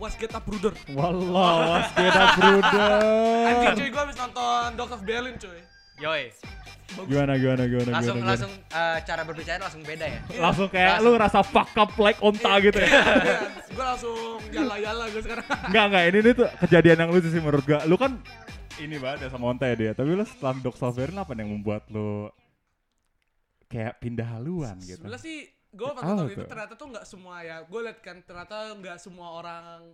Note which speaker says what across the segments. Speaker 1: was get up brother.
Speaker 2: Wallah, was get up brother.
Speaker 1: Anjing cuy gue habis nonton Dogs of Berlin cuy.
Speaker 3: Yoi.
Speaker 2: Gimana gimana gimana
Speaker 3: Langsung
Speaker 2: gimana,
Speaker 3: langsung eh, cara berbicara langsung beda ya.
Speaker 2: gimana. langsung kayak lu rasa fuck up like onta
Speaker 3: Iya.
Speaker 2: gitu ya.
Speaker 1: gue langsung yala-yala gue sekarang.
Speaker 2: Enggak enggak ini, ini tuh kejadian yang lucu sih menurut gua. Lu kan ini banget ya sama onta ya dia. Tapi lu setelah dok Sovereign apa yang membuat lu kayak pindah haluan gitu.
Speaker 1: Sebenernya sih gue waktu
Speaker 2: Apa
Speaker 1: tahun itu
Speaker 2: tuh?
Speaker 1: ternyata tuh nggak semua ya gue liat kan ternyata nggak semua orang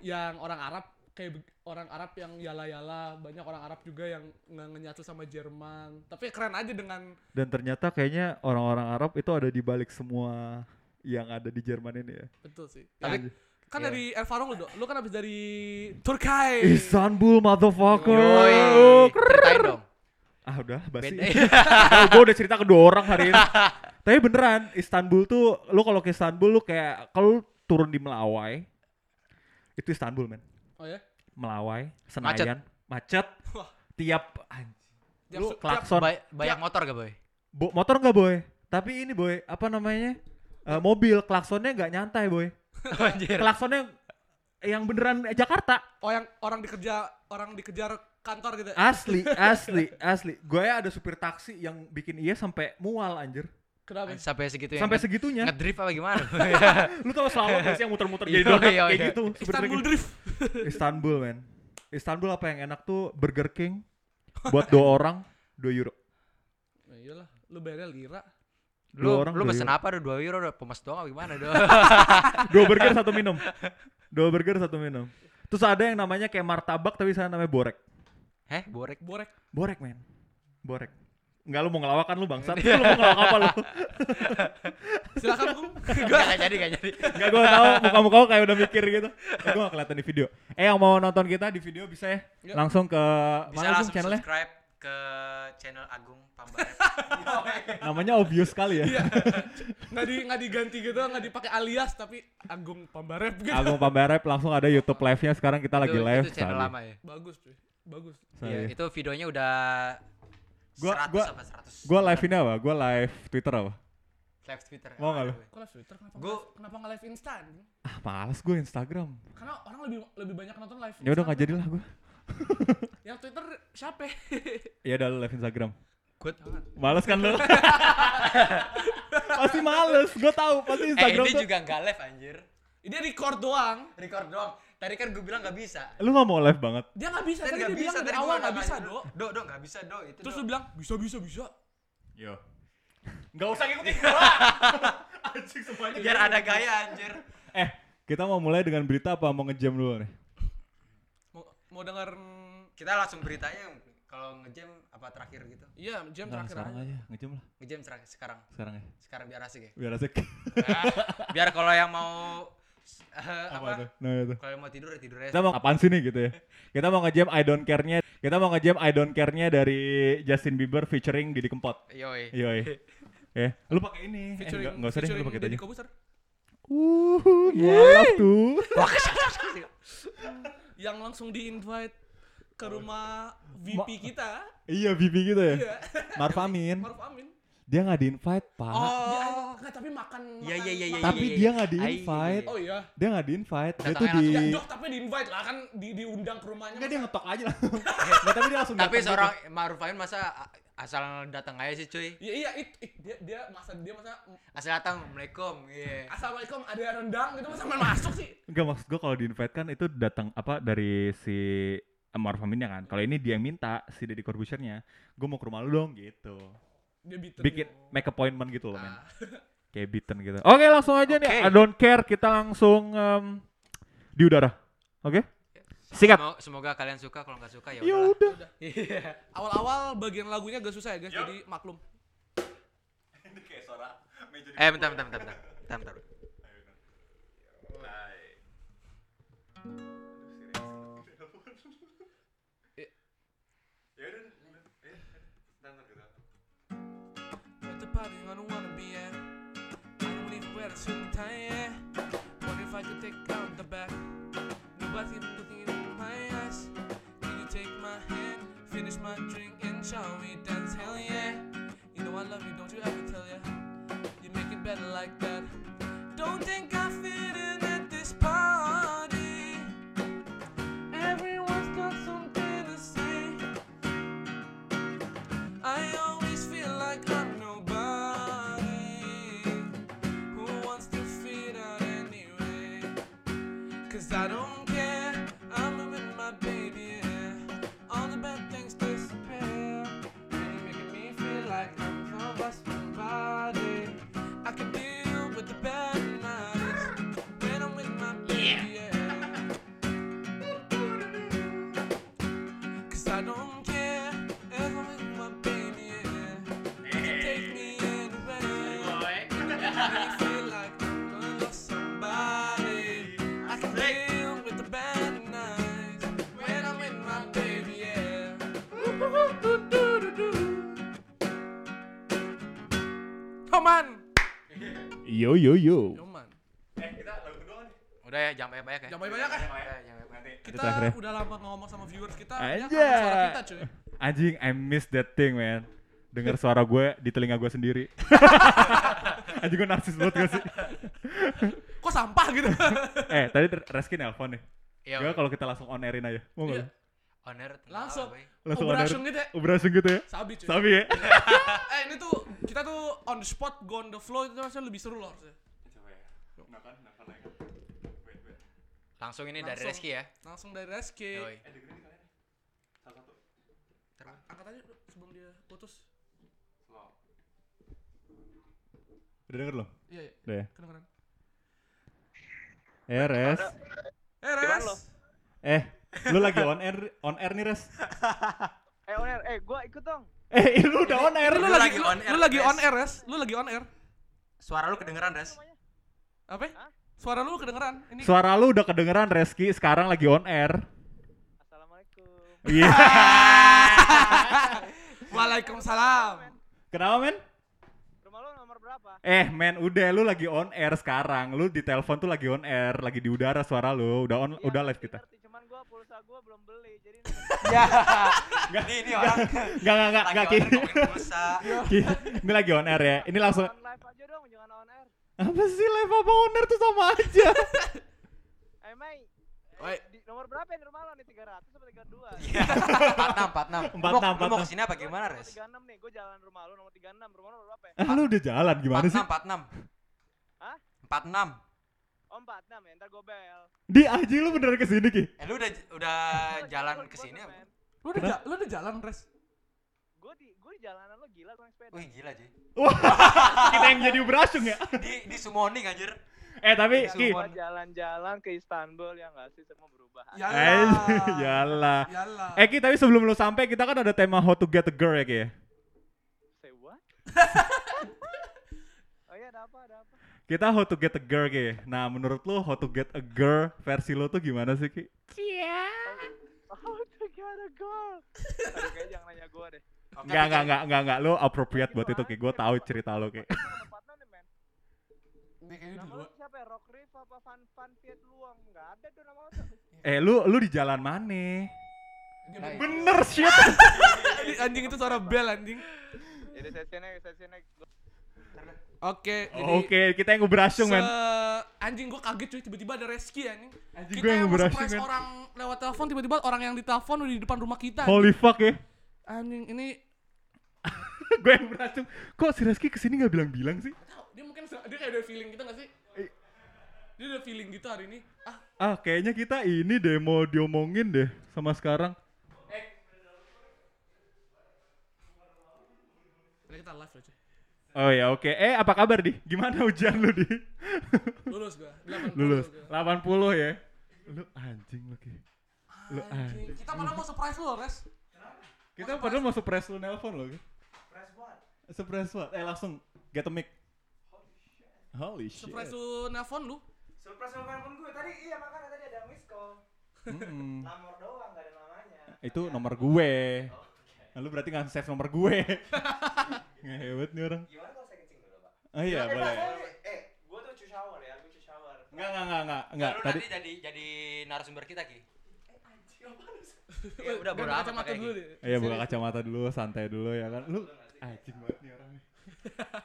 Speaker 1: yang orang Arab kayak beg- orang Arab yang yala-yala banyak orang Arab juga yang nggak nyatu sama Jerman tapi keren aja dengan
Speaker 2: Dan ternyata kayaknya orang-orang Arab itu ada di balik semua yang ada di Jerman ini ya.
Speaker 1: betul sih
Speaker 3: Tapi-
Speaker 1: Ya, kan
Speaker 3: iya.
Speaker 1: dari El Farong lu dok lu kan habis dari Turkai
Speaker 2: Iya, Istanbul motherfucker.
Speaker 3: Yoi.
Speaker 2: Oh, keren.
Speaker 3: Ceritain dong.
Speaker 2: Ah udah basi.
Speaker 3: Beda.
Speaker 2: gue udah cerita ke dua orang hari ini. Tapi beneran Istanbul tuh lu kalau ke Istanbul lu kayak kalau lu turun di Melawai itu Istanbul men.
Speaker 1: oh ya
Speaker 2: Melawai, Senayan, macet.
Speaker 1: Wah.
Speaker 2: Tiap anjing.
Speaker 1: Tiap
Speaker 2: Lu
Speaker 1: su-
Speaker 2: klakson.
Speaker 3: Bay- bayar motor gak boy?
Speaker 2: Bo- motor nggak boy? Tapi ini boy, apa namanya? Eh, mobil klaksonnya nggak nyantai boy.
Speaker 3: Anjir.
Speaker 2: Klaksonnya yang beneran Jakarta.
Speaker 1: oh yang orang dikejar orang dikejar kantor gitu
Speaker 2: Asli, asli, asli. Gue ya ada supir taksi yang bikin iya sampai mual anjir.
Speaker 1: kenapa
Speaker 3: Sampai segitu ya.
Speaker 2: Sampai segitunya.
Speaker 3: Ngedrift apa gimana?
Speaker 2: lu tau selawat gak sih yang muter-muter
Speaker 3: Iya,
Speaker 2: jadi donat
Speaker 3: iya,
Speaker 2: kayak
Speaker 3: iya.
Speaker 2: gitu sebenarnya
Speaker 1: Istanbul
Speaker 2: gitu.
Speaker 1: Drift
Speaker 2: Istanbul men Istanbul apa yang enak tuh Burger King buat dua orang dua euro
Speaker 1: nah, iyalah lu bayarnya lira
Speaker 2: dua
Speaker 3: lu
Speaker 2: orang
Speaker 3: lu
Speaker 2: dua
Speaker 3: pesen
Speaker 2: euro.
Speaker 3: apa do 2 euro do? Pemas doang apa gimana do?
Speaker 2: dua burger satu minum dua burger satu minum terus ada yang namanya kayak martabak tapi sana namanya borek
Speaker 3: Heh, borek.
Speaker 1: borek
Speaker 2: borek men borek Enggak lu mau ngelawak kan lu bangsat lu mau ngelawak apa lu
Speaker 1: silakan kum
Speaker 3: Gak gak jadi gak jadi.
Speaker 2: Enggak gue tau muka-muka lu kayak udah mikir gitu eh, gue gak kelihatan di video eh yang mau nonton kita di video bisa ya
Speaker 1: Yuk.
Speaker 2: langsung ke mana
Speaker 3: Bisa
Speaker 2: sih
Speaker 3: langsung
Speaker 2: channelnya
Speaker 3: subscribe ke Eh, channel Agung Pambarep.
Speaker 2: namanya obvious sekali ya
Speaker 3: Iya.
Speaker 1: nggak di nggak diganti gitu nggak dipakai alias tapi Agung Pambarep gitu
Speaker 2: Agung Pambarep langsung ada YouTube live-nya sekarang kita lagi
Speaker 3: Itu-
Speaker 2: live.
Speaker 3: Itu channel
Speaker 2: sekali.
Speaker 3: lama ya.
Speaker 1: bagus cuy bagus
Speaker 2: Sekali.
Speaker 3: Iya, itu videonya udah
Speaker 2: Gua-
Speaker 3: 100
Speaker 2: gua-
Speaker 3: apa 100.
Speaker 2: Gua live ini apa? Gua live Twitter apa?
Speaker 3: live Twitter.
Speaker 2: Mau nggak lu?
Speaker 1: kok live Twitter kenapa
Speaker 3: Gua-
Speaker 1: nggak- kenapa nggak live instan
Speaker 2: Ah, males gue Instagram.
Speaker 1: karena orang lebih lebih banyak nonton live
Speaker 2: Ya udah
Speaker 1: Instan.
Speaker 2: nggak jadilah gua.
Speaker 1: yang Twitter siapa
Speaker 2: Ya udah lu live Instagram.
Speaker 3: Good.
Speaker 2: Males kan lu? pasti males, gua tahu pasti
Speaker 3: Eh
Speaker 2: Instagram
Speaker 3: ini
Speaker 2: tuh.
Speaker 3: juga nggak live anjir.
Speaker 1: ini record doang
Speaker 3: Record doang. Tadi kan gue bilang nggak bisa.
Speaker 2: Lu gak mau live banget.
Speaker 1: dia nggak bisa
Speaker 3: Tadi
Speaker 1: tadi
Speaker 3: nggak
Speaker 1: dia
Speaker 3: bisa.
Speaker 1: bilang dari
Speaker 3: Tadi
Speaker 1: awal
Speaker 3: gua
Speaker 1: nggak bisa
Speaker 3: nanya,
Speaker 1: do
Speaker 3: Do, do nggak bisa do. Itu
Speaker 1: terus
Speaker 3: Do.
Speaker 1: lu bilang bisa bisa bisa
Speaker 2: Yo.
Speaker 3: Iya.
Speaker 2: Gak usah ngikutin gua. Anjing semuanya.
Speaker 3: biar ada gaya anjir.
Speaker 2: Eh, kita mau mulai dengan berita apa mau ngejam dulu nih?
Speaker 1: mau mau denger
Speaker 3: Kita langsung beritanya kalau ngejam apa terakhir gitu.
Speaker 1: iya jam
Speaker 2: Nah,
Speaker 1: terakhir
Speaker 2: sekarang
Speaker 1: aja
Speaker 2: aja, ngejam lah.
Speaker 3: Ngejam terakhir sekarang.
Speaker 2: Sekarang ya.
Speaker 3: Sekarang biar asik ya.
Speaker 2: Biar asik.
Speaker 3: Nah, biar kalau yang mau eh, apa?
Speaker 2: tuh? Nah, itu.
Speaker 3: Kalau yang mau tidur ya tidur aja.
Speaker 2: kita mau apaan sih nih gitu ya kita mau ngejam I don't care-nya kita mau ngejam I don't care-nya dari Justin Bieber featuring Didi Kempot
Speaker 3: Yoi.
Speaker 2: yoi eh lu pakai ini eh,
Speaker 1: featuring
Speaker 2: enggak, enggak usah deh lu
Speaker 1: featuring
Speaker 2: pakai itu
Speaker 1: Deddy
Speaker 2: aja
Speaker 1: Kobuser
Speaker 2: uh maaf tuh
Speaker 1: yang langsung di invite ke rumah VP kita
Speaker 2: iya bibi gitu ya
Speaker 1: Iya.
Speaker 2: Maruf Amin
Speaker 1: Maruf Amin
Speaker 2: dia nggak di invite pak
Speaker 3: Ya,
Speaker 1: Oh, enggak tapi makan.
Speaker 3: Iya,
Speaker 1: makan-
Speaker 3: iya, iya, iya,
Speaker 1: makan-
Speaker 2: tapi
Speaker 3: iya,
Speaker 2: dia
Speaker 3: iya.
Speaker 2: nggak di
Speaker 3: Ai, iya,
Speaker 2: invite
Speaker 1: Oh iya.
Speaker 2: dia nggak di invite dia tuh
Speaker 3: Datangnya
Speaker 2: di
Speaker 1: Ya, Dok, tapi di invite lah kan di diundang ke rumahnya.
Speaker 2: Enggak dia ngetok aja lah Enggak, tapi dia langsung
Speaker 3: Tapi
Speaker 2: datang
Speaker 3: seorang Maruf Amin masa a- asal datang aja sih cuy.
Speaker 1: gitu. Iya iya it, it- dia dia masa dia masa
Speaker 3: Asal datang, Assalamualaikum. Iya.
Speaker 1: Assalamualaikum ada rendang gitu masa main masuk sih.
Speaker 2: gitu. Enggak maksud gua kalau di invite kan itu datang apa dari si Maruf Aminnya kan kalau ini dia yang minta si Deddy Corbuzier-nya gue mau ke rumah lu dong gitu
Speaker 1: Dia bitter.
Speaker 2: bikin make appointment gitu loh men
Speaker 1: Ah.
Speaker 2: kayak beaten gitu oke langsung aja nih
Speaker 3: Oke.
Speaker 2: I don't care kita langsung em, di udara oke sikat
Speaker 3: Semoga, semoga kalian suka kalau nggak suka ya
Speaker 2: ya
Speaker 3: udahlah.
Speaker 2: udah
Speaker 3: Iya.
Speaker 1: Awal-awal bagian lagunya agak susah ya guys, jadi maklum.
Speaker 3: eh bentar bentar bentar bentar. Bentar bentar.
Speaker 1: Ya Eh. At the party I don't wanna be at. I don't even wear a suit and tie. yeah. What if I could take out the back? Nobody's even looking in my eyes. Can you take my hand, finish my drink, and shall we dance? Hell yeah! You know I love you, don't you ever tell ya? You make it better like that. Don't think I fit in at this party. don't care. I'm with my baby. Yeah. All the bad things disappear. And you're making me feel like I'm for somebody. I can deal with the bad nights when I'm with my baby. Yeah. Cause I don't care if I'm with my baby. Yeah. You can take me anywhere. I feel like I love somebody. I can deal with the bad nights when I'm with my baby. Yeah. Oh man.
Speaker 2: Yo yo yo.
Speaker 1: Yo man.
Speaker 3: Eh, kita lagu kedua nih. Udah ya, jangan banyak-banyak ya.
Speaker 1: Jangan banyak-banyak ya.
Speaker 3: Jangan banyak, jangan banyak. Nanti.
Speaker 2: Itu terakhir ya.
Speaker 1: Kita udah lama ngomong sama viewers kita.
Speaker 2: Anjay.
Speaker 1: dia kangen suara kita cuy.
Speaker 2: Eh, Anjing, I miss that thing, man. Dengar suara gue di telinga gue sendiri. Anjing gue narsis banget gak sih?
Speaker 1: Kok sampah gitu?
Speaker 2: eh, tadi ter- Reski nelpon nih.
Speaker 3: Iya.
Speaker 2: Gue kalau kita langsung on airin aja. Mau
Speaker 1: Iya.
Speaker 2: enggak?
Speaker 3: Honor. tentang
Speaker 1: Langsung.
Speaker 3: apa, Boy?
Speaker 2: Langsung on
Speaker 1: Obrasung
Speaker 2: airin.
Speaker 1: gitu ya.
Speaker 2: Obrasung gitu ya.
Speaker 1: Sabi cuy.
Speaker 2: Sabi ya.
Speaker 1: Eh ini tuh kita tuh on the spot, go on the flow itu harusnya lebih seru loh harusnya.
Speaker 3: Langsung ini dari
Speaker 1: Langsung.
Speaker 3: Reski ya.
Speaker 1: Langsung dari Reski.
Speaker 3: Yoi.
Speaker 1: Angkat aja dulu sebelum dia putus.
Speaker 2: Udah denger belum?
Speaker 1: Iya, iya.
Speaker 2: Udah ya.
Speaker 1: Kedengeran.
Speaker 2: Eh, Res.
Speaker 1: Eh,
Speaker 4: Gimana
Speaker 1: Res.
Speaker 4: lo?
Speaker 2: Eh, lu lagi on air on air nih, Res.
Speaker 4: Eh, on air. Eh, gua ikut dong.
Speaker 2: Eh, lu udah on air.
Speaker 1: Lu,
Speaker 3: Lu
Speaker 1: lagi
Speaker 3: lagi on air,
Speaker 1: Lu lagi
Speaker 3: Res.
Speaker 1: on air, Res. Lu lagi on air.
Speaker 3: Suara lu kedengeran, Res.
Speaker 1: Apa? ya?
Speaker 4: Hah?
Speaker 1: Suara lu kedengeran. Ini
Speaker 2: Suara lu udah kedengeran, Reski. Sekarang lagi on air.
Speaker 4: Assalamualaikum.
Speaker 2: Iya.
Speaker 1: Waalaikumsalam.
Speaker 2: Kenapa, men?
Speaker 4: Rumah lo nomor berapa?
Speaker 2: Eh men udah lu lagi on air sekarang Lu di telepon tuh lagi on air Lagi di udara suara lu Udah on,
Speaker 4: Iya,
Speaker 2: udah live
Speaker 4: ngerti,
Speaker 2: kita
Speaker 4: ngerti. Cuman gua pulsa gua belum beli. Jadi
Speaker 3: Ya. Ini ini orang.
Speaker 2: Enggak enggak enggak enggak Ki.
Speaker 3: Lagi honor, ngomongin pulsa.
Speaker 2: Ki, Ini lagi on air ya Ini langsung
Speaker 4: on live aja dong, jangan on air.
Speaker 2: Apa sih live apa on air tuh sama aja
Speaker 4: Eh, Mei. eh,
Speaker 1: Woi.
Speaker 4: Di nomor berapa ini rumah lo nih? 300 atau 32?
Speaker 3: Iya. 46 46. Lu mau-
Speaker 2: 46,
Speaker 3: Lu mau
Speaker 2: 46.
Speaker 3: kesini apa gimana,
Speaker 4: Nomor
Speaker 3: Res?
Speaker 4: 36 nih, gua jalan rumah lo nomor 36. Rumah lo nomor berapa ya?
Speaker 2: Ah lu udah jalan gimana sih
Speaker 3: 46 46.
Speaker 4: Hah?
Speaker 3: 46.
Speaker 4: Oh, 46 ya. Ntar gua bel.
Speaker 2: Di aja lu beneran kesini Ki
Speaker 3: Eh lu udah udah
Speaker 4: Gua-
Speaker 3: jalan
Speaker 4: gua-
Speaker 3: ke
Speaker 4: gua
Speaker 3: sini
Speaker 4: tuh,
Speaker 3: apa?
Speaker 4: men.
Speaker 1: Lu udah
Speaker 2: Kenapa?
Speaker 1: ja- lu udah jalan, Res.
Speaker 4: Gua di gua di jalanan lo gila gua naik sepeda.
Speaker 3: Wih gila cuy.
Speaker 2: Wah kita yang jadi berasung ya
Speaker 3: Di di summoning anjir.
Speaker 2: Eh tapi
Speaker 3: Iya,
Speaker 2: Ki
Speaker 3: semua.
Speaker 4: Gua jalan-jalan ke Istanbul ya nggak sih semua berubah.
Speaker 3: Ya
Speaker 2: Eh
Speaker 1: Yalah.
Speaker 2: yalah
Speaker 1: Yalah.
Speaker 2: Eh Ki tapi sebelum lu sampai kita kan ada tema how to get a girl ya Ki ya
Speaker 4: Say what? oh iya ada apa ada apa?
Speaker 2: Kita how to get a girl Ki Nah menurut lu how to get a girl versi lu tuh gimana sih Ki?
Speaker 4: How to get a girl? Aduh kayaknya jangan nanya gue deh.
Speaker 2: Enggak,
Speaker 1: kan-
Speaker 2: enggak, enggak, enggak, enggak, lu appropriate buat itu, Ki. Gue tahu cerita lu, Ki.
Speaker 4: Tempatnya nih men. Nama lu siapa ya? Rock Riff apa Van Van Viet Luang? Enggak ada tuh nama lu. tuh.
Speaker 2: Eh, lu lu di jalan mana?
Speaker 3: Nah,
Speaker 2: Bener, shit.
Speaker 1: Ini anjing itu suara bel anjing.
Speaker 4: Jadi sesinya sesinya gua-
Speaker 1: Oke, jadi
Speaker 2: Oke, kita yang
Speaker 1: se-
Speaker 2: berasung, men.
Speaker 1: anjing gue kaget cuy tiba-tiba ada Reski anjing.
Speaker 2: Anjing,
Speaker 1: kita
Speaker 2: gua yang
Speaker 1: yang mau
Speaker 2: berhasil,
Speaker 1: surprise
Speaker 2: men.
Speaker 1: orang lewat telepon tiba-tiba orang yang ditelepon udah di depan rumah kita.
Speaker 2: Holy fuck ya.
Speaker 1: Anjing ini
Speaker 2: gue yang berasung. Kok si Reski kesini gak bilang-bilang sih?
Speaker 1: Tau, dia mungkin se- dia kayak udah feeling gitu gak sih?
Speaker 2: Eh.
Speaker 1: Dia udah feeling gitu hari ini. Ah,
Speaker 2: Ah, kayaknya kita ini deh mau diomongin deh sama sekarang.
Speaker 4: Eh.
Speaker 1: tadi kita live loh cuy.
Speaker 2: Oh ya, oke. Eh, apa kabar, Di? Gimana ujian lu, Di?
Speaker 1: Lulus gua. 80
Speaker 2: Lulus
Speaker 1: gua.
Speaker 2: 80 ya. Lu anjing lu, Ki. Lu anjing.
Speaker 1: Anjing, kita malah mau surprise lu, Res.
Speaker 2: Kita padahal mau surprise lu nelpon lo. Surprise what? Eh langsung get a mic. Holy shit.
Speaker 1: Surprise lu nelpon lu.
Speaker 4: Surprise sama handphone gue tadi iya makanya tadi ada miss call.
Speaker 2: Mm-mm.
Speaker 4: Nomor doang gak ada namanya.
Speaker 2: Itu nomor gue. Nah, lu berarti nggak save nomor gue. Ngehewet nih orang.
Speaker 4: Gimana kalau saya kencing dulu pak?
Speaker 2: Oh iya boleh.
Speaker 4: Eh, gue tuh cuci shower ya, gue cuci shower.
Speaker 2: Enggak enggak enggak enggak
Speaker 3: Nah,
Speaker 2: enggak.
Speaker 3: lu
Speaker 2: Tadi
Speaker 3: nanti jadi jadi narasumber kita,
Speaker 4: Eh,
Speaker 3: Ki. Ya udah
Speaker 1: Ganti
Speaker 3: bodo amat
Speaker 1: kacamata
Speaker 3: kayak
Speaker 1: dulu
Speaker 3: gitu.
Speaker 1: deh.
Speaker 2: iya buka kacamata dulu, santai dulu ya kan. Lu anjing banget nih orang. nih.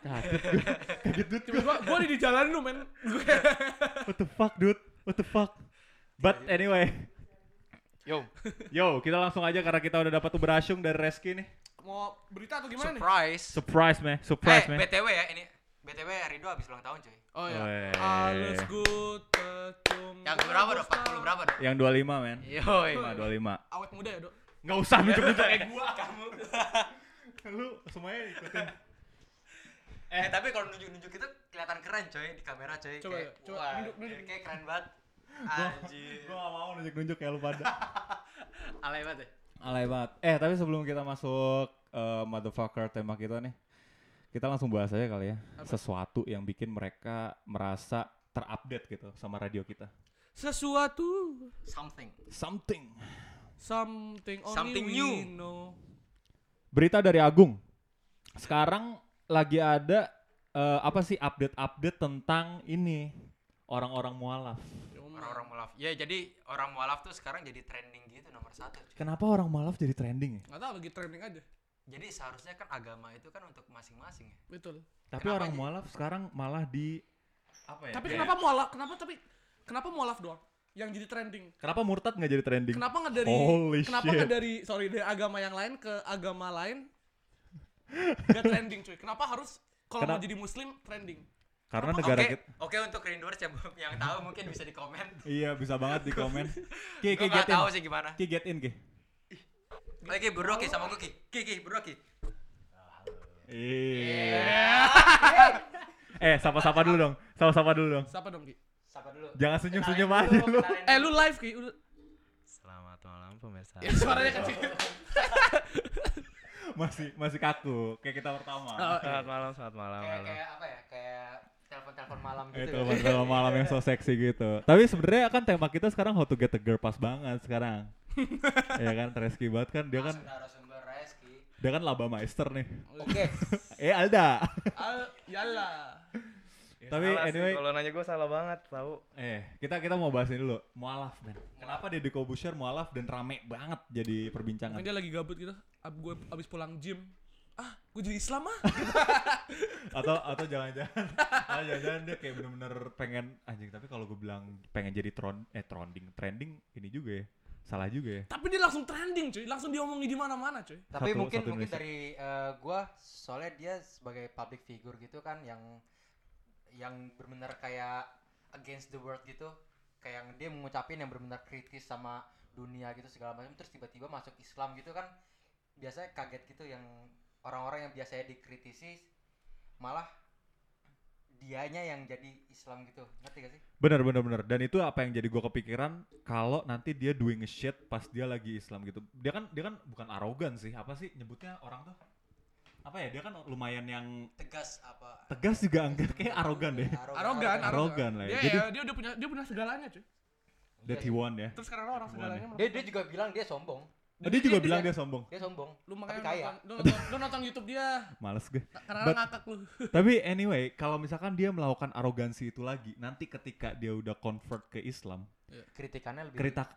Speaker 2: Kaget gue. Kaget dude gue.
Speaker 1: Tiba-tiba gua ada di jalan lu, men. Gue
Speaker 2: What the fuck dude? What the fuck? But anyway,
Speaker 3: Yo,
Speaker 2: yo kita langsung aja karena kita udah dapat berasung dari Reski nih.
Speaker 1: mau berita atau gimana nih?
Speaker 3: surprise.
Speaker 2: Surprise, meh.
Speaker 3: Eh,
Speaker 2: Surprise, meh.
Speaker 3: BTW ya ini. BTW Rido habis ulang tahun cuy.
Speaker 5: Oh ya.
Speaker 2: Weh.
Speaker 5: Halus good ketum.
Speaker 3: Yang berapa dong? 40 berapa dong?
Speaker 2: Yang 25 men.
Speaker 3: Yoi.
Speaker 2: 25.
Speaker 5: Awet muda ya, Dok.
Speaker 2: Enggak usah nunjuk-nunjuk kayak gua.
Speaker 3: Kamu.
Speaker 2: Lu semuanya ikutin.
Speaker 3: eh tapi kalau nunjuk-nunjuk itu kelihatan keren coy di kamera coy.
Speaker 5: Coba,
Speaker 3: kayak,
Speaker 5: coba,
Speaker 3: wah,
Speaker 5: nunjuk, nunjuk.
Speaker 3: Kayak keren banget.
Speaker 2: Gua-
Speaker 3: Anjir.
Speaker 2: Gua gak mau nunjuk-nunjuk kayak lu pada.
Speaker 3: Alay banget. ya?
Speaker 2: Alay banget. Eh, tapi sebelum kita masuk eh, motherfucker tema kita nih. Kita langsung bahas aja kali ya. Sesuatu yang bikin mereka merasa terupdate gitu sama radio kita.
Speaker 5: Sesuatu
Speaker 3: Something.
Speaker 2: Something.
Speaker 5: something only
Speaker 3: Something
Speaker 5: we
Speaker 3: new.
Speaker 5: know.
Speaker 2: Berita dari Agung. Sekarang lagi ada eh, apa sih update-update tentang ini orang-orang mualaf.
Speaker 5: Ya, Om.
Speaker 3: Orang-orang mualaf. Ya jadi orang mualaf tuh sekarang jadi trending gitu nomor satu. cuy.
Speaker 2: Kenapa orang mualaf jadi trending ya?
Speaker 5: Nggak tahu lagi trending aja.
Speaker 3: Jadi seharusnya kan agama itu kan untuk masing-masing ya.
Speaker 5: Betul.
Speaker 2: Tapi
Speaker 3: Kenapa
Speaker 2: orang
Speaker 3: jadi-
Speaker 2: mualaf sekarang malah di apa ya?
Speaker 5: Tapi
Speaker 2: kayak-
Speaker 5: kenapa mualaf? Kenapa tapi kenapa mualaf doang yang jadi trending?
Speaker 2: kenapa murtad nggak jadi trending?
Speaker 5: Kenapa nggak dari
Speaker 2: Holy
Speaker 5: kenapa
Speaker 2: shit.
Speaker 5: nggak dari sorry dari agama yang lain ke agama lain nggak trending cuy? Kenapa harus kalau mau
Speaker 2: Kenapa?
Speaker 5: jadi muslim trending?
Speaker 2: Karena
Speaker 3: Oke,
Speaker 2: negara kita
Speaker 3: oke untuk rinduers yang yang tahu mungkin bisa di komen.
Speaker 2: Iya, bisa banget di komen. Ki, ki
Speaker 3: Gue nggak
Speaker 2: get
Speaker 3: tahu
Speaker 2: in.
Speaker 3: sih gimana.
Speaker 2: Ki get in, ki.
Speaker 3: Oke, berdua Ki sama gue Ki. Ki, Ki, berdua Ki.
Speaker 2: Iya. Eh, sapa-sapa dulu dong. Sapa-sapa dulu dong.
Speaker 5: Siapa dong Ki?
Speaker 3: Sapa dulu.
Speaker 2: Jangan senyum-senyum
Speaker 3: Kenalin
Speaker 2: aja
Speaker 3: dulu,
Speaker 2: lu.
Speaker 3: kenalin
Speaker 5: Eh
Speaker 3: dulu.
Speaker 5: lu live Ki. Udah.
Speaker 3: Selamat malam pemirsa.
Speaker 5: Ya, suaranya kecil.
Speaker 2: Masih masih kaku kayak kita pertama.
Speaker 5: Oh, iya.
Speaker 4: Selamat malam, selamat malam.
Speaker 3: Kayak
Speaker 4: halo.
Speaker 3: kayak apa ya? Kayak telepon-telepon malam gitu.
Speaker 4: Iya.
Speaker 2: Itu
Speaker 3: kan?
Speaker 2: malam malam yang so seksi gitu. Tapi sebenarnya kan tema kita sekarang how to get a girl pas banget sekarang. Iya kan, Reski banget kan dia kan
Speaker 3: Langsung narasumber Reski.
Speaker 2: dia kan laba maester nih.
Speaker 3: Oke.
Speaker 2: Eh Alda.
Speaker 5: Al yalah.
Speaker 4: Ya,
Speaker 2: Tapi
Speaker 4: salah sih,
Speaker 2: anyway-
Speaker 4: kalau nanya gue salah banget, tahu.
Speaker 2: Eh, kita kita mau bahas ini dulu. Mualaf, men. Kenapa Deddy Kobusher mualaf dan rame banget jadi perbincangan?
Speaker 5: Mungkin dia lagi gabut gitu. Ab gue abis pulang gym. Ah, gue jadi Islam ah.
Speaker 2: atau atau jangan-jangan atau jangan-jangan dia kayak bener-bener pengen anjing tapi kalau gue bilang pengen jadi tron eh trending trending ini juga ya salah juga ya
Speaker 5: Tapi dia langsung trending cuy, langsung diomongin di mana-mana cuy.
Speaker 3: Tapi
Speaker 2: Satu-
Speaker 3: mungkin
Speaker 2: satu
Speaker 3: mungkin
Speaker 2: Indonesia.
Speaker 3: dari eh, gua soalnya dia sebagai public figure gitu kan yang yang benar kayak against the world gitu. Kayak yang dia mengucapin yang benar kritis sama dunia gitu segala macam terus tiba-tiba masuk Islam gitu kan biasanya kaget gitu yang orang-orang yang biasanya dikritisi malah dianya yang jadi Islam gitu. Ngerti gak sih?
Speaker 2: bener bener bener dan itu apa yang jadi gue kepikiran kalau nanti dia doing a shit pas dia lagi Islam gitu dia kan dia kan bukan arogan sih apa sih nyebutnya orang tuh apa ya dia kan lumayan yang
Speaker 3: Tegas apa?
Speaker 2: tegas juga enggak kayak arogan deh
Speaker 5: Arogan,
Speaker 2: Arogan
Speaker 5: arogan.
Speaker 2: lah ya.
Speaker 5: Dia,
Speaker 2: Jadi-
Speaker 5: ya, dia udah punya dia punya segalanya cuy.
Speaker 2: that he won ya
Speaker 5: Terus karena orang
Speaker 2: Gimana?
Speaker 5: segalanya
Speaker 3: Dia dia juga bilang dia sombong.
Speaker 2: Oh, dia juga bilang dia sombong
Speaker 3: Dia sombong.
Speaker 5: lu makanya
Speaker 3: tapi kaya.
Speaker 5: nonton- lu nonton, lu nonton YouTube dia
Speaker 2: males gue
Speaker 5: karena
Speaker 2: But-
Speaker 5: ngakak lu.
Speaker 2: Tapi anyway, kalau misalkan dia melakukan arogansi itu lagi, nanti ketika dia udah convert ke Islam,
Speaker 5: Iya.
Speaker 3: Kritikannya lebih
Speaker 2: kritik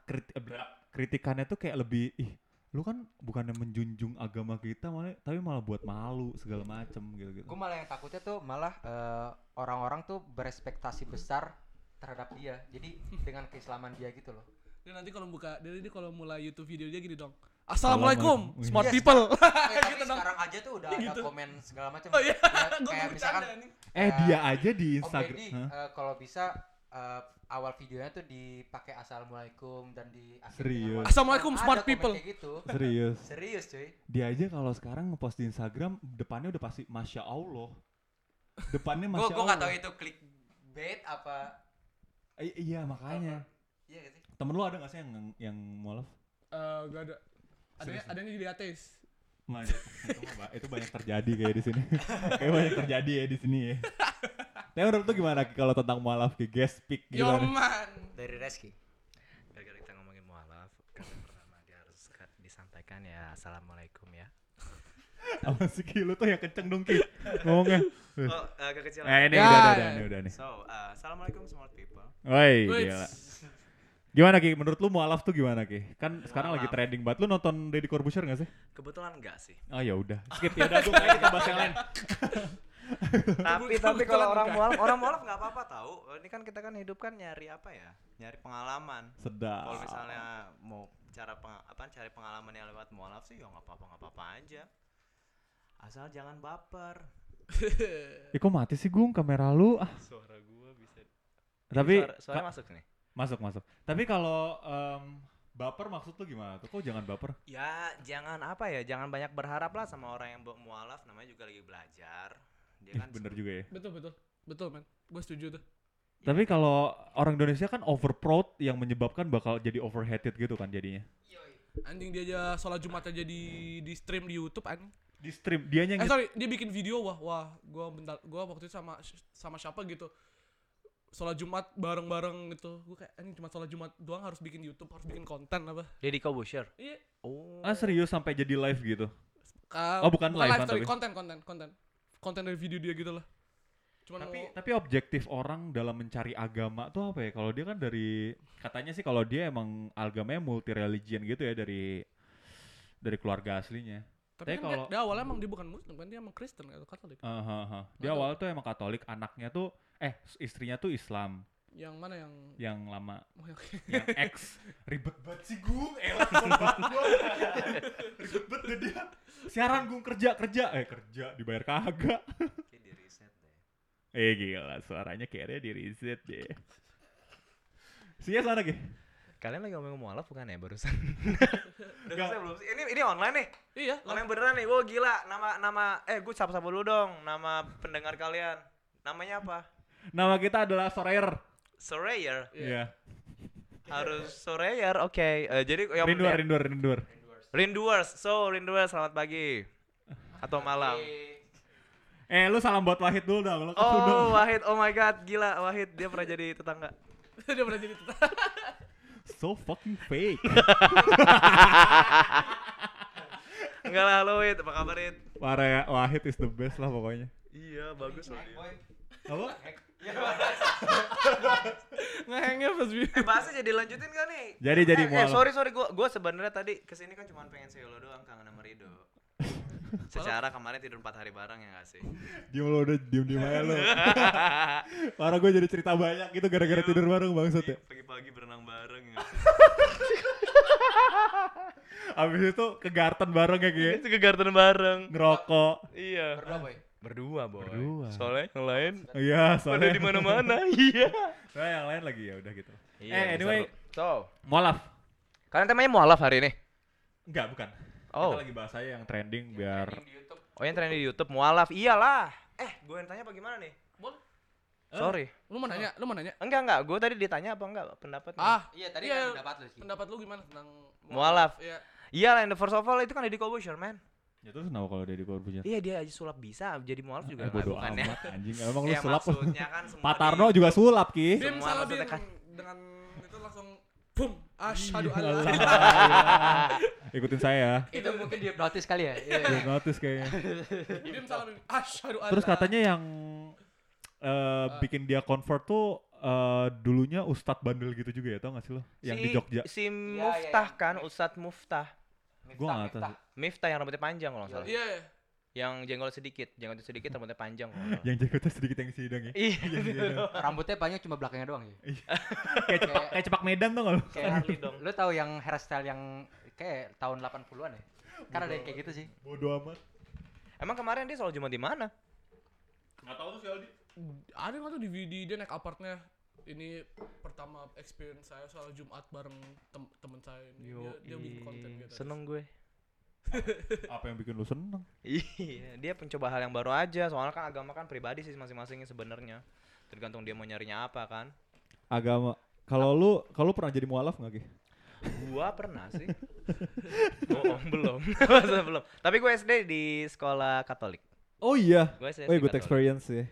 Speaker 2: kritikannya tuh kayak lebih ih, lu kan bukannya menjunjung agama kita malah tapi malah buat malu segala macem gitu-gitu.
Speaker 3: Gue malah yang takutnya tuh malah eh, orang-orang tuh berespektasi besar terhadap dia. Jadi dengan keislaman dia gitu loh.
Speaker 5: Dia nanti kalau buka dia dia kalau mulai YouTube video dia gini dong. Assalamualaikum,
Speaker 2: Assalamualaikum.
Speaker 5: smart
Speaker 3: Yes.
Speaker 5: people.
Speaker 3: Eh, tapi
Speaker 5: Gitu dong.
Speaker 3: sekarang aja tuh udah ada
Speaker 5: Gitu.
Speaker 3: komen segala macam.
Speaker 5: Oh iya,
Speaker 3: Ya,
Speaker 5: gue
Speaker 3: kayak misalkan
Speaker 5: bercanda nih.
Speaker 2: Eh dia aja di
Speaker 3: Om
Speaker 2: Instagram.
Speaker 3: Deddy,
Speaker 2: Hah?
Speaker 3: eh, kalau bisa eh, awal videonya tuh dipakai assalamualaikum dan di
Speaker 2: Serius?
Speaker 3: akhir dengan waalaikumsalam.
Speaker 5: Assalamualaikum,
Speaker 3: Ada
Speaker 5: smart
Speaker 3: komen
Speaker 5: people.
Speaker 3: Kayak gitu.
Speaker 2: Serius.
Speaker 3: Serius cuy.
Speaker 2: Dia aja kalau sekarang ngepost di Instagram depannya udah pasti masya Allah. Depannya
Speaker 3: Gue
Speaker 2: masya
Speaker 3: gue
Speaker 2: Allah.
Speaker 3: nggak tahu itu clickbait apa.
Speaker 2: I- iya makanya.
Speaker 3: Iya gak sih?
Speaker 2: Temen lu ada gak sih yang yang mualaf?
Speaker 5: Eh, gak ada. Adanya adanya jadi ateis.
Speaker 2: Nah, itu, itu mah ba- itu banyak terjadi kayak di sini. kayak banyak terjadi ya di sini ya. Tapi menurut lu gimana Ki, kalau tentang mualaf ke guest pick gimana?
Speaker 5: Yoman.
Speaker 3: Dari Reski.
Speaker 4: Gara-gara kita ngomongin mualaf, kata pertama dia harus ka- disampaikan ya assalamualaikum ya.
Speaker 2: Apa sih Ki? Lu tuh yang kenceng dong Ki ngomongnya.
Speaker 4: Oh, eh, kekecilan.
Speaker 2: Nah ini
Speaker 5: Ya,
Speaker 2: udah, udah,
Speaker 5: ya.
Speaker 2: udah, ini udah nih.
Speaker 4: So, eh, assalamualaikum smart people.
Speaker 2: Woi,
Speaker 5: Wih.
Speaker 2: gila. Gimana Ki? Menurut lu mualaf tuh gimana Ki? Kan sekarang lagi
Speaker 4: Mualaf.
Speaker 2: trending banget. Lu nonton Deddy Corbuzier gak sih?
Speaker 4: Kebetulan enggak sih.
Speaker 2: Oh ya udah. Skip ya udah gua kayaknya kita bahas yang lain.
Speaker 4: tapi
Speaker 5: Kebetulan
Speaker 4: tapi kalau orang
Speaker 5: enggak.
Speaker 4: mualaf, orang mualaf nggak apa-apa tahu. Ini kan kita kan hidup kan nyari apa ya? Nyari pengalaman.
Speaker 2: Sedap.
Speaker 4: Kalau misalnya mau cara peng, apa cari pengalaman yang lewat mualaf sih ya nggak apa-apa nggak apa-apa aja. Asal jangan baper.
Speaker 2: Ih Eh, kok mati sih Gung kamera lu? Ah,
Speaker 4: Suara gua bisa.
Speaker 2: tapi
Speaker 4: suara, suara masuk nih.
Speaker 2: masuk masuk. Tapi kalau em, baper maksud lu gimana tuh? Kok jangan baper?
Speaker 4: Ya jangan apa ya, jangan banyak berharap lah sama orang yang bu- mualaf. Namanya juga lagi belajar. Dia
Speaker 2: Ih,
Speaker 4: kan
Speaker 2: bener juga ya.
Speaker 5: betul betul betul man gue setuju tuh
Speaker 2: Tapi kalau orang Indonesia kan over proud yang menyebabkan bakal jadi overheated gitu kan jadinya.
Speaker 5: anjing dia aja sholat jumat aja di di stream di YouTube anjing
Speaker 2: Di stream dia yang
Speaker 5: eh sorry dia bikin video wah wah gue bentar gue waktu itu sama sama siapa gitu sholat jumat bareng bareng gitu gue kayak anjing cuma sholat jumat doang harus bikin YouTube harus bikin konten apa
Speaker 4: Deddy Kobusher.
Speaker 5: iya
Speaker 4: Oh.
Speaker 2: ah serius sampai jadi live gitu.
Speaker 5: Ka-
Speaker 2: Oh, bukan live-an
Speaker 5: sorry,
Speaker 2: tapi.
Speaker 5: konten konten konten konten dari video dia gitu lah cuman
Speaker 2: Tapi
Speaker 5: mau-
Speaker 2: tapi objektif orang dalam mencari agama tuh apa ya? Kalau dia kan dari katanya sih kalau dia emang agamanya multi religion gitu ya dari dari keluarga aslinya.
Speaker 5: tapi,
Speaker 2: tapi
Speaker 5: kan dia-
Speaker 2: kalau- Ah.
Speaker 5: dia awalnya emang dia bukan muslim kan dia emang Kristen atau Katolik
Speaker 2: Aha, aha. Dia
Speaker 5: Nggak tahu.
Speaker 2: awal tuh emang Katolik, anaknya tuh eh istrinya tuh Islam
Speaker 5: yang mana yang
Speaker 2: yang lama
Speaker 5: oh, yang-
Speaker 2: yang ex ribet banget sih gung elah kesel banget gua. ribet banget deh dia siaran gung kerja kerja eh kerja dibayar kagak
Speaker 4: Kayak di riset deh.
Speaker 2: eh gila suaranya kayaknya di reset deh Sinyal sana Ge?
Speaker 4: Kalian lagi ngomong mualaf bukan ya barusan?
Speaker 2: Nggak.
Speaker 4: belum sih. Ini ini online nih.
Speaker 5: iya
Speaker 4: Online beneran nih. Wow gila. Nama nama eh gue sapa-sapa dulu dong. Nama pendengar kalian. Namanya apa?
Speaker 2: Nama kita adalah Sorer.
Speaker 4: Sorayer.
Speaker 5: Iya.
Speaker 2: Iya.
Speaker 4: Harus Sorayer. Oke. Eh, jadi yang
Speaker 2: Rinduar, rinduar, rinduar.
Speaker 4: Rinduers. So Rinduers selamat pagi atau malam.
Speaker 2: Eh, lu salam buat Wahid dulu dong. Lu kan udah-
Speaker 4: Oh Wahid. Oh my god. Gila Wahid dia pernah jadi tetangga.
Speaker 5: dia pernah jadi tetangga
Speaker 2: so fucking fake.
Speaker 4: Enggak lah lo Wahid. Apa kabar Wahid?
Speaker 2: Parah ya, Wahid is the best lah pokoknya.
Speaker 4: Iya bagus loh
Speaker 3: Naik,
Speaker 4: dia.
Speaker 3: boy.
Speaker 2: Apa?
Speaker 3: Naik. Iya, Bang.
Speaker 5: ngehengnya pas video
Speaker 4: Eh bahasnya jadi lanjutin gak nih?
Speaker 2: Jadi, jadi,
Speaker 4: eh, eh,
Speaker 2: mualaf.
Speaker 4: sorry sorry gua gua sebenarnya tadi kesini kan cuma pengen solo doang kangen sama Rido. Secara kemarin tidur 4 hari bareng ya gak sih?
Speaker 2: Diem lu udah diem diem aja lu. Parah gue jadi cerita banyak gitu gara-gara tidur bareng bangsat ya.
Speaker 4: Iya, Pagi-pagi berenang bareng ya.
Speaker 2: Abis itu ke garden bareng ya Ge.
Speaker 4: Itu ke garden bareng.
Speaker 2: Ngerokok.
Speaker 4: Iya.
Speaker 3: Berdua, boy.
Speaker 4: Berdua, boy.
Speaker 2: Berdua.
Speaker 4: Soalnya yang lain
Speaker 2: Iya,
Speaker 4: pada
Speaker 2: soalnya
Speaker 4: di mana-mana. Iya.
Speaker 2: Soalnya yang lain lagi ya udah gitu.
Speaker 4: Iya,
Speaker 2: eh,
Speaker 4: bisa,
Speaker 2: anyway,
Speaker 4: Bro. So,
Speaker 2: molaf.
Speaker 4: kalian temanya mualaf hari ini.
Speaker 2: Enggak, bukan.
Speaker 4: Oh.
Speaker 2: Kita lagi bahas aja yang trending biar
Speaker 3: Trending di YouTube.
Speaker 4: Oh, yang trending di YouTube mualaf. Iyalah. Eh, gue yang tanya apa gimana nih?
Speaker 5: Boleh.
Speaker 2: Eh,
Speaker 4: Sorry.
Speaker 5: lu mau nanya lu mau nanya
Speaker 4: Enggak, enggak. Gue tadi ditanya apa enggak pendapatnya.
Speaker 5: ah
Speaker 3: Iya, tadi
Speaker 5: Iya,
Speaker 3: kan pendapat lu sih.
Speaker 5: pendapat lu gimana tentang
Speaker 4: Mualaf.
Speaker 5: Iya.
Speaker 4: Iyalah, in the first of all itu kan Deddy Kobusher, man.
Speaker 2: Ya terus kenapa kalau Deddy Corbuzier?
Speaker 4: Iya dia aja sulap bisa jadi mualaf
Speaker 2: Eh,
Speaker 4: juga nggak
Speaker 2: bodo
Speaker 4: bukan ya.
Speaker 2: amat anjing. Emang lu
Speaker 4: Ya,
Speaker 2: sulap.
Speaker 4: maksudnya kan semua
Speaker 2: Pak
Speaker 4: di-
Speaker 2: Tarno juga sulap, Ki.
Speaker 5: bim
Speaker 4: Semua
Speaker 5: salah bim
Speaker 4: maksudnya kan-
Speaker 5: dengan itu langsung boom asyhadu an la
Speaker 2: Allah. Iya. Ikutin saya.
Speaker 3: Itu mungkin dihipnotis kali ya. Iya, iya.
Speaker 2: Hipnotis kayaknya.
Speaker 5: bim salah bim asyhadu an
Speaker 2: Terus
Speaker 5: la-
Speaker 2: katanya yang
Speaker 4: Ah.
Speaker 2: eh, bikin dia convert tuh eh, dulunya Ustadz bandel gitu juga ya, tau gak sih lo? Yang
Speaker 4: si,
Speaker 2: di Jogja.
Speaker 4: Si
Speaker 3: iya,
Speaker 4: Muftah
Speaker 3: iya.
Speaker 4: kan, Ustadz Muftah.
Speaker 2: Gua nggak
Speaker 3: Miftah,
Speaker 2: tahu.
Speaker 3: Miftah.
Speaker 4: Miftah yang rambutnya panjang kalau nggak salah.
Speaker 5: iya iya.
Speaker 4: Yang jenggol sedikit, jenggol sedikit rambutnya panjang. kalau nggak salah.
Speaker 2: Yang jenggotnya sedikit yang isi hidung ya.
Speaker 4: Iya.
Speaker 2: Yang isi hidung.
Speaker 3: Rambutnya banyak cuma belakangnya doang ya.
Speaker 2: Iya. kayak cepak kayak cepak Medan tau gak lo?
Speaker 3: Kayak
Speaker 4: Harley dong.
Speaker 3: Lu tahu yang hairstyle yang kayak tahun 80-an ya? Kan ada yang kayak gitu sih.
Speaker 2: Bodo amat.
Speaker 4: Emang kemarin dia selalu cuma di mana?
Speaker 2: Gak tau tuh si Aldi.
Speaker 5: ada nggak tuh di video dia naik apartnya ini pertama experience saya soal Jumat bareng tem temen saya ini dia, dia bikin konten gitu
Speaker 4: Seneng gue.
Speaker 2: Apa yang bikin lu seneng?
Speaker 4: Iya, dia mencoba hal yang baru aja. Soalnya kan agama kan pribadi sih masing-masingnya sebenarnya. Tergantung dia mau nyarinya apa kan.
Speaker 2: Agama. Kalau lu, kalau lu pernah jadi mualaf gak Ki?
Speaker 4: Gua pernah sih. Bohong belum. Masa belum. Tapi gue SD di sekolah Katolik.
Speaker 2: Oh iya.
Speaker 4: Gue SD
Speaker 2: Oh good
Speaker 4: Katolik.
Speaker 2: experience ya.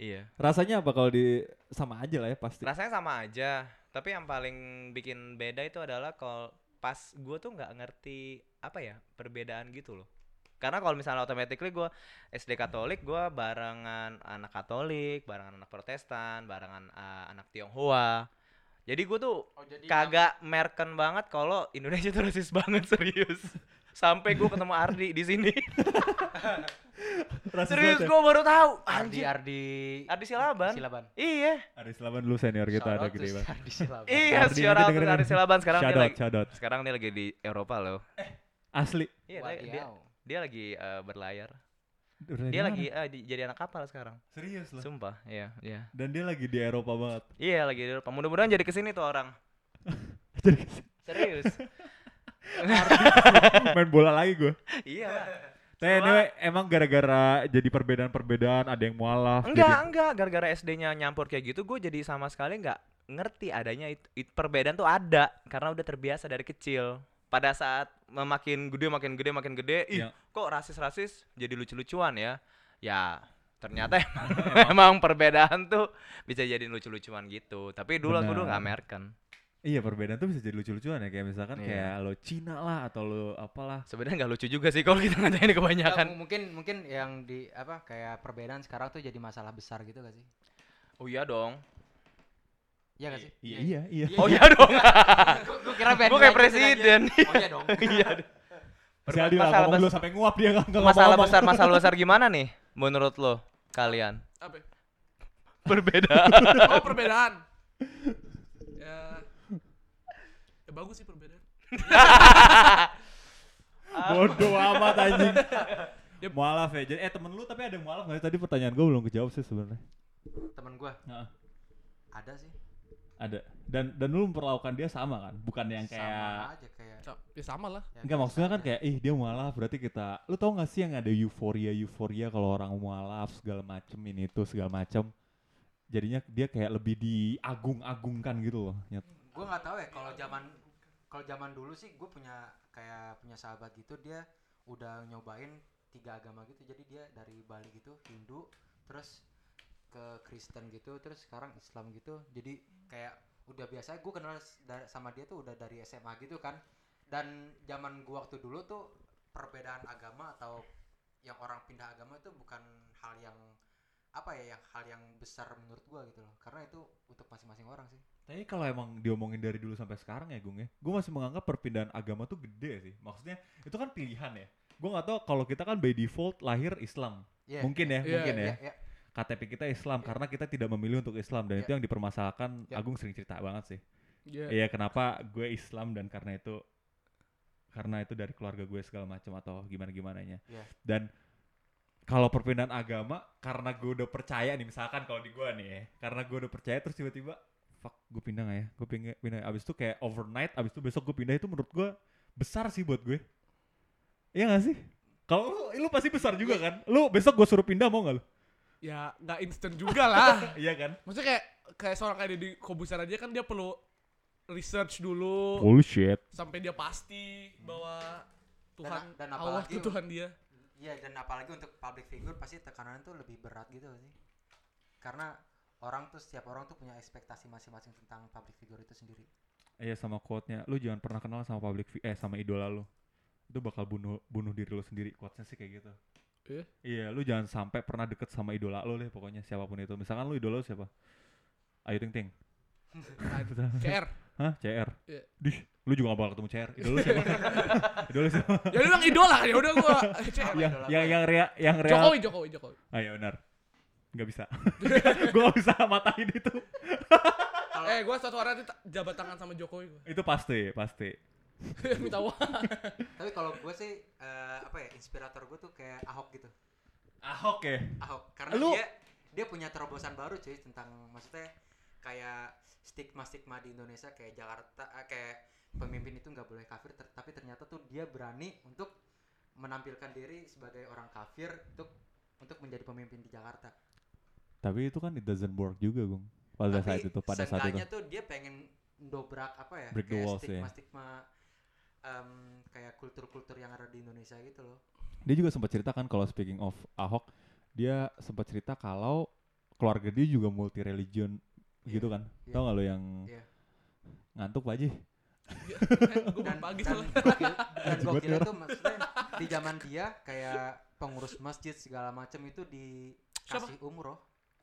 Speaker 4: Iya.
Speaker 2: Rasanya apa kalau di sama aja lah ya pasti.
Speaker 4: Rasanya sama aja, tapi yang paling bikin beda itu adalah kalau pas gue tuh nggak ngerti apa ya perbedaan gitu loh. Karena kalau misalnya automatically gue SD Katolik, gue barengan anak Katolik, barengan anak Protestan, barengan eh, anak Tionghoa. Jadi gue tuh
Speaker 3: Oh, jadi
Speaker 4: kagak merken banget kalau Indonesia tuh rasis banget serius. Sampai gue ketemu Ardi di sini.
Speaker 2: Rasis
Speaker 4: serius
Speaker 2: banget ya.
Speaker 4: gue baru tahu.
Speaker 3: Ardi
Speaker 4: Anjir.
Speaker 3: Ardi
Speaker 4: Ardi Silaban.
Speaker 3: Silaban.
Speaker 4: Iya.
Speaker 2: Ada selaban lu senior kita
Speaker 3: Shout
Speaker 2: ada
Speaker 3: out to
Speaker 2: gede
Speaker 3: si
Speaker 2: banget.
Speaker 3: Ardi Silaban.
Speaker 4: Iya,
Speaker 2: Ardi,
Speaker 4: shout
Speaker 2: nanti
Speaker 4: out
Speaker 2: dengerin.
Speaker 4: dari Silaban sekarang
Speaker 2: Shout
Speaker 4: dia
Speaker 2: out,
Speaker 4: lagi
Speaker 2: shout out. Eh,
Speaker 4: sekarang dia lagi di Eropa loh.
Speaker 2: Asli.
Speaker 4: Iya, dia,
Speaker 3: Wadiau.
Speaker 4: dia, dia lagi eh, berlayar.
Speaker 2: Udah
Speaker 4: Dia
Speaker 2: gimana?
Speaker 4: lagi eh, di- jadi anak kapal sekarang.
Speaker 2: serius loh.
Speaker 4: Sumpah, iya, iya.
Speaker 2: Dan dia lagi di Eropa banget.
Speaker 4: Iya lagi di Eropa. Mudah-mudahan jadi kesini tuh orang.
Speaker 2: Jadi
Speaker 4: Serius.
Speaker 2: main bola lagi gue.
Speaker 4: iya lah.
Speaker 2: Tapi anyway, emang gara-gara jadi perbedaan-perbedaan ada yang mualaf.
Speaker 4: Enggak, enggak. Gara-gara SD-nya nyampur kayak gitu, gue jadi sama sekali nggak ngerti adanya it- it- perbedaan tuh ada karena udah terbiasa dari kecil. Pada saat makin gede, makin gede, makin gede, ih
Speaker 2: Iya.
Speaker 4: kok rasis-rasis jadi lucu-lucuan ya? Ya ternyata
Speaker 2: Iya.
Speaker 4: emang, emang perbedaan tuh bisa jadi lucu-lucuan gitu. Tapi dulu aku dulu nggak
Speaker 2: Benar.
Speaker 4: American.
Speaker 2: Iya perbedaan tuh bisa jadi lucu-lucuan ya kayak misalkan
Speaker 4: Iya.
Speaker 2: kayak lo Cina lah atau lo apalah.
Speaker 4: Sebenarnya nggak lucu juga sih kalau kita ngatain
Speaker 3: Nggak,
Speaker 2: kan
Speaker 4: kebanyakan.
Speaker 3: mu- mungkin mungkin yang di apa kayak perbedaan sekarang tuh jadi masalah besar gitu gak sih?
Speaker 4: Oh iya dong.
Speaker 3: Iya gak sih?
Speaker 2: Iya iya iya.
Speaker 4: Oh iya dong.
Speaker 3: Gue kira
Speaker 4: Gue kayak presiden.
Speaker 3: Oh iya dong.
Speaker 4: Iya.
Speaker 2: Si Adil nggak
Speaker 4: Masalah
Speaker 2: ngomong
Speaker 4: bes-
Speaker 2: dulu sampai nguap dia nggak nggak
Speaker 4: masalah
Speaker 2: ngomong-ngomong.
Speaker 4: besar masalah besar gimana nih menurut lo kalian
Speaker 5: Apa? ya?
Speaker 4: perbedaan
Speaker 5: Oh perbedaan. ya, ya bagus sih perbedaan.
Speaker 2: Bodoh amat anjing.
Speaker 5: Dia-
Speaker 2: mualaf ya. Jadi eh temen lu tapi ada yang mualaf nggak sih? Tadi pertanyaan gue belum kejawab sih sebenarnya.
Speaker 3: Temen gue
Speaker 2: Heeh,
Speaker 3: ada sih.
Speaker 2: ada. Dan dan lu memperlakukan dia sama kan? Bukan yang
Speaker 3: Sama
Speaker 2: kayak
Speaker 3: aja kayak.
Speaker 5: Sa- Ya sama lah.
Speaker 3: ya
Speaker 2: Enggak
Speaker 3: biasa
Speaker 2: maksudnya kan
Speaker 3: aja.
Speaker 2: kayak ih dia mualaf berarti kita lu tau gak sih yang ada euforia euforia kalau orang mualaf segala macem ini itu segala macem jadinya dia kayak lebih diagung-agungkan gitu loh Nyet.
Speaker 3: gue nggak tahu ya kalau zaman kalau zaman dulu sih gue punya kayak punya sahabat gitu dia udah nyobain tiga agama gitu jadi dia dari Bali gitu Hindu terus ke Kristen gitu terus sekarang Islam gitu jadi kayak udah biasa gue kenal s- da- sama dia tuh udah dari SMA gitu kan dan zaman gue waktu dulu tuh perbedaan agama atau yang orang pindah agama itu bukan hal yang apa ya yang hal yang besar menurut gue gitu loh karena itu untuk masing-masing orang sih
Speaker 2: Tapi kalau emang diomongin dari dulu sampai sekarang ya Gung ya, gue masih menganggap perpindahan agama tuh gede sih. Maksudnya itu kan pilihan ya. Gue nggak tahu kalau kita kan by default lahir Islam,
Speaker 3: Iya.
Speaker 2: mungkin ya,
Speaker 5: Iya,
Speaker 2: mungkin ya.
Speaker 3: Iya, iya.
Speaker 2: KTP kita Islam
Speaker 3: Iya.
Speaker 2: karena kita tidak memilih untuk Islam dan
Speaker 3: Iya.
Speaker 2: itu yang dipermasalahkan
Speaker 3: Iya.
Speaker 2: Agung sering cerita banget sih.
Speaker 5: Iya.
Speaker 2: Iya kenapa gue Islam dan karena itu karena itu dari keluarga gue segala macam atau gimana gimananya.
Speaker 3: Iya.
Speaker 2: Dan kalau perpindahan agama karena gue udah percaya nih misalkan kalau di gue nih ya, karena gue udah percaya terus tiba-tiba fuck gue pindah gak ya? Gue pindah, pindah abis itu kayak overnight abis itu besok gue pindah itu menurut gue besar sih buat gue. Iya gak sih? Kalau lu, lu pasti besar juga kan? Lu besok gue suruh pindah mau gak lu?
Speaker 5: Ya nggak instan juga lah.
Speaker 2: Iya kan?
Speaker 5: Maksudnya kayak kayak seorang kayak di Kobuser aja kan dia perlu research dulu
Speaker 2: Bullshit.
Speaker 5: sampai dia pasti bahwa Tuhan
Speaker 3: dan
Speaker 5: Allah
Speaker 3: apalagi-
Speaker 5: itu Tuhan dia.
Speaker 3: Iya, dan apalagi untuk public figure pasti tekanan tuh lebih berat gitu sih. Karena orang tuh setiap orang tuh punya ekspektasi masing-masing tentang public figure itu sendiri.
Speaker 2: Iya sama quote-nya, lu jangan pernah kenal sama public fi- eh sama idola lu. Itu bakal bunuh bunuh diri lu sendiri. Quotes-nya sih kayak gitu.
Speaker 5: Iya?
Speaker 2: Iya, lu jangan sampai pernah deket sama idola lu deh pokoknya siapapun itu. Misalkan lu idola lu siapa? Ayu Ting Ting.
Speaker 5: CR.
Speaker 2: Hah? CR.
Speaker 5: Iya.
Speaker 2: Dih, lu juga gak bakal ketemu CR. Idola lu siapa? idola lu siapa?
Speaker 5: Ya lu bilang idola ya udah gua CR.
Speaker 2: yang yang yang rea, yang real.
Speaker 5: Jokowi Jokowi Jokowi.
Speaker 2: Ah iya benar. Gak bisa. gua gak bisa matain itu.
Speaker 5: Eh gua suatu hari nanti ta- jabat tangan sama Jokowi gua.
Speaker 2: Itu pasti, pasti.
Speaker 5: Minta uang.
Speaker 3: Tapi kalau gue sih eh, apa ya, inspirator gue tuh kayak Ahok gitu.
Speaker 2: Ahok ya.
Speaker 3: Ahok karena
Speaker 2: Lu-
Speaker 3: dia dia punya terobosan baru cuy tentang maksudnya kayak stigma-stigma di Indonesia kayak Jakarta eh, kayak pemimpin itu nggak boleh kafir ter- tapi ternyata tuh dia berani untuk menampilkan diri sebagai orang kafir untuk untuk menjadi pemimpin di Jakarta.
Speaker 2: Tapi itu kan it doesn't work juga, Gung. Pada saat itu, pada saat itu.
Speaker 3: seenggaknya tuh dia pengen dobrak apa ya?
Speaker 2: Break the
Speaker 3: kayak
Speaker 2: walls, ya.
Speaker 3: stigma-stigma em, kayak kultur-kultur yang ada di Indonesia gitu loh.
Speaker 2: dia juga sempat cerita kan kalau speaking of Ahok dia sempat cerita kalau keluarga dia juga multi religion gitu kan
Speaker 3: iya.
Speaker 2: tau gak lo yang
Speaker 3: Iya.
Speaker 2: ngantuk pak Ji
Speaker 5: Ya, gua bangun pagi
Speaker 3: dan,
Speaker 5: soalnya.
Speaker 3: gua kira- dan
Speaker 2: Anjing
Speaker 3: gua
Speaker 2: banget
Speaker 3: kira
Speaker 2: nih
Speaker 3: tuh maksudnya di zaman dia kayak pengurus masjid segala macam itu dikasih umroh.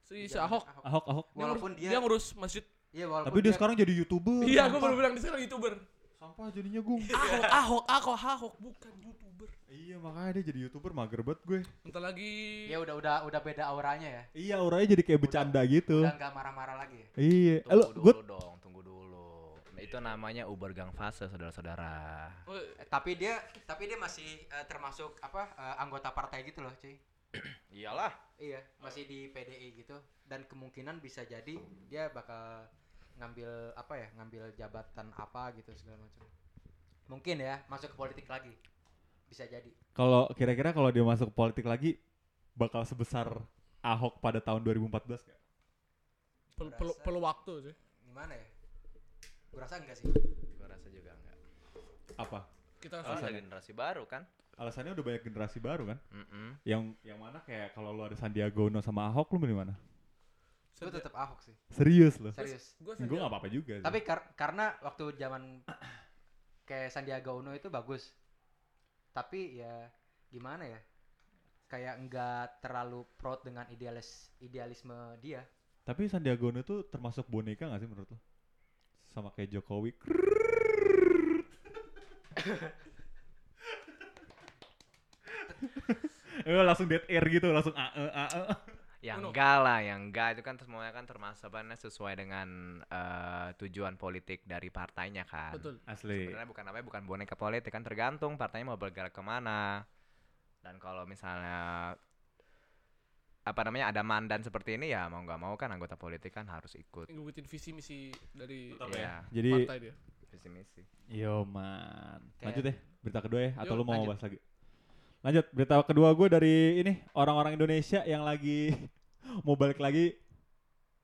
Speaker 5: Si
Speaker 3: di
Speaker 5: si
Speaker 3: zaman
Speaker 5: Ahok.
Speaker 2: Ahok Ahok
Speaker 5: Dia ngurus-
Speaker 3: Walaupun dia,
Speaker 5: dia ngurus masjid.
Speaker 3: iya walaupun
Speaker 2: tapi dia sekarang jadi youtuber
Speaker 5: Iya, gua
Speaker 2: sampah.
Speaker 5: baru bilang dia sekarang YouTuber.
Speaker 2: sampah jadinya gung
Speaker 5: Ahok, Ahok, Ahok, Ahok bukan YouTuber.
Speaker 2: iya makanya dia jadi youtuber mager banget gue
Speaker 5: Bentar lagi.
Speaker 3: ya udah udah udah beda auranya ya.
Speaker 2: iya auranya jadi kayak bercanda gitu
Speaker 3: Udah nggak marah-marah lagi ya.
Speaker 2: iya Eh, lo
Speaker 4: tunggu
Speaker 2: gue
Speaker 4: dulu dong tunggu dulu Nah, itu namanya Uber Gang Fase saudara-saudara
Speaker 5: Oh,
Speaker 3: Eh, Tapi dia tapi dia masih eh, termasuk apa eh, anggota partai gitu loh, cuy.
Speaker 4: Iyalah.
Speaker 3: Iya, masih di PDI gitu dan kemungkinan bisa jadi dia bakal ngambil apa ya, ngambil jabatan apa gitu segala macam. Mungkin ya, masuk ke politik lagi. Bisa jadi.
Speaker 2: Kalau kira-kira kalau dia masuk politik lagi bakal sebesar Ahok pada tahun 2014 gak?
Speaker 1: perlu perlu,
Speaker 3: Berasa.
Speaker 1: perlu waktu sih
Speaker 3: Gimana ya? Gue rasa enggak sih.
Speaker 4: Gua rasa juga enggak.
Speaker 2: Apa?
Speaker 1: kita
Speaker 4: Soalnya ada
Speaker 3: Iya.
Speaker 2: Alasannya?
Speaker 4: generasi baru kan.
Speaker 2: Alasannya udah banyak generasi baru kan?
Speaker 4: Mm-mm.
Speaker 2: Yang yang mana kayak kalau lu ada Sandiaga Uno sama Ahok lu milih mana?
Speaker 3: Gue tetap Ahok sih.
Speaker 2: Serius lu?
Speaker 3: Serius.
Speaker 1: gue
Speaker 2: Gue gak apa-apa juga sih.
Speaker 3: Tapi kar- karena waktu zaman kayak Sandiaga Uno itu bagus. Tapi ya gimana ya? Kayak enggak terlalu proud dengan idealis idealisme dia.
Speaker 2: Tapi Sandiaga Uno tuh termasuk boneka gak sih menurut lo? Sama kayak Jokowi. Eh, langsung dead air gitu, langsung ae ae.
Speaker 4: Yang
Speaker 1: Uno.
Speaker 4: Ya enggak lah, yang enggak itu kan semuanya kan termasuknya sesuai dengan eh, tujuan politik dari partainya kan.
Speaker 1: betul
Speaker 2: Asli.
Speaker 4: Sebenarnya bukan apa bukan boneka politik kan tergantung partainya mau bergerak kemana. Dan kalau misalnya apa namanya ada mandan seperti ini ya mau nggak mau kan anggota politik kan harus ikut.
Speaker 1: ngikutin visi misi dari
Speaker 2: Tetap ya.
Speaker 4: Iya,
Speaker 2: Jadi,
Speaker 1: partai dia
Speaker 4: visi misi.
Speaker 2: yo man.
Speaker 3: Kayak-
Speaker 2: Lanjut deh berita kedua ya atau
Speaker 1: Yuk,
Speaker 2: lu mau
Speaker 3: lanjut.
Speaker 2: bahas lagi? Lanjut berita kedua gue dari ini orang-orang Indonesia yang lagi mau balik lagi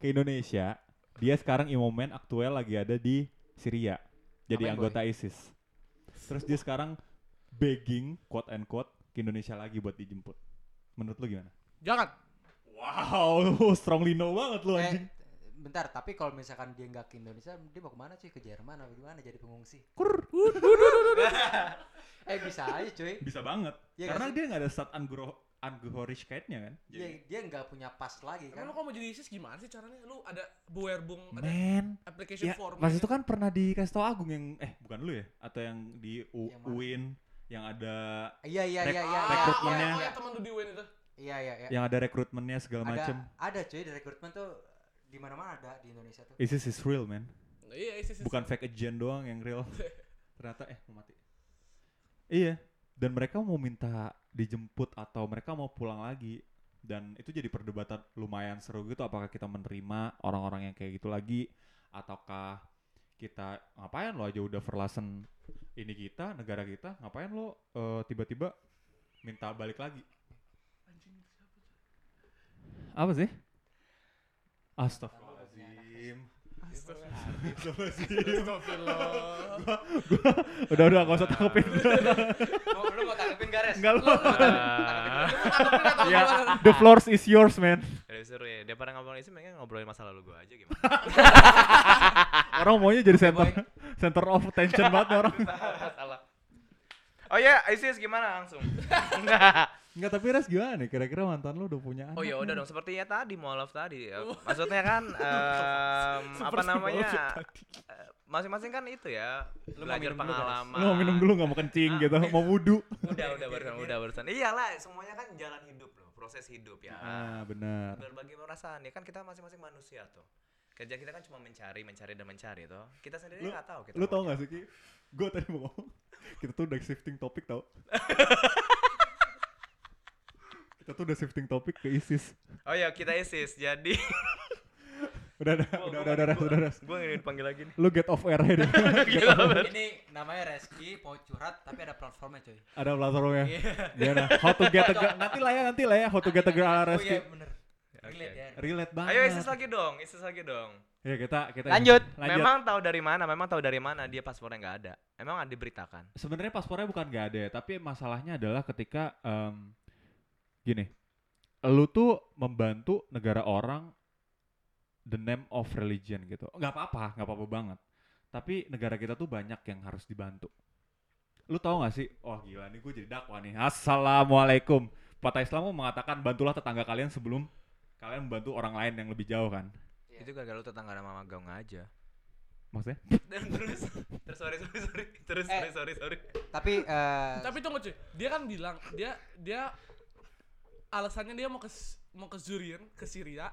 Speaker 2: ke Indonesia. Dia sekarang imomen aktual lagi ada di Syria. Jadi
Speaker 3: Ngapain, Boy?
Speaker 2: anggota ISIS. Terus dia sekarang begging quote and quote ke Indonesia lagi buat dijemput. Menurut lu gimana?
Speaker 1: jangan
Speaker 2: Wow, strong lino banget lu
Speaker 3: Eh,
Speaker 2: anjing.
Speaker 3: bentar, tapi kalau misalkan dia nggak ke Indonesia, dia mau kemana cuy? Ke Jerman apa gimana jadi pengungsi?
Speaker 2: Kur.
Speaker 3: Eh bisa aja cuy.
Speaker 2: Bisa banget.
Speaker 3: Iya
Speaker 2: Karena
Speaker 3: nggak sih?
Speaker 2: dia nggak ada stat angro Angehorishkeit-nya kan.
Speaker 3: Dia dia nggak punya pas lagi
Speaker 1: Emang
Speaker 3: kan?
Speaker 1: lu kalau mau jadi ISIS gimana sih caranya? Lu ada buerbung, ada
Speaker 2: Men,
Speaker 1: application
Speaker 2: ya,
Speaker 1: form.
Speaker 2: pas
Speaker 5: gitu.
Speaker 2: itu kan pernah dikasih tau Agung yang eh bukan lu ya atau yang di U-
Speaker 3: Yang mana?
Speaker 2: UIN yang ada
Speaker 3: Iya iya iya
Speaker 2: Rek-
Speaker 3: iya. iya,
Speaker 2: rekrutmennya.
Speaker 1: Oh,
Speaker 3: iya,
Speaker 1: ya, teman lu di UN itu.
Speaker 3: Iya iya iya.
Speaker 2: yang ada rekrutmennya segala
Speaker 3: Ada
Speaker 2: macem.
Speaker 3: ada cuy di rekrutmen tuh di mana-mana ada di Indonesia tuh.
Speaker 2: ISIS is real man,
Speaker 1: Iya, ISIS.
Speaker 2: bukan fake agent doang yang real. Ternyata eh mau mati. Iya, dan mereka mau minta dijemput atau mereka mau pulang lagi dan itu jadi perdebatan lumayan seru gitu apakah kita menerima orang-orang yang kayak gitu lagi ataukah kita ngapain lo aja udah verlassen ini kita negara kita ngapain lo eh, tiba-tiba minta balik lagi apa sih Astagfirullahaladzim Astagfirullahaladzim
Speaker 1: Astagfirullah.
Speaker 2: udah udah gak usah tanggepin
Speaker 3: Mau lu mau tanggepin gares?
Speaker 2: enggak lo
Speaker 4: Ah.
Speaker 2: ya the floors is yours man
Speaker 4: Dari Iya. seru ya. Daripada ngobrolin isi mendingan ngobrolin masa lalu gua aja gimana.
Speaker 2: orang maunya jadi center center of tension banget nih orang
Speaker 4: Salah. Oh ya, ISIS gimana langsung?
Speaker 2: enggak tapi res gimana nih kira-kira mantan lo udah punya anak
Speaker 4: Oh ya
Speaker 2: nih?
Speaker 4: udah dong sepertinya tadi Molov tadi. Eh, Maksudnya kan em, apa
Speaker 2: Oh. Seperti
Speaker 4: namanya?
Speaker 2: Molotov
Speaker 4: eh, Masing-masing kan itu ya
Speaker 3: Lu mau
Speaker 4: belajar
Speaker 3: minum dulu, Gas?
Speaker 4: pengalaman.
Speaker 2: Lu mau minum dulu gak mau kencing
Speaker 4: Ah.
Speaker 2: gitu, mau wudhu.
Speaker 1: Eh,
Speaker 4: Udah udah barusan udah barusan. Iyalah, semuanya kan jalan hidup loh, proses hidup ya.
Speaker 2: Ah, benar.
Speaker 4: Berbagai perasaan ya kan kita masing-masing manusia tuh. Kerja kita kan cuma mencari, mencari dan mencari toh. Kita sendiri nggak tahu kita.
Speaker 2: Lu
Speaker 4: mau
Speaker 2: tau
Speaker 4: apa.
Speaker 2: gak sih Ki? Gue tadi mau ngomong, kita tuh udah shifting topik tau. kita tuh udah shifting topik ke ISIS.
Speaker 4: Oh ya, kita ISIS. Jadi
Speaker 2: Udah udah udah udah udah, res, udah, res.
Speaker 4: gua ini dipanggil lagi nih.
Speaker 2: Lu get off air aja deh. Get off.
Speaker 3: Ini namanya Reski mau curhat tapi ada platformnya cuy. Iya.
Speaker 2: Ada platformnya. Gimana? How to get a girl. Nanti lah ya, nanti lah ya. How to get a girl ala
Speaker 3: Oh
Speaker 2: Reski.
Speaker 3: iya bener. Relate ya.
Speaker 2: Relate banget.
Speaker 4: Ayo ISIS lagi dong, ISIS lagi dong.
Speaker 2: Ya kita kita
Speaker 4: Lanjut.
Speaker 2: Lanjut.
Speaker 4: Memang tahu dari mana? Memang tahu dari mana dia paspornya nggak ada. Emang ada diberitakan.
Speaker 2: sebenarnya paspornya bukan gak ada ya, tapi masalahnya adalah ketika em, gini, lu tuh membantu negara orang the name of religion gitu. Nggak apa-apa, nggak apa-apa banget. Tapi negara kita tuh banyak yang harus dibantu. Lu tahu gak sih? Oh gila nih gue jadi dakwah nih. Assalamualaikum. Patah Islam mau mengatakan bantulah tetangga kalian sebelum kalian membantu orang lain yang lebih jauh kan.
Speaker 3: Iya.
Speaker 4: Itu gara-gara lu tetangga sama Mama Gaung aja.
Speaker 2: Maksudnya?
Speaker 4: Dan terus terus sorry sorry sorry. Terus
Speaker 3: Eh.
Speaker 4: sorry sorry sorry.
Speaker 3: Tapi eh
Speaker 1: Tapi tunggu cuy, dia kan bilang dia dia alasannya dia mau ke mau ke Zurian, ke Syria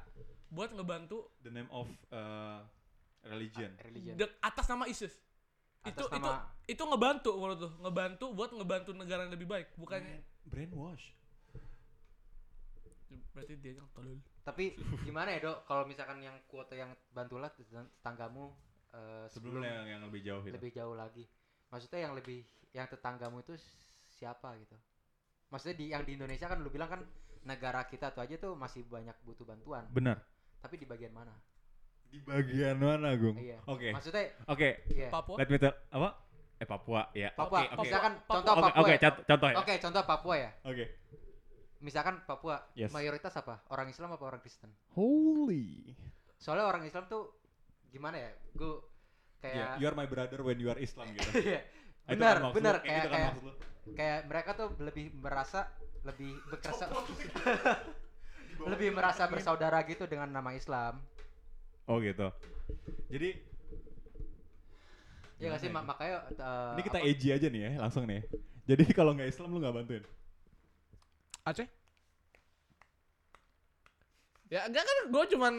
Speaker 1: buat ngebantu
Speaker 2: The name of eh, religion.
Speaker 3: Ah, religion.
Speaker 1: de- atas nama ISIS. itu
Speaker 3: Atas nama-
Speaker 1: itu itu ngebantu menurut
Speaker 3: Hmm.
Speaker 1: lu, ngebantu buat ngebantu negara yang lebih baik, bukannya
Speaker 2: Brainwash.
Speaker 1: berarti dia yang tolol
Speaker 3: Tapi gimana ya, Dok? Kalau misalkan yang kuota yang bantulah tetanggamu eh,
Speaker 2: sebelum yang yang lebih jauh itu.
Speaker 3: lebih jauh lagi. Maksudnya yang lebih yang tetanggamu itu siapa gitu. Maksudnya di yang di Indonesia kan lu bilang kan negara kita tuh aja tuh masih banyak butuh bantuan.
Speaker 2: Benar.
Speaker 3: Tapi di bagian mana?
Speaker 2: Di bagian mana, Gung? Oke.
Speaker 3: Iya.
Speaker 2: Oke.
Speaker 3: Maksudnya iya.
Speaker 1: Papua
Speaker 2: Let me tell apa? Eh Papua, ya.
Speaker 3: Papua.
Speaker 2: Oke, oke.
Speaker 3: Misalkan
Speaker 1: Papua.
Speaker 3: contoh
Speaker 2: Oke,
Speaker 3: Papua.
Speaker 2: oke,
Speaker 3: ya.
Speaker 2: cont- contoh ya.
Speaker 3: Oke, contoh Papua ya.
Speaker 2: Oke.
Speaker 3: Misalkan Papua
Speaker 2: Yes.
Speaker 3: mayoritas apa? Orang Islam apa orang Kristen?
Speaker 2: Holy.
Speaker 3: Soalnya orang Islam tuh gimana ya? Gue
Speaker 2: Ya,
Speaker 3: kayak
Speaker 2: you are my brother when you are Islam gitu.
Speaker 3: Iya.
Speaker 2: Itu
Speaker 3: benar,
Speaker 2: kan maksud lu,
Speaker 3: benar
Speaker 2: kayak
Speaker 3: kayak
Speaker 2: gitu kan
Speaker 3: kayak
Speaker 2: maksud lu.
Speaker 3: kayak mereka tuh lebih merasa lebih berkerasa lebih merasa bersaudara gitu dengan nama Islam.
Speaker 2: Oh gitu. Jadi
Speaker 3: Ya nggak sih
Speaker 2: Gimana
Speaker 3: Mak- makanya eh,
Speaker 2: Iya. ini kita
Speaker 3: apa-
Speaker 2: edgy aja nih ya, langsung nih. ya. Jadi kalau nggak Islam lu nggak bantuin.
Speaker 1: Aceh ya enggak kan gue cuman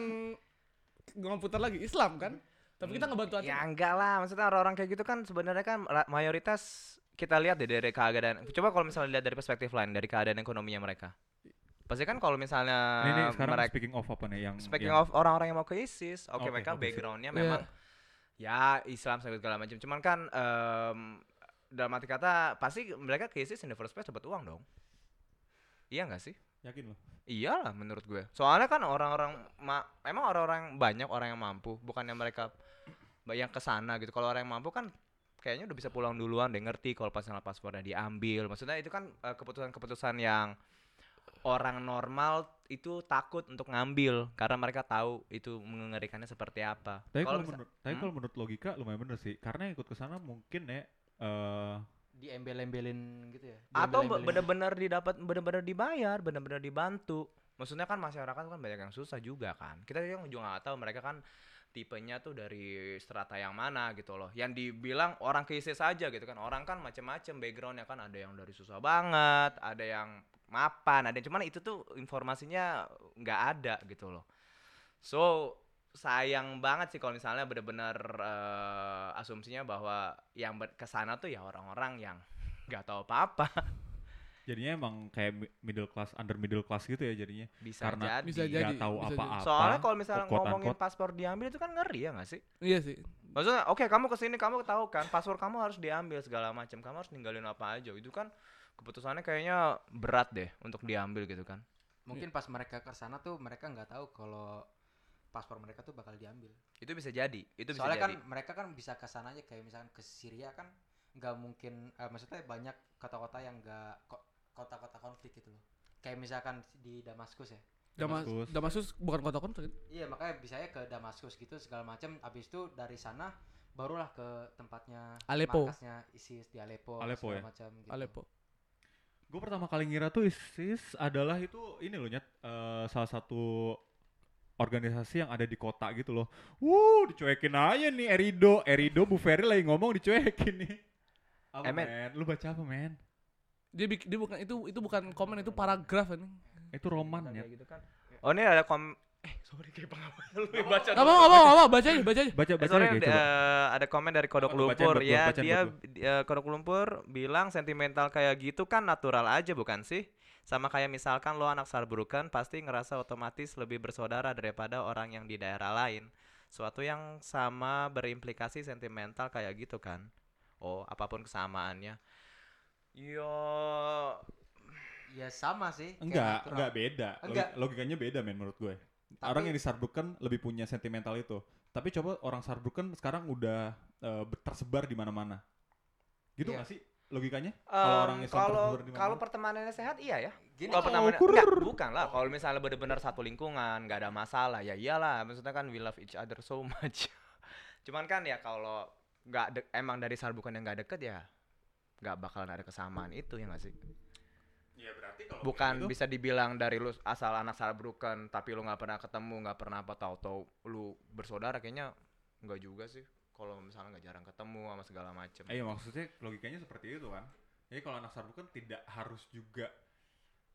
Speaker 1: gue putar lagi Islam kan tapi
Speaker 3: Hmm.
Speaker 1: kita ngebantu Aceh
Speaker 4: Ya enggak lah, maksudnya orang-orang kayak gitu kan sebenarnya kan ra- mayoritas kita lihat deh dari keadaan. Coba kalau misalnya lihat dari perspektif lain dari keadaan ekonominya mereka. Pasti kan kalau misalnya
Speaker 2: Ini nih, sekarang
Speaker 4: mereka
Speaker 2: speaking of apa nih yang
Speaker 4: speaking
Speaker 2: yang-
Speaker 4: of orang-orang yang mau ke ISIS, oke
Speaker 2: Oke,
Speaker 4: mereka
Speaker 2: oke.
Speaker 4: backgroundnya
Speaker 1: Iya.
Speaker 4: memang ya Islam segala macam. Cuman kan em, dalam arti kata pasti mereka ke ISIS in the first place dapat uang dong. Iya enggak sih?
Speaker 2: yakin lo?
Speaker 4: Iyalah menurut gue. Soalnya kan orang-orang ma- emang orang-orang banyak orang yang mampu, bukannya mereka ba- yang kesana gitu. Kalau orang yang mampu kan kayaknya udah bisa pulang duluan, udah ngerti kalau pasangan paspornya diambil. Maksudnya itu kan eh, keputusan-keputusan yang orang normal itu takut untuk ngambil karena mereka tahu itu mengerikannya seperti apa.
Speaker 2: Tapi kalau
Speaker 4: Kalau misa-
Speaker 2: menurut tapi
Speaker 4: Hmm?
Speaker 2: kalau menurut logika lumayan bener sih. Karena yang ikut ke sana mungkin ya eh
Speaker 3: diembel-embelin gitu ya.
Speaker 4: atau
Speaker 3: diembel-embelin.
Speaker 4: be- bener-bener didapat bener-bener dibayar bener-bener dibantu maksudnya kan masyarakat kan banyak yang susah juga kan kita juga nggak tahu mereka kan tipenya tuh dari strata yang mana gitu loh yang dibilang orang ke ISIS aja gitu kan orang kan macem-macem backgroundnya kan ada yang dari susah banget ada yang mapan ada yang cuman itu tuh informasinya nggak ada gitu loh so sayang banget sih kalau misalnya bener-bener eh, asumsinya bahwa yang ber- kesana tuh ya orang-orang yang nggak tahu apa-apa
Speaker 2: jadinya emang kayak mi- middle class under middle class gitu ya jadinya.
Speaker 4: bisa
Speaker 2: Karena
Speaker 4: jadi.
Speaker 1: bisa jadi.
Speaker 2: Nggak tahu
Speaker 1: bisa jadi.
Speaker 2: apa-apa.
Speaker 4: Soalnya kalau misalnya
Speaker 2: quote
Speaker 4: ngomongin
Speaker 2: unquote.
Speaker 4: paspor diambil itu kan ngeri ya nggak sih?
Speaker 1: iya sih
Speaker 4: Maksudnya, oke kamu kesini kamu tahu kan paspor kamu harus diambil segala macam, kamu harus ninggalin apa aja. Itu kan keputusannya kayaknya berat deh untuk diambil gitu kan.
Speaker 3: Mungkin pas mereka ke sana tuh mereka nggak tahu kalau paspor mereka tuh bakal diambil.
Speaker 4: Itu bisa jadi. Itu bisa
Speaker 3: Soalnya kan
Speaker 4: jadi.
Speaker 3: mereka kan bisa ke sana aja kayak misalkan ke Syria kan nggak mungkin eh, maksudnya banyak kota-kota yang nggak ko- kota-kota konflik gitu loh. Kayak misalkan di Damaskus ya.
Speaker 1: Damas
Speaker 2: Damaskus.
Speaker 1: Damaskus bukan kota konflik
Speaker 3: Iya makanya bisanya ke Damaskus gitu segala macam. Habis itu dari sana barulah ke tempatnya
Speaker 1: Aleppo.
Speaker 3: markasnya ISIS di Aleppo,
Speaker 2: Aleppo
Speaker 3: segala
Speaker 2: ya?
Speaker 3: macam gitu.
Speaker 1: Aleppo
Speaker 2: Gue pertama kali ngira tuh ISIS adalah itu ini loh nyet eh, salah satu organisasi yang ada di kota gitu loh. Wuh, dicuekin aja nih Erido. Erido Bu Ferry lagi ngomong dicuekin nih. Apa
Speaker 4: Eh, men.
Speaker 2: men? Lu baca apa men?
Speaker 1: dia bik- dia bukan itu itu bukan komen itu paragraf ini
Speaker 2: Itu roman ya.
Speaker 4: gitu kan. Oh ini ada kom eh sorry kayak pengawal lu yang baca.
Speaker 1: nggak mau nggak mau nggak mau Oh, baca aja baca aja
Speaker 2: Baca
Speaker 4: Eh,
Speaker 2: baca
Speaker 4: sorry,
Speaker 2: ya,
Speaker 4: ada-
Speaker 2: coba.
Speaker 4: eh, ada komen dari Kodok
Speaker 2: Apa tuh? Bacain
Speaker 4: Lumpur
Speaker 2: buat gua,
Speaker 4: ya.
Speaker 2: bacain
Speaker 4: Dia
Speaker 2: buat
Speaker 4: eh, Kodok Lumpur bilang sentimental kayak gitu kan natural aja bukan sih? Sama kayak misalkan lo anak Sarburukan pasti ngerasa otomatis lebih bersaudara daripada orang yang di daerah lain. Suatu yang sama berimplikasi sentimental kayak gitu kan. Oh, apapun kesamaannya.
Speaker 2: Iya.
Speaker 4: Yo,
Speaker 3: Ya sama sih. kayak
Speaker 2: Enggak,
Speaker 3: natural.
Speaker 2: enggak beda. Logi-
Speaker 3: Enggak.
Speaker 2: Logikanya beda men menurut gue. Orang yang di Saarbrücken lebih punya sentimental itu. Tapi coba orang Saarbrücken sekarang udah eh, ber- tersebar di mana-mana. Gitu
Speaker 3: Iya. Eh,
Speaker 2: nggak sih logikanya? Kalau orang
Speaker 4: em,
Speaker 2: Islam
Speaker 4: kalau
Speaker 2: tersebar di
Speaker 4: kalau
Speaker 2: mana-mana?
Speaker 4: pertemanannya sehat iya ya.
Speaker 3: Gini,
Speaker 4: Kalau
Speaker 3: kalau-
Speaker 4: pertama enggak, bukan lah. Kalau misalnya bener-bener satu lingkungan, nggak ada masalah. Ya iyalah, maksudnya kan we love each other so much. Cuman kan ya kalau nggak de- emang dari sar bukan yang nggak deket ya, nggak bakalan ada kesamaan itu ya nggak sih? Bukan bisa dibilang dari lu asal anak Saarbrücken tapi lu nggak pernah ketemu, nggak pernah apa tahu-tahu lu bersaudara kayaknya nggak juga sih. Kalau misalnya nggak jarang ketemu sama segala macem.
Speaker 2: Eh, Iya maksudnya logikanya seperti itu kan. Jadi kalau anak sarbukan tidak harus juga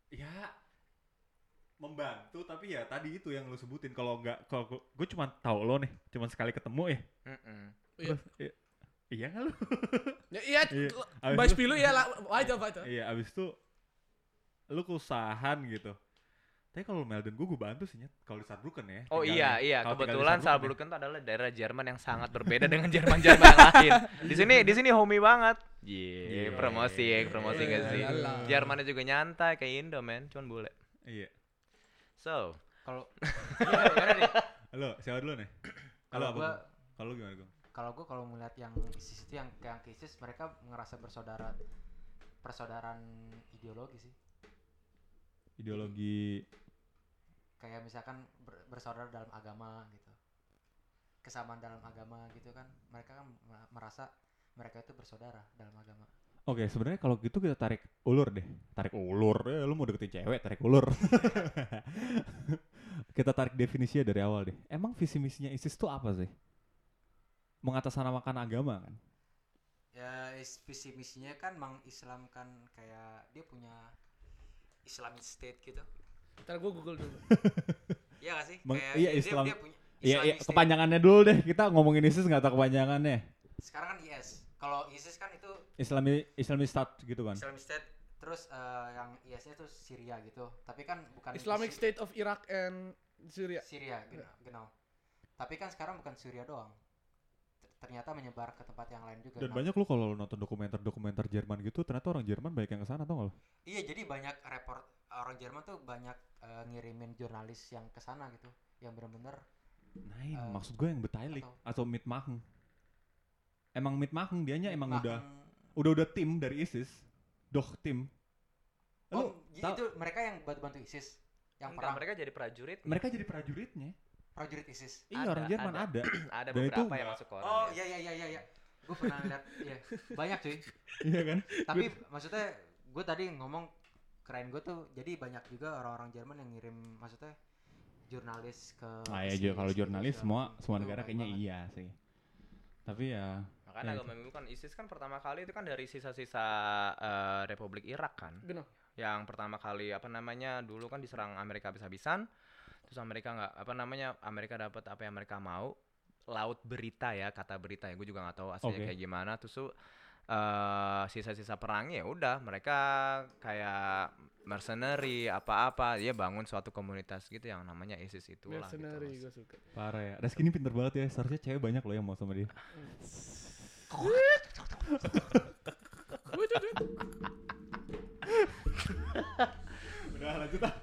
Speaker 2: ya membantu tapi ya tadi itu yang lu sebutin kalau nggak kalau gue, cuma tahu lo nih cuman sekali ketemu ya
Speaker 4: Mm-mm.
Speaker 1: Iya.
Speaker 2: terus iya, iya nggak lu
Speaker 1: ya, iya
Speaker 2: Iya. Abis
Speaker 1: baca
Speaker 2: itu-
Speaker 1: pilu ya lah baca baca
Speaker 2: iya abis itu lu keusahan gitu Tapi kalau Melden gue gue bantu sih nyet. Kalau di Saarbrücken ya.
Speaker 4: Oh
Speaker 2: tinggalnya. Kalau
Speaker 4: iya iya
Speaker 2: tinggal di ya.
Speaker 4: kebetulan
Speaker 2: Saarbrücken
Speaker 4: Saarbrücken itu adalah daerah Jerman yang sangat berbeda dengan Jerman-Jerman yang lain. Di sini di sini homey banget. Ye,
Speaker 2: Iya.
Speaker 4: promosi ya, promosi
Speaker 1: Iya,
Speaker 4: gak
Speaker 1: iya,
Speaker 4: sih?
Speaker 1: iya.
Speaker 4: Jermannya juga nyantai kayak Indo men, cuman bule.
Speaker 2: ya. Iya.
Speaker 4: So,
Speaker 3: Kalau Iya, gimana nih?
Speaker 2: Halo, siapa dulu nih? Halo
Speaker 3: Kalau
Speaker 2: apa?
Speaker 3: gua
Speaker 2: Gong? Kalau gimana gue?
Speaker 3: kalau gue kalau melihat yang ISIS itu yang yang ke ISIS mereka ngerasa bersaudara persaudaraan ideologi sih
Speaker 2: Ideologi
Speaker 3: kayak misalkan ber- bersaudara dalam agama gitu kesamaan dalam agama gitu kan mereka kan mer- merasa mereka itu bersaudara dalam agama
Speaker 2: Oke, sebenarnya kalau gitu kita tarik ulur deh. Tarik ulur. Ya, lu mau deketin cewek, tarik ulur. kita tarik definisinya dari awal deh. Emang visi misinya ISIS tuh apa sih? Mengatasnamakan agama kan?
Speaker 3: ya is- visi misinya kan mengislamkan kayak dia punya Islamic State gitu
Speaker 1: Ntar gue google dulu.
Speaker 3: iya gak sih
Speaker 2: Meng-
Speaker 3: kayak
Speaker 2: iya,
Speaker 3: dia,
Speaker 2: Islam-
Speaker 3: dia punya
Speaker 2: Iya, iya,
Speaker 3: Islamic State.
Speaker 2: kepanjangannya dulu deh. Kita ngomongin ISIS nggak tahu kepanjangannya.
Speaker 3: sekarang kan IS kalau ISIS kan itu
Speaker 2: Islami Islamic State gitu kan.
Speaker 3: Islamic State terus eh, yang IS-nya itu Syria gitu tapi kan bukan
Speaker 1: Islamic
Speaker 3: Isi-
Speaker 1: State of Iraq and Syria. Iya.
Speaker 3: Syria gena- genau tapi kan sekarang bukan Syria doang Ter- ternyata menyebar ke tempat yang lain juga
Speaker 2: Dan
Speaker 3: Nah,
Speaker 2: banyak lu kalau lu nonton dokumenter-dokumenter Jerman gitu, ternyata orang Jerman banyak yang kesana tau gak lu?
Speaker 3: iya jadi banyak report orang Jerman tuh banyak eh, ngirimin jurnalis yang ke sana gitu yang bener-bener
Speaker 2: Nah,
Speaker 3: Eh,
Speaker 2: maksud gue yang Betailik atau Mitmachen. Emang Mitmachen dianya emang
Speaker 3: Makan-
Speaker 2: udah udah udah tim dari ISIS doch tim
Speaker 3: oh
Speaker 2: lu
Speaker 3: i-
Speaker 2: tau-
Speaker 3: itu mereka yang bantu-bantu ISIS yang
Speaker 4: enggak,
Speaker 3: perang
Speaker 4: mereka jadi prajurit.
Speaker 2: mereka jadi prajuritnya
Speaker 3: prajurit ISIS
Speaker 2: iya
Speaker 4: Ada,
Speaker 2: orang Jerman
Speaker 4: ada.
Speaker 2: ada, Dan
Speaker 4: Ada
Speaker 2: itu
Speaker 4: beberapa yang
Speaker 2: nggak-
Speaker 4: masuk koran.
Speaker 3: oh
Speaker 4: ya.
Speaker 3: iya iya iya iya iya gue pernah lihat iya banyak cuy
Speaker 2: iya kan
Speaker 3: tapi maksudnya gue tadi ngomong keren gue tuh jadi banyak juga orang-orang Jerman yang ngirim maksudnya jurnalis ke
Speaker 2: nah ya
Speaker 3: ISIS
Speaker 2: juga kalau
Speaker 3: gitu,
Speaker 2: jurnalis
Speaker 3: segala
Speaker 2: semua
Speaker 3: macam.
Speaker 2: semua
Speaker 3: Itu
Speaker 2: negara
Speaker 3: baik
Speaker 2: kayaknya
Speaker 3: banget.
Speaker 2: iya sih tapi ya Iya,
Speaker 4: Makanya agama minggu kan ISIS kan pertama kali itu kan dari sisa-sisa eh, Republik Irak kan.
Speaker 1: Genau.
Speaker 4: Yang pertama kali apa namanya dulu kan diserang Amerika habis-habisan. Terus Amerika nggak apa namanya Amerika dapat apa yang mereka mau. Laut berita ya kata berita ya gue juga nggak tahu
Speaker 2: Oke.
Speaker 4: aslinya kayak gimana. Terus tuh, eh, sisa-sisa perangnya ya udah mereka kayak mercenary apa-apa dia bangun suatu komunitas gitu yang namanya ISIS itulah
Speaker 1: Mercenary
Speaker 4: gitu.
Speaker 1: gue suka.
Speaker 2: parah ya Reski ini pinter banget ya seharusnya cewek banyak loh yang mau sama dia udah lanjut ah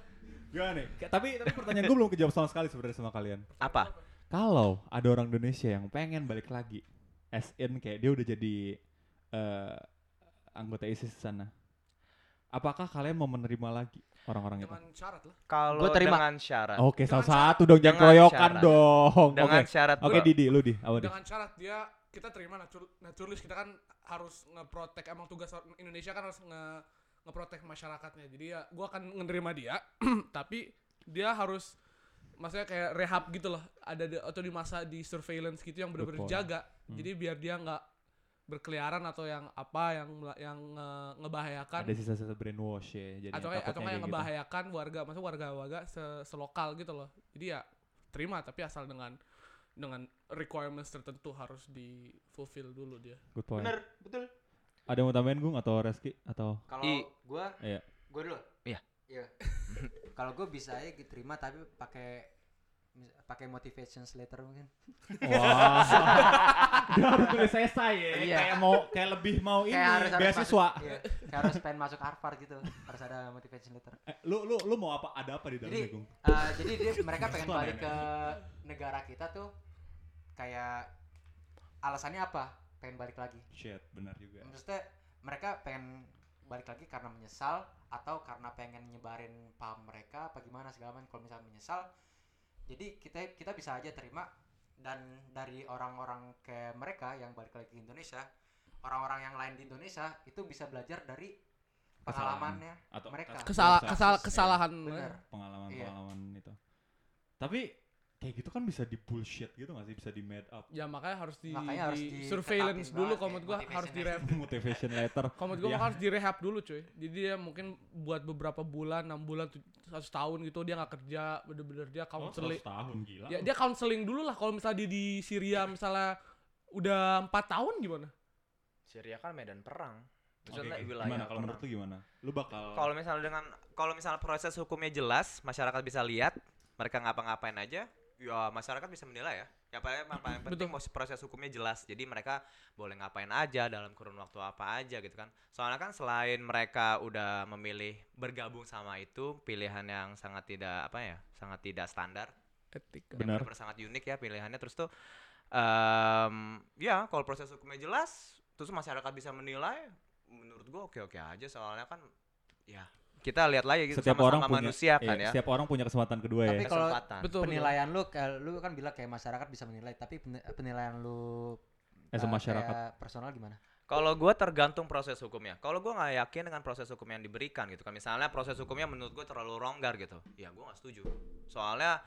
Speaker 2: gimana nih Kayak- tapi tapi pertanyaan gue belum kejawab sama sekali sebenarnya sama kalian
Speaker 4: Apa?
Speaker 2: kalau ada orang Indonesia yang pengen balik lagi as in kayak dia udah jadi eh, anggota ISIS di sana apakah kalian mau menerima lagi orang-orang itu
Speaker 1: Dengan syarat lah.
Speaker 4: Kalau
Speaker 3: terima.
Speaker 4: dengan syarat
Speaker 2: oke
Speaker 1: Dengan
Speaker 2: satu-satu dong jangan
Speaker 4: dengan
Speaker 2: keroyokan
Speaker 4: syarat.
Speaker 2: dong oke
Speaker 4: dengan syarat
Speaker 2: oke
Speaker 4: bro.
Speaker 2: Didi lu di apa di
Speaker 1: Dengan syarat dia kita terima natur naturalis kita kan harus ngeprotek emang tugas orang Indonesia kan harus nge ngeprotek masyarakatnya. Jadi ya gua akan menerima dia tapi dia harus maksudnya kayak rehab gitu loh. Ada di, atau di masa di surveillance gitu yang benar-benar
Speaker 2: point.
Speaker 1: dijaga.
Speaker 2: Hmm.
Speaker 1: Jadi biar dia nggak berkeliaran atau yang apa yang mela- yang eh, ngebahayakan
Speaker 2: ada sisa-sisa brainwash ya jadi
Speaker 1: atau kayak atau kayak
Speaker 2: takutnya
Speaker 1: yang
Speaker 2: kayak gitu.
Speaker 1: ngebahayakan warga maksud warga-warga se- selokal gitu loh jadi ya terima tapi asal dengan dengan requirements tertentu harus di fulfill dulu dia
Speaker 2: good point
Speaker 3: bener betul
Speaker 2: ada yang mau tambahin Gung atau Reski atau
Speaker 3: kalau
Speaker 4: I-
Speaker 3: gue
Speaker 2: Iya.
Speaker 3: gue dulu
Speaker 4: Iya.
Speaker 3: iya kalau gue bisa aja diterima tapi pakai mis- pakai motivation letter mungkin
Speaker 2: wah dia harus tulis esai ya
Speaker 3: Iya.
Speaker 2: kayak mau kayak lebih mau ini
Speaker 3: kayak harus harus
Speaker 2: beasiswa
Speaker 3: masuk- iya, kayak harus pengen masuk Harvard gitu harus ada motivation letter
Speaker 2: Eh, lu lu lu mau apa ada apa di dalamnya
Speaker 3: Jadi-
Speaker 2: Gung
Speaker 3: Eh, jadi dia mereka pengen
Speaker 2: Restoran
Speaker 3: balik
Speaker 2: ya?
Speaker 3: ke negara kita tuh kayak alasannya apa pengen balik lagi
Speaker 2: shit benar juga
Speaker 3: maksudnya mereka pengen balik lagi karena menyesal atau karena pengen nyebarin paham mereka apa gimana segala macam kalau misalnya menyesal jadi kita kita bisa aja terima dan dari orang-orang kayak mereka yang balik lagi ke Indonesia orang-orang yang lain di Indonesia itu bisa belajar dari
Speaker 2: Kesalahan.
Speaker 3: pengalamannya
Speaker 2: atau
Speaker 3: mereka.
Speaker 2: kasus-
Speaker 1: Kesala
Speaker 2: kasus-
Speaker 1: kesal
Speaker 2: kasus-
Speaker 1: kesalahan
Speaker 3: bener
Speaker 2: eh, pengalaman
Speaker 3: Iya.
Speaker 2: pengalaman itu tapi kayak gitu kan bisa di bullshit gitu nggak sih bisa di made up
Speaker 1: ya makanya harus di,
Speaker 3: Makanya harus
Speaker 1: di
Speaker 3: diketapin
Speaker 1: surveillance dulu
Speaker 3: banget
Speaker 1: kalau
Speaker 3: ya,
Speaker 1: menurut gua harus di rehab
Speaker 2: motivation letter
Speaker 1: kalau menurut gua
Speaker 2: Iya.
Speaker 1: makanya harus di rehab dulu cuy jadi dia mungkin buat beberapa bulan enam bulan tu- satu tahun gitu dia nggak kerja bener-bener dia
Speaker 2: Oh,
Speaker 1: counseling
Speaker 2: 100 tahun gila
Speaker 1: ya, dia counseling dulu lah kalau misalnya dia di Syria misalnya udah empat tahun gimana
Speaker 3: kan
Speaker 4: Syria kan medan perang. Terus ada
Speaker 2: oke.
Speaker 4: wilayah
Speaker 2: Gimana kalau
Speaker 4: apa
Speaker 2: menurut lu gimana? Lu bakal
Speaker 4: Kalau misalnya dengan kalau misalnya proses hukumnya jelas, masyarakat bisa lihat, mereka ngapa-ngapain aja, ya masyarakat bisa menilai ya. Ya paling, yang paling penting mau proses hukumnya jelas. Jadi mereka boleh ngapain aja dalam kurun waktu apa aja gitu kan. Soalnya kan selain mereka udah memilih bergabung sama itu, pilihan yang sangat tidak apa ya, sangat tidak standar.
Speaker 1: Etika.
Speaker 4: Yang
Speaker 2: Benar.
Speaker 4: benar-benar sangat unik ya pilihannya. Terus tuh em, ya kalau proses hukumnya jelas, terus masyarakat bisa menilai menurut gua oke-oke aja soalnya kan ya kita lihat lagi gitu
Speaker 2: setiap orang
Speaker 4: sama-sama
Speaker 2: punya
Speaker 4: manusia
Speaker 2: iya,
Speaker 4: kan ya.
Speaker 2: Setiap orang punya kesempatan kedua
Speaker 1: Iya,
Speaker 3: Tapi
Speaker 2: ya.
Speaker 3: kalau-
Speaker 4: Kesempatan.
Speaker 1: Betul.
Speaker 3: penilaian lu kayak- lu kan bilang kayak masyarakat bisa menilai tapi pen- penilaian lu
Speaker 2: As a
Speaker 3: eh,
Speaker 2: masyarakat.
Speaker 3: kayak personal gimana?
Speaker 4: Kalau gua tergantung proses hukumnya. Kalau gua nggak yakin dengan proses hukum yang diberikan gitu kan. Misalnya proses hukumnya menurut gua terlalu longgar gitu. Ya gua nggak setuju. Soalnya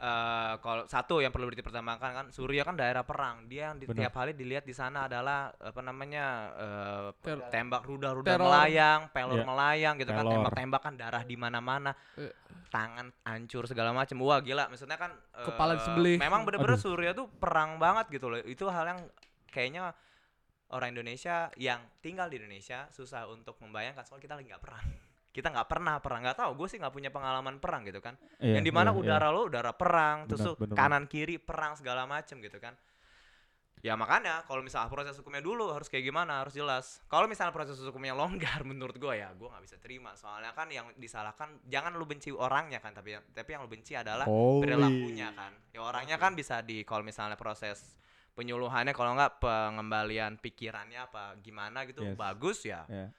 Speaker 4: eh kalau satu yang perlu dipertimbangkan kan Suria kan daerah perang. Dia yang di,
Speaker 2: Benar.
Speaker 4: tiap hari dilihat di sana adalah apa namanya eh,
Speaker 1: Ter-
Speaker 4: tembak rudal-rudal
Speaker 1: Teror.
Speaker 4: melayang,
Speaker 2: Iya.
Speaker 4: pelor melayang gitu kan,
Speaker 2: Pelor.
Speaker 4: tembak-tembakan darah di mana-mana.
Speaker 1: Iya.
Speaker 4: Tangan hancur segala macam. Wah, gila. Maksudnya kan eh,
Speaker 1: Kepala disembelih.
Speaker 4: Memang bener-bener
Speaker 2: Aduh.
Speaker 4: Suria tuh perang banget gitu loh. Itu hal yang kayaknya orang Indonesia yang tinggal di Indonesia susah untuk membayangkan soal kita lagi nggak perang kita nggak pernah perang nggak tahu gue sih nggak punya pengalaman perang gitu kan
Speaker 2: Iya,
Speaker 4: yang
Speaker 2: iya,
Speaker 4: dimana
Speaker 2: iya.
Speaker 4: udara lo udara perang terus
Speaker 2: Benar,
Speaker 4: tuh
Speaker 2: benar.
Speaker 4: kanan kiri perang segala macem gitu kan ya makanya kalau misalnya proses hukumnya dulu harus kayak gimana harus jelas kalau misalnya proses hukumnya longgar menurut gue ya gue nggak bisa terima soalnya kan yang disalahkan jangan lu benci orangnya kan tapi tapi yang lu benci adalah
Speaker 2: Holy.
Speaker 4: perilakunya kan ya orangnya kan bisa di kalau misalnya proses penyuluhannya kalau nggak pengembalian pikirannya apa gimana gitu
Speaker 2: Yes.
Speaker 4: bagus ya
Speaker 2: Iya.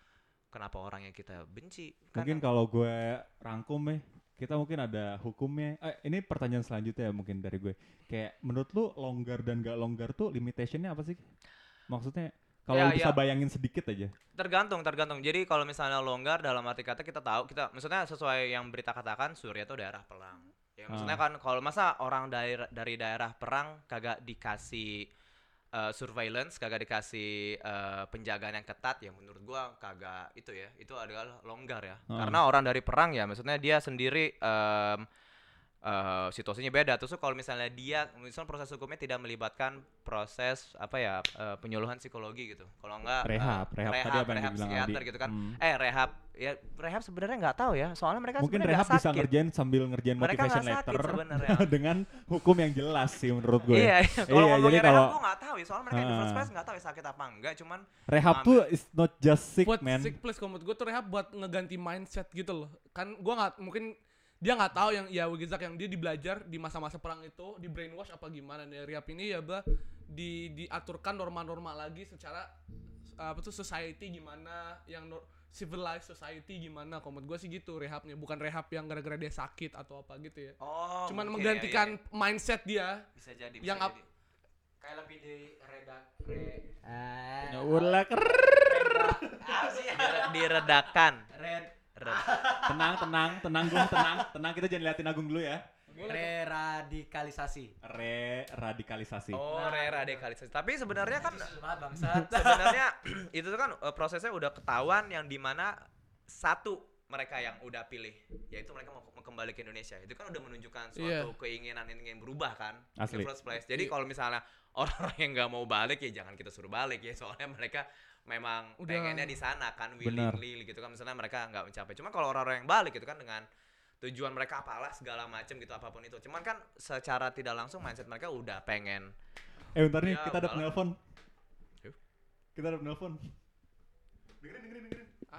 Speaker 4: kenapa orang yang kita benci kan
Speaker 2: Mungkin kalau gue rangkum ya, kita mungkin ada hukumnya. Eh, ini pertanyaan selanjutnya ya mungkin dari gue. Kayak menurut lu longgar dan gak longgar tuh limitationnya apa sih? Maksudnya kalau
Speaker 4: Ya,
Speaker 2: lu bisa
Speaker 4: ya.
Speaker 2: bayangin sedikit aja.
Speaker 4: tergantung tergantung jadi kalau misalnya longgar dalam arti kata kita tahu kita maksudnya sesuai yang berita katakan Suria itu daerah perang ya maksudnya kan kalau masa orang daerah dari daerah perang kagak dikasih eh, surveillance kagak dikasih eh, penjagaan yang ketat ya menurut gua kagak itu ya itu adalah longgar ya
Speaker 3: Ah.
Speaker 2: Heeh.
Speaker 4: karena orang dari perang ya maksudnya dia sendiri em, eh, situasinya beda terus kalau misalnya dia misalnya proses hukumnya tidak melibatkan proses apa ya eh, penyuluhan psikologi gitu kalau enggak eh,
Speaker 2: Rehab, rehab tadi apa yang
Speaker 4: rehab
Speaker 2: dibilang
Speaker 4: psikiater
Speaker 2: Aldi.
Speaker 4: gitu kan
Speaker 2: Hmm.
Speaker 4: eh rehab ya rehab sebenarnya nggak tahu ya soalnya mereka
Speaker 2: mungkin
Speaker 4: sebenarnya
Speaker 2: rehab
Speaker 4: nggak
Speaker 2: bisa
Speaker 4: sakit.
Speaker 2: ngerjain sambil ngerjain
Speaker 4: Mereka nggak
Speaker 2: motivation
Speaker 4: sakit
Speaker 2: letter
Speaker 4: sebenarnya.
Speaker 2: dengan hukum yang jelas sih menurut gue.
Speaker 4: iya, iya.
Speaker 2: iya, jadi
Speaker 4: kalau ngomongin
Speaker 2: kalau
Speaker 4: rehab gue nggak tahu ya soalnya mereka di first
Speaker 2: Ah.
Speaker 4: place nggak tahu ya sakit apa enggak cuman
Speaker 2: rehab tuh is not just sick
Speaker 1: buat
Speaker 2: man.
Speaker 1: sick place kalau menurut gue tuh rehab buat ngeganti mindset gitu loh kan gue nggak mungkin dia nggak tahu yang ya Wigizak yang dia dibelajar di masa-masa perang itu di brainwash apa gimana nih rehab ini ya bah di diaturkan norma-norma lagi secara apa tuh society gimana yang nor- civilized society gimana kalau menurut gue sih gitu rehabnya bukan rehab yang gara-gara dia sakit atau apa gitu ya
Speaker 4: oh
Speaker 1: cuman
Speaker 4: mungkin ya, iya,
Speaker 1: menggantikan
Speaker 4: iya.
Speaker 1: mindset dia
Speaker 4: bisa jadi
Speaker 1: yang
Speaker 4: bisa
Speaker 1: ap-
Speaker 4: jadi.
Speaker 3: Kayak lebih di redak re eh,
Speaker 2: Ya ulah, ker.
Speaker 4: Dire- diredakan
Speaker 3: red
Speaker 4: Red-
Speaker 2: tenang tenang tenang gue tenang tenang kita jangan liatin Agung dulu ya.
Speaker 3: reradikalisasi.
Speaker 2: Re radikalisasi.
Speaker 4: oh reradikalisasi tapi sebenarnya kan
Speaker 3: Susah bangsat.
Speaker 4: sebenarnya itu tuh kan eh, prosesnya udah ketahuan yang dimana satu mereka yang udah pilih yaitu mereka mau, mau kembali ke Indonesia itu kan udah menunjukkan suatu
Speaker 1: Iya.
Speaker 4: keinginan yang ingin berubah kan
Speaker 2: Asli.
Speaker 4: in the first place jadi kalau misalnya orang yang nggak mau balik ya jangan kita suruh balik ya soalnya mereka memang
Speaker 1: Udah.
Speaker 4: pengennya di sana kan willingly gitu kan misalnya mereka nggak mencapai cuma kalau orang-orang yang balik gitu kan dengan tujuan mereka apalah segala macem gitu apapun itu cuman kan secara tidak langsung mindset mereka udah pengen
Speaker 2: Eh bentar nih
Speaker 4: Ya,
Speaker 2: kita ada
Speaker 4: udah.
Speaker 2: penelpon.
Speaker 4: Yuk.
Speaker 2: Kita ada penelpon.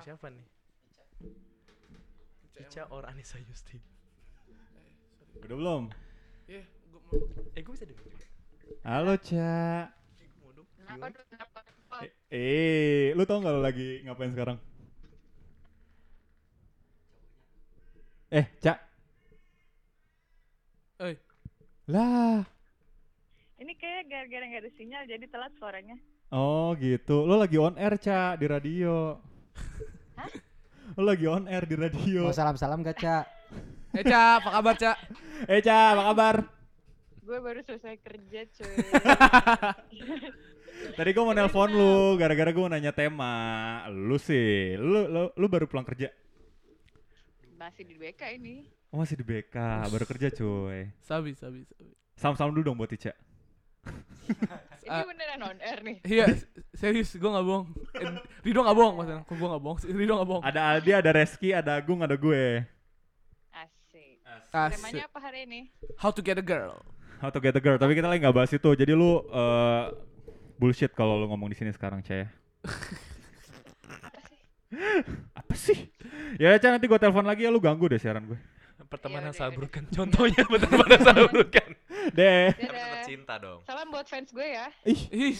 Speaker 4: siapa nih Ica or Anissa Yusti
Speaker 2: Udah belum?
Speaker 1: Iya, gua mau-
Speaker 4: Eh gue bisa dengar juga
Speaker 2: Halo Ca.
Speaker 6: Kenapa dulu kenapa kenapa?
Speaker 2: Eh, Eh, lu tau gak lu lagi ngapain sekarang? Eh, Ca.
Speaker 1: eh
Speaker 2: Lah.
Speaker 6: Ini kayak gara-gara nggak ada sinyal jadi telat suaranya.
Speaker 2: Oh gitu. Lo lagi on air, Ca, di radio. Lo lagi on air di radio.
Speaker 3: Mau salam-salam gak, Ca?
Speaker 1: eh Ca, apa kabar Ca?
Speaker 2: Eh, Ca, apa kabar?
Speaker 6: Gue baru selesai kerja cuy.
Speaker 2: Tadi gue mau nelpon lu gara-gara gue mau nanya tema. Lu sih, lu lu, lu baru pulang kerja.
Speaker 6: Masih di BK ini.
Speaker 2: Oh, masih di BK, baru kerja, cuy.
Speaker 1: Sabi, sabi, sabi.
Speaker 2: Salam-salam dulu dong buat Ica.
Speaker 6: Ini
Speaker 7: Ini beneran on air nih.
Speaker 1: Eh, Iya, s- serius, gue gak bohong. Eh, Rido gak bohong maksudnya. Kok gue gak bohong? sih? Rido gak bohong.
Speaker 2: Ada Aldi, ada Reski, ada Agung, ada gue.
Speaker 7: Asik.
Speaker 1: Asik.
Speaker 7: Temanya apa hari ini?
Speaker 1: How to get a girl.
Speaker 2: How to get a girl, tapi kita lagi nggak bahas itu. Jadi lu eh, bullshit kalau lu ngomong di sini sekarang, Cah. Apa sih? Ya, Cah nanti gue telepon lagi ya lu ganggu deh siaran gue.
Speaker 4: Pertemanan
Speaker 7: Iya, udah,
Speaker 4: sabrukan. Contohnya pertemanan sabrukan.
Speaker 2: Deh.
Speaker 4: Kan tetap
Speaker 7: Dadah.
Speaker 4: cinta dong.
Speaker 7: Salam buat fans gue ya. Iya.
Speaker 1: Ih,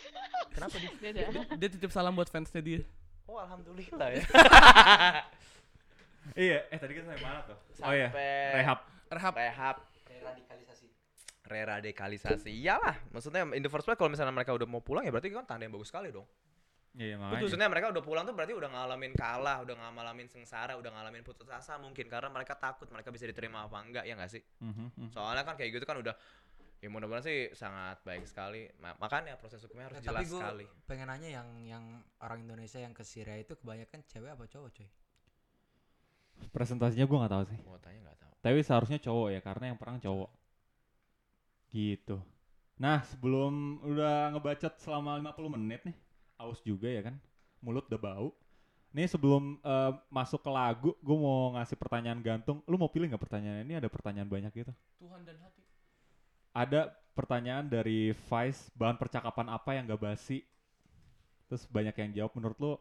Speaker 4: Kenapa dia?
Speaker 7: Dadah.
Speaker 1: dia titip salam buat fansnya dia.
Speaker 4: Oh alhamdulillah ya.
Speaker 2: Iya, eh tadi kita sampai mana tuh? Oh iya,
Speaker 4: Sampai-
Speaker 2: rehab.
Speaker 1: Rehab.
Speaker 4: Rehab
Speaker 3: radikalisasi
Speaker 4: reradikalisasi. Iyalah, maksudnya in the first place kalau misalnya mereka udah mau pulang ya berarti kan tanda yang bagus sekali dong.
Speaker 2: Iya, makanya.
Speaker 4: Maksudnya mereka udah pulang tuh berarti udah ngalamin kalah, udah ngalamin sengsara, udah ngalamin putus asa mungkin karena mereka takut mereka bisa diterima apa enggak ya enggak sih?
Speaker 2: Mhm, mhm.
Speaker 4: Soalnya kan kayak gitu kan udah ya mudah-mudahan sih sangat baik sekali. Ma- Makanya proses hukumnya
Speaker 3: Eh,
Speaker 4: harus jelas
Speaker 3: tapi gua
Speaker 4: sekali.
Speaker 3: pengen nanya yang yang orang Indonesia yang ke Syria itu kebanyakan cewek apa cowok coy
Speaker 2: Presentasinya gue nggak tahu sih.
Speaker 4: Mau tanya nggak tahu.
Speaker 2: Tapi seharusnya cowok ya karena yang perang cowok. Gitu. Nah, sebelum udah ngebacot selama 50 menit nih. Aus juga ya kan. Mulut udah bau. Nih sebelum eh, masuk ke lagu, gue mau ngasih pertanyaan gantung. Lu mau pilih nggak pertanyaan ini? Ada pertanyaan banyak gitu.
Speaker 1: Tuhan dan hati.
Speaker 2: Ada pertanyaan dari Vice, bahan percakapan apa yang gak basi? Terus banyak yang jawab menurut lu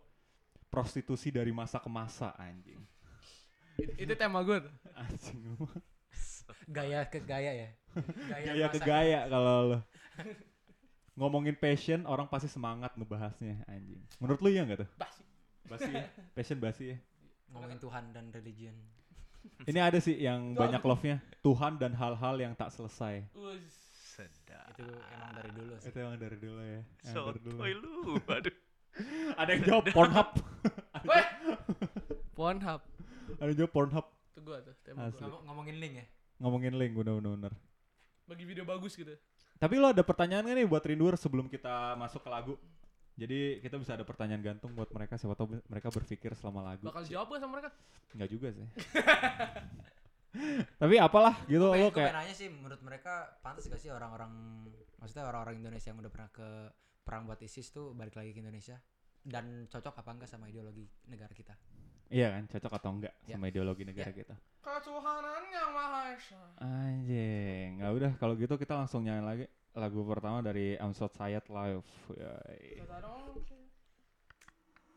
Speaker 2: prostitusi dari masa ke masa anjing.
Speaker 1: Itu tema gue. tuh.
Speaker 2: Anjing lu.
Speaker 3: gaya ke gaya ya
Speaker 2: gaya ke gaya kalau lo ngomongin passion orang pasti semangat ngebahasnya anjing menurut lu iya nggak tuh
Speaker 1: Basi.
Speaker 2: basi ya passion basi ya
Speaker 3: ngomongin Tuhan dan religion
Speaker 2: ini ada sih yang banyak love nya Tuhan dan hal-hal yang tak selesai
Speaker 4: Sedap.
Speaker 3: itu emang dari dulu sih
Speaker 2: itu emang dari dulu ya Emang dari dulu.
Speaker 4: Sotoy lu. Aduh.
Speaker 2: ada yang jawab Pornhub
Speaker 1: Pornhub.
Speaker 2: ada yang jawab Pornhub
Speaker 1: Itu gue tuh tema
Speaker 2: Asli.
Speaker 1: gue.
Speaker 3: Ngomong- ngomongin link ya
Speaker 2: ngomongin link bener bener bener.
Speaker 1: Bagi video bagus gitu.
Speaker 2: tapi lo ada pertanyaan nggak nih buat Rinduer sebelum kita masuk ke lagu jadi kita bisa ada pertanyaan gantung buat mereka siapa tahu mereka berpikir selama lagu
Speaker 1: Bakal jawab gak sama mereka?
Speaker 2: nggak juga sih tapi apalah gitu
Speaker 3: Gua
Speaker 2: lo
Speaker 3: pengen- gua
Speaker 2: kayak
Speaker 3: pengen nanya Iya, sih menurut mereka pantas gak sih orang-orang maksudnya orang-orang Indonesia yang udah pernah ke perang buat ISIS tuh balik lagi ke Indonesia dan cocok apa enggak sama ideologi negara kita
Speaker 2: Iya kan, cocok atau enggak
Speaker 3: Ya.
Speaker 2: sama ideologi negara kita.
Speaker 1: Ketuhanan yang maha esa.
Speaker 2: Anjing, nggak udah kalau gitu kita langsung nyanyi lagi lagu pertama dari Amsot Sayat Live. Yoi.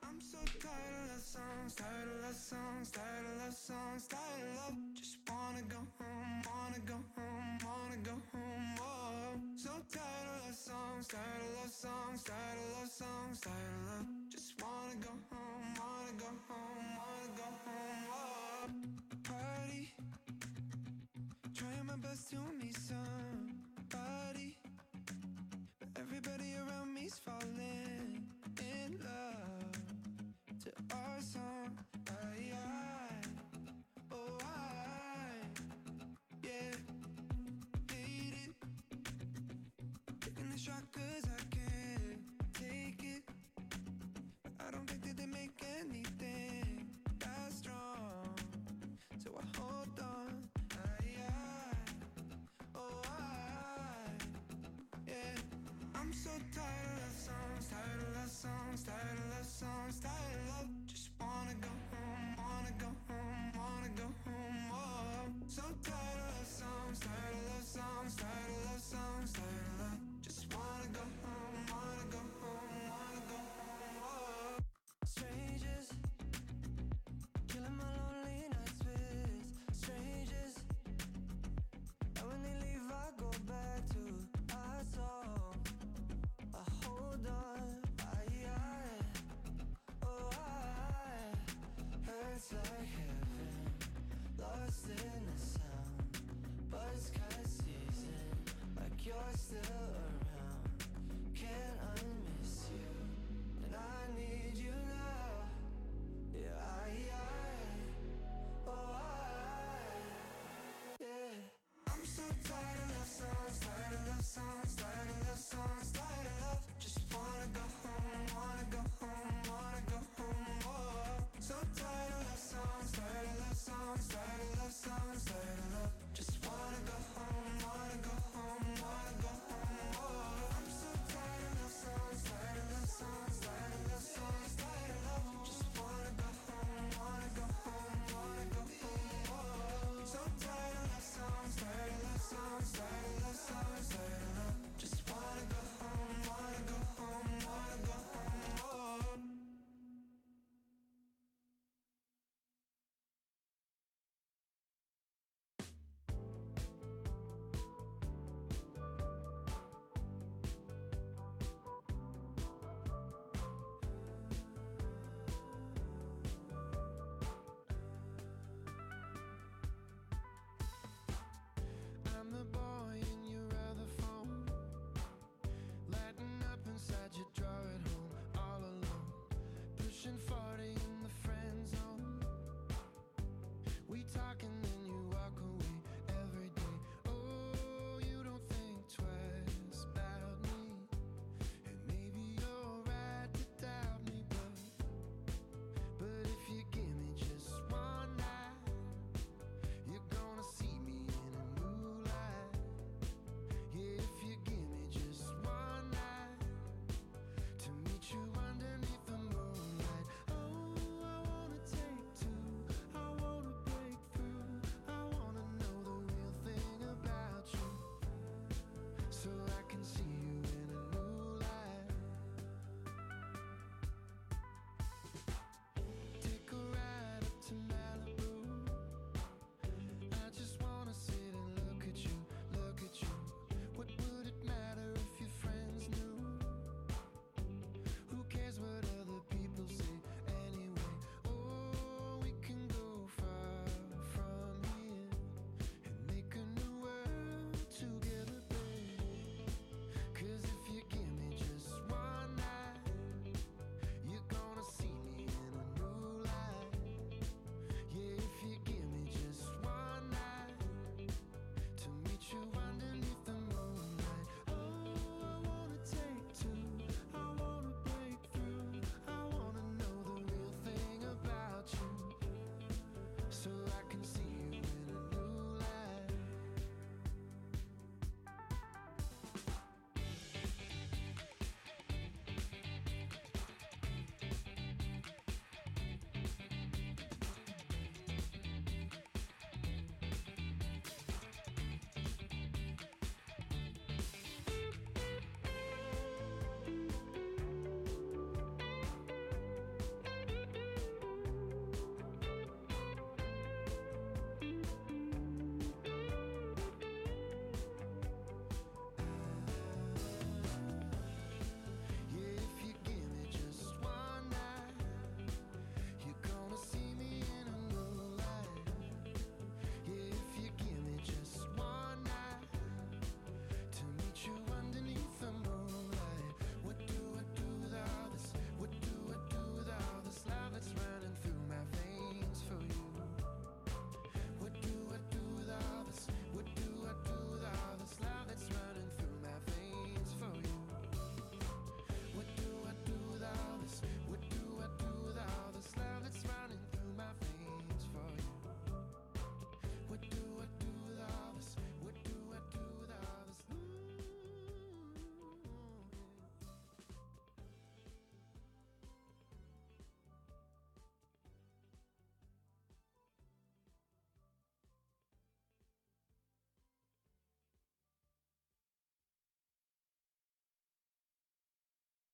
Speaker 8: I'm so tired of love songs, tired of love songs, tired of love songs, tired of love. Just wanna go home, wanna go home, wanna go home. Oh, so tired of love songs, tired of love songs, tired of love songs, tired of love. Just wanna go home, wanna go home, wanna go home. Oh, party, trying my best to meet somebody. Everybody around me's falling in love to our song. I, I, oh, I, yeah, hate it. Taking the shot 'cause I can't take it. I don't think that they make anything that strong. So I hold on. I, I, oh, I, yeah. I'm so tired of love songs, tired of love songs, tired of love songs, tired of love. Just wanna go home, wanna go home, wanna go home. Oh, so tired of love songs, tired of love songs, tired of love songs, tired of love. Just wanna go home, wanna go home, wanna go home. Oh, strangers, killing my lonely nights with strangers. And when they leave, I go back to our song. I Uh, hold on, I, I, oh, I. Hurts like heaven, lost in the sound. Buzzcut season, like you're still around. Can't unmiss you, and I need you now. Yeah, I, I, oh, I, yeah. I'm so tired of love songs, tired of love songs, tired of love songs, tired of love. Just wanna go home, wanna go home, wanna go home. Oh, so tired of love songs, tired of love songs, tired of love songs, tired of love. Just wanna go home, wanna go home, wanna go home. Oh, I'm so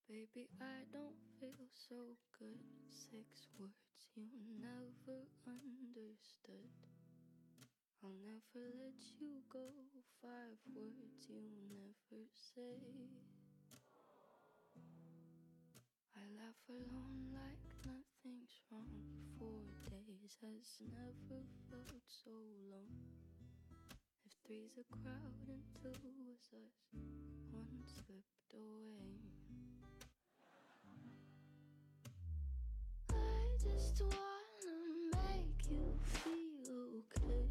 Speaker 9: Baby, I don't feel so good. Six words you never understood. I'll never let you go. Five words you never say. I laugh alone like nothing's wrong. Four days has never felt so long. If three's a crowd and two is us, one slipped away. I just wanna make you feel okay.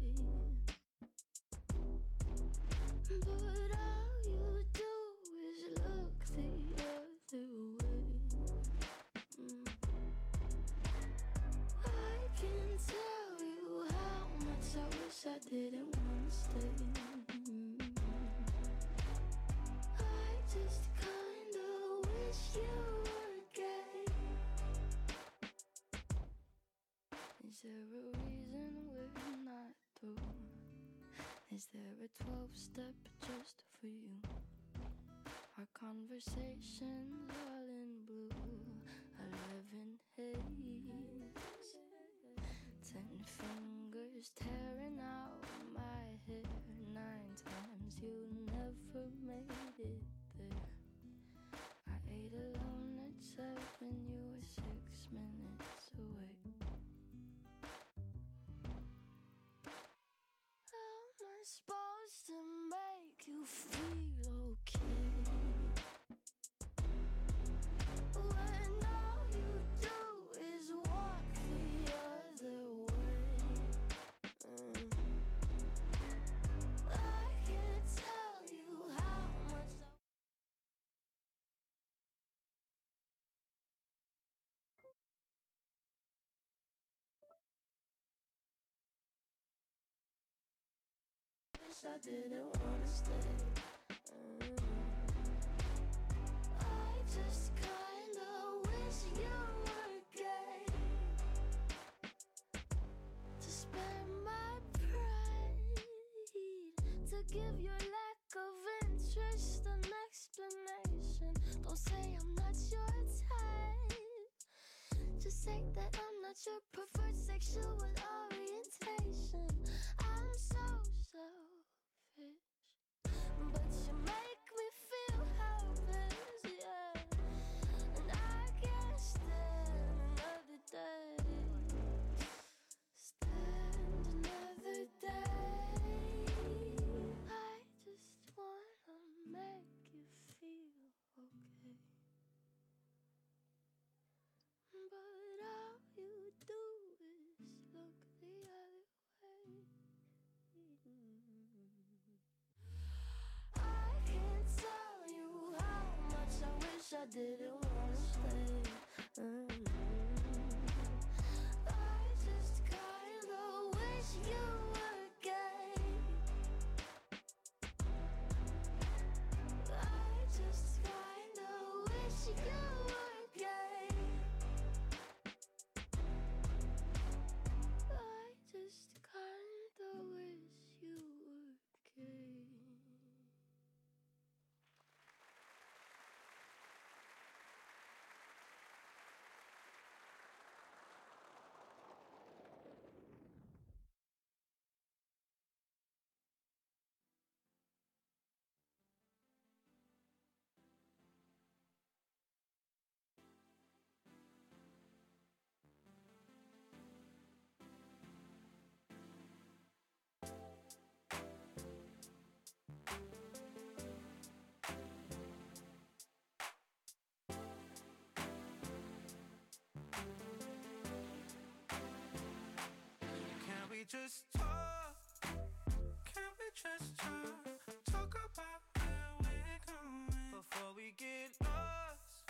Speaker 9: But all you do is look the other way. Mm. I can tell you how much I wish I didn't wanna stay. I just kinda wish you were gay. Is there a reason we're not through? Is there a 12 step just for you? Our conversations all in blue. 11 haze. 10 fingers tearing out my hair. Nine times you never made it there. I ate alone at seven, you were six minutes away. How am I supposed to make you feel okay? When all you do is walk the other way. Mm. I can't tell you how much I wish I didn't wanna stay. Mm. I just kinda wish you were gay to spare my pride, to give your lack of interest an explanation. Don't say I'm not your type. Just say that I'm not your preferred sexual orientation. I'm so selfish, but you make me feel helpless, yeah. And I can't stand another day. Stand another day. I just wanna make you feel okay. But all you do is look the other way. I can't tell you how much I wish I didn't wanna stay. Mm. I just kinda wish you were gay. I just kinda wish you were gay. I just kinda wish you were gay.
Speaker 10: Can we just talk? Can we just talk? Talk about where we're going before we get lost.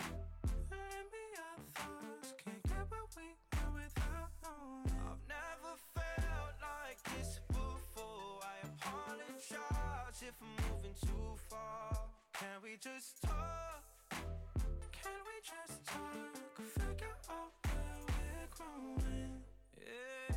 Speaker 10: Let me our thoughts. Can't get what we know without knowing. I've never felt like this before. I apologize if I'm moving too far. Can we just talk? Can we just talk? Figure out where we're growing. Yeah.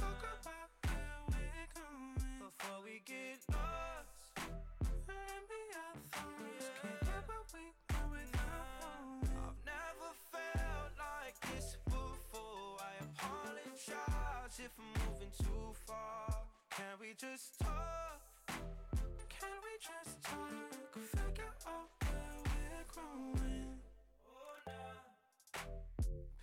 Speaker 11: Talk about where we're going before we get lost. Let me out thoughts. Can't get what we want without one. I've never felt like this before. I apologize if I'm moving too far. Can we just talk? Can we just talk? Figure out where we're growing. Oh,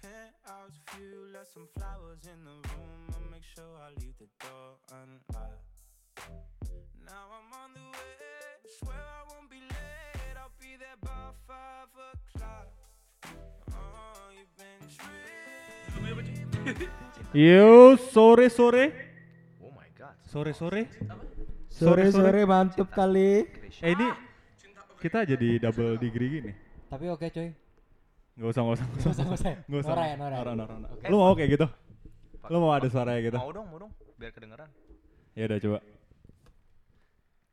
Speaker 11: Penthouse view, left some flowers in the room. I'll make sure I leave the door unlocked. Now I'm on the way. Swear I won't be late. I'll be there by five o'clock. Oh, you've been
Speaker 2: Yo, sore sore,
Speaker 4: Oh my god.
Speaker 2: sore sore.
Speaker 3: Sore sore mantep kali.
Speaker 2: Eh ini kita jadi double degree gini.
Speaker 3: Tapi oke cuy.
Speaker 2: Gak usah, gak usah, gak usah,
Speaker 3: Nggak usah.
Speaker 2: Nggak usah.
Speaker 3: Nora ya, Nora.
Speaker 2: Nora, Nora, Nora.
Speaker 3: Oke.
Speaker 2: Lu mau kayak gitu? Lu mau ada suaranya gitu?
Speaker 4: Mau dong, mau dong. Biar kedengeran.
Speaker 2: Ya udah coba.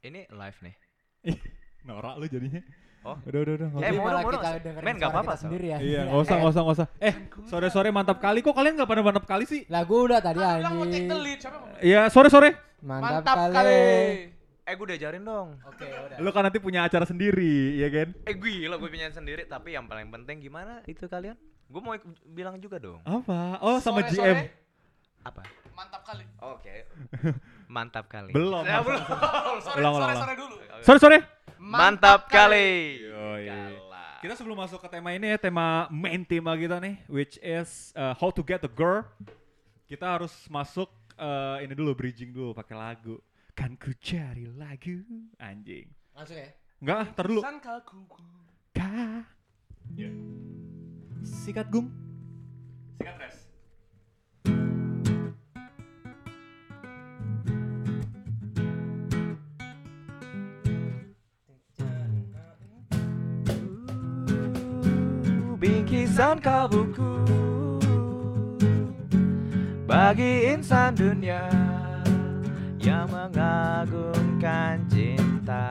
Speaker 4: Ini live nih.
Speaker 2: Ih, Nora lu jadinya.
Speaker 4: Oh.
Speaker 2: Udah, udah, udah. nggak
Speaker 4: Eh,
Speaker 3: Tapi
Speaker 4: mau
Speaker 3: malah
Speaker 4: dong, mau
Speaker 3: kita
Speaker 4: dong.
Speaker 3: dengerin
Speaker 4: Men, nggak
Speaker 3: suara
Speaker 4: apa-apa,
Speaker 3: kita
Speaker 4: Sal.
Speaker 3: sendiri ya.
Speaker 2: Iya, nggak usah, nggak usah, nggak usah. Eh, sore sore mantap kali kok kalian nggak pada mantap kali sih?
Speaker 3: Lah gua udah tadi
Speaker 1: Kan bilang mau take the
Speaker 3: anjing.
Speaker 1: lead, siapa yang mau?
Speaker 2: Iya, sore sore.
Speaker 3: Mantap,
Speaker 1: Mantap
Speaker 3: kali.
Speaker 1: kali.
Speaker 4: Eh gue diajarin dong.
Speaker 3: Oke, udah.
Speaker 2: Lu kan nanti punya acara sendiri, ya kan?
Speaker 4: Eh gila gue penyanyi sendiri tapi yang paling penting gimana itu kalian? Gue mau ik- bilang juga dong.
Speaker 2: Apa? Oh, sama
Speaker 1: Sore,
Speaker 2: GM.
Speaker 1: sore.
Speaker 4: Apa?
Speaker 1: Mantap kali.
Speaker 4: Oke. Mantap kali.
Speaker 2: Belum.
Speaker 4: Ya, belum.
Speaker 1: Sore,
Speaker 2: Ulang, ulang,
Speaker 1: sore,
Speaker 2: ulang.
Speaker 1: sore dulu.
Speaker 2: Sore sore.
Speaker 4: Mantap kali.
Speaker 2: Yoi.
Speaker 4: Kalah.
Speaker 2: Kita sebelum masuk ke tema ini ya, tema main tema kita nih, which is uh, how to get a girl. Kita harus masuk uh, ini dulu bridging dulu pakai lagu. Kan ku cari lagu anjing.
Speaker 3: Langsung ya.
Speaker 2: Enggak, ah, tar dulu.
Speaker 1: Sangkalku.
Speaker 2: Ka. Sikat gum.
Speaker 1: Sikat res.
Speaker 4: bingkisan kabuku bagi insan dunia yang mengagumkan cinta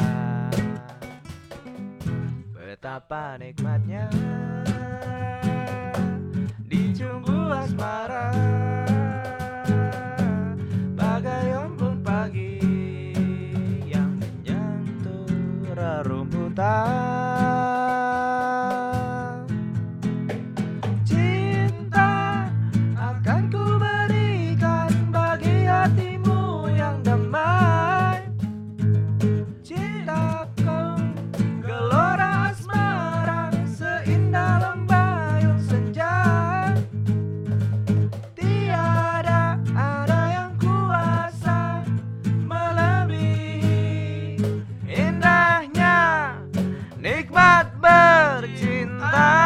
Speaker 4: betapa nikmatnya dicumbu asmara bagai embun pagi yang menyentuh rerumputan Cinta akan ku berikan bagi hatimu yang damai Cintaku gelora asmara seindah lembayung senja Tiada ada yang kuasa melebihi indahnya nikmat bercinta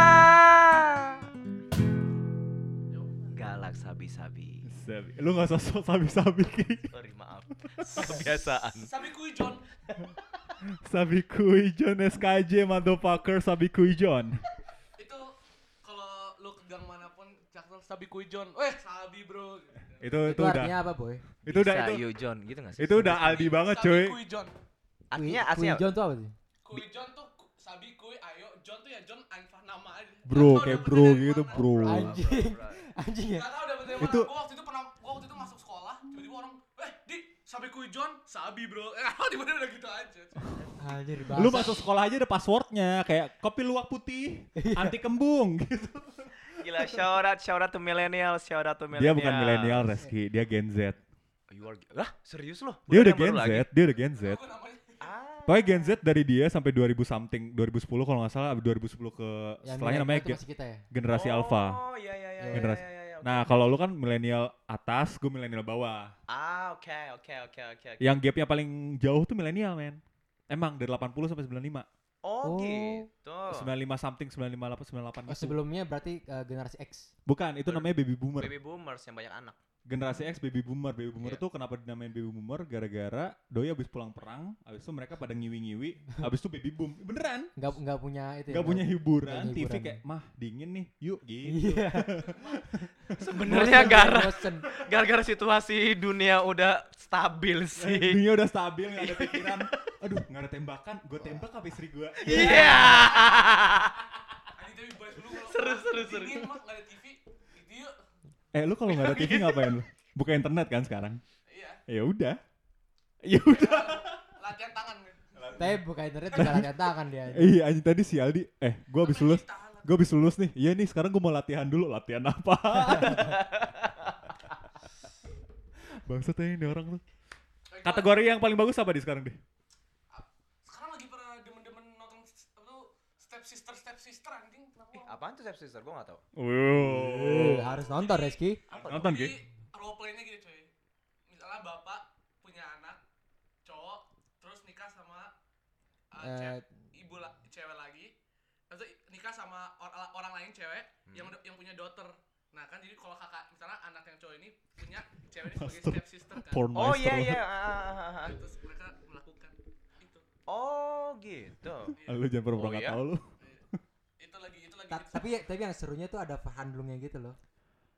Speaker 4: galak sabi-sabi
Speaker 2: Lu gak usah sok sabi-sabi Ki.
Speaker 4: sorry maaf kebiasaan
Speaker 1: Sabi kuijon.
Speaker 2: Sabi kuijon SKJ motherfucker sabi kuijon.
Speaker 1: Itu kalau lu ke gang manapun cakap sabi kuijon. Weh, sabi bro.
Speaker 2: Itu itu
Speaker 3: Itu
Speaker 2: udah.
Speaker 3: artinya apa, Boy?
Speaker 2: Itu udah
Speaker 4: Bisa,
Speaker 2: itu.
Speaker 4: yo, John gitu gak sih
Speaker 2: Itu udah Aldi banget cuy.
Speaker 1: Sabi kuijon.
Speaker 4: artinya
Speaker 3: Kui-
Speaker 4: aslinya
Speaker 3: Kuijon tuh apa sih?
Speaker 1: Kuijon tuh ku- sabi kui ayo John tuh ya John anfah nama aja.
Speaker 2: Bro,
Speaker 1: Nggak tahu
Speaker 2: kayak
Speaker 1: dapetnya
Speaker 2: bro
Speaker 1: dari
Speaker 2: gitu,
Speaker 1: mana.
Speaker 2: bro.
Speaker 3: Anjing. Anjing ya.
Speaker 1: Gak tau dapetnya dari
Speaker 2: Itu-
Speaker 1: mana. Gua waktu itu pernah gua waktu itu masuk sekolah, tiba-tiba orang, "Eh, Di, sabi kuijon, sabi bro." Eh, tiba-tiba udah gitu aja.
Speaker 3: Anjir
Speaker 2: Lu masuk sekolah aja ada passwordnya kayak kopi luwak putih,
Speaker 3: Iya.
Speaker 2: anti kembung gitu.
Speaker 4: gila shout out shout out to millennials shout out to
Speaker 2: Dia
Speaker 4: millennials
Speaker 2: bukan milenial Reski, dia Gen Z.
Speaker 4: you are lah serius loh
Speaker 2: Dia udah
Speaker 4: yang
Speaker 2: Gen
Speaker 4: baru
Speaker 2: Z,
Speaker 4: lagi?
Speaker 2: dia udah Gen Z.
Speaker 1: Gua namanya
Speaker 4: ah
Speaker 2: Pokoknya Gen Z dari dia sampai 2000 something, 2010 kalau nggak salah, 2010 ke setelahnya namanya
Speaker 3: itu
Speaker 2: ge-
Speaker 3: masih kita ya.
Speaker 2: generasi alpha.
Speaker 4: oh iya iya iya
Speaker 3: Iya.
Speaker 4: iya,
Speaker 2: Generasi-
Speaker 4: iya, iya, oke.
Speaker 2: Nah kalau lu kan milenial atas, gue milenial bawah.
Speaker 4: ah oke oke oke oke oke.
Speaker 2: Yang gapnya paling jauh tuh milenial men. Emang dari 80 sampai 95.
Speaker 4: oh
Speaker 3: Oh.
Speaker 4: gitu
Speaker 2: 95 something, 95, 98, 98
Speaker 3: Oh,
Speaker 2: gitu.
Speaker 3: sebelumnya berarti eh, generasi X.
Speaker 2: Bukan, itu namanya baby boomer.
Speaker 4: baby boomers yang banyak anak
Speaker 2: generasi X baby boomer baby boomer
Speaker 4: Iya.
Speaker 2: itu kenapa dinamain baby boomer gara-gara doi abis pulang perang abis itu mereka pada ngiwi-ngiwi abis itu baby boom beneran
Speaker 3: nggak nggak punya itu ya,
Speaker 2: nggak punya hiburan
Speaker 3: nggak
Speaker 2: TV
Speaker 3: hiburan.
Speaker 2: kayak mah dingin nih yuk gitu
Speaker 3: iya
Speaker 4: Sebenarnya gara
Speaker 3: bosen
Speaker 4: gara-gara situasi dunia udah stabil sih.
Speaker 2: Eh, dunia udah stabil nggak ada pikiran aduh nggak ada tembakan gue tembak apa istri gue
Speaker 4: Iya.
Speaker 1: Ini tapi bahas dulu kalau
Speaker 4: Seru, seru,
Speaker 1: dingin,
Speaker 4: seru.
Speaker 1: Mak, nggak ada TV. Gitu yuk.
Speaker 2: eh lu kalau nggak ada TV ngapain lu buka internet kan sekarang
Speaker 1: Iya.
Speaker 2: ya udah ya udah
Speaker 1: Latihan tangan kan.
Speaker 3: tapi buka internet juga latihan tangan kan dia
Speaker 2: iya anjing tadi si Aldi eh gue abis lulus gue abis lulus nih iya nih sekarang gue mau latihan dulu latihan apa bangsat ya ini orang tuh kategori yang paling bagus apa di sekarang deh
Speaker 1: Sekarang lagi pada demen-demen nonton s- apa tuh step sister step sister anjing.
Speaker 4: Ih, Eh, Apaan tuh Step Sister? Gua gak tau.
Speaker 3: Eh, harus nonton Reski
Speaker 2: Nonton,
Speaker 1: Jadi,
Speaker 2: Ki?
Speaker 1: role play-nya gini cuy. Misalnya bapak punya anak cowok terus nikah sama uh,
Speaker 3: Eh,
Speaker 1: ce- ibu la- cewek lagi. Terus nikah sama or- orang lain cewek yang udah- yang punya daughter. Nah, kan jadi kalau kakak misalnya anak yang cowok ini punya cewek ini sebagai
Speaker 2: Master
Speaker 1: step sister kan.
Speaker 2: porn
Speaker 4: Oh
Speaker 2: master
Speaker 4: iya
Speaker 2: lu.
Speaker 4: iya. ah, ah, ah, ah.
Speaker 1: Terus mereka melakukan itu.
Speaker 4: Oh gitu.
Speaker 1: Iya.
Speaker 2: Eh, lu jangan pernah
Speaker 4: Oh,
Speaker 2: nggak
Speaker 4: iya?
Speaker 2: tahu lu
Speaker 1: Itu lagi itu lagi.
Speaker 3: Ta-
Speaker 1: hits.
Speaker 3: tapi tapi yang serunya tuh ada handlungnya gitu loh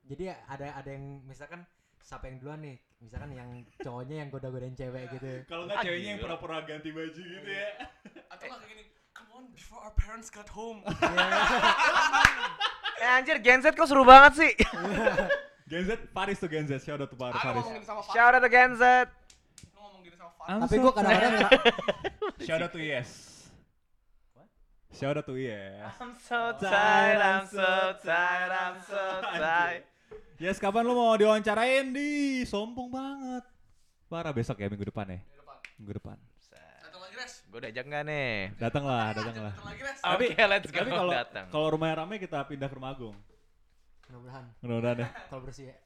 Speaker 3: jadi ada ada yang misalkan siapa yang duluan nih misalkan yang cowoknya yang goda-godain cewek gitu
Speaker 2: kalau
Speaker 4: nggak ceweknya yang
Speaker 2: pura-pura ganti baju gitu ya
Speaker 1: Atau nggak kayak gini, come on before our parents got home.
Speaker 4: Eh
Speaker 1: Ya,
Speaker 4: anjir Gen Z kok seru banget sih.
Speaker 2: Gen Z Paris tuh Gen Z shout out to Paris
Speaker 1: Aku
Speaker 2: Paris
Speaker 1: ngomongin sama Fat,
Speaker 4: Shout out to Gen Z.
Speaker 1: aku ngomongin sama Fat.
Speaker 2: I'm
Speaker 3: tapi
Speaker 2: so
Speaker 3: gue kadang-kadang ngera-
Speaker 2: tired. shout out to yes shout out to E yes
Speaker 4: I'm so tired, I'm so tired, I'm so tired.
Speaker 2: yes kapan lu mau diwawancarain di sombong banget parah besok ya minggu depan ya minggu depan
Speaker 1: Datang lagi res.
Speaker 4: Gue diajak nggak nih?
Speaker 2: datanglah datanglah
Speaker 1: Datang lagi res.
Speaker 4: Oke, let's go.
Speaker 2: tapi kalau
Speaker 4: datang.
Speaker 2: kalau rumahnya rame kita pindah ke rumah Agung
Speaker 3: mudah-mudahan
Speaker 2: mudah-mudahan ya
Speaker 3: kalau bersih ya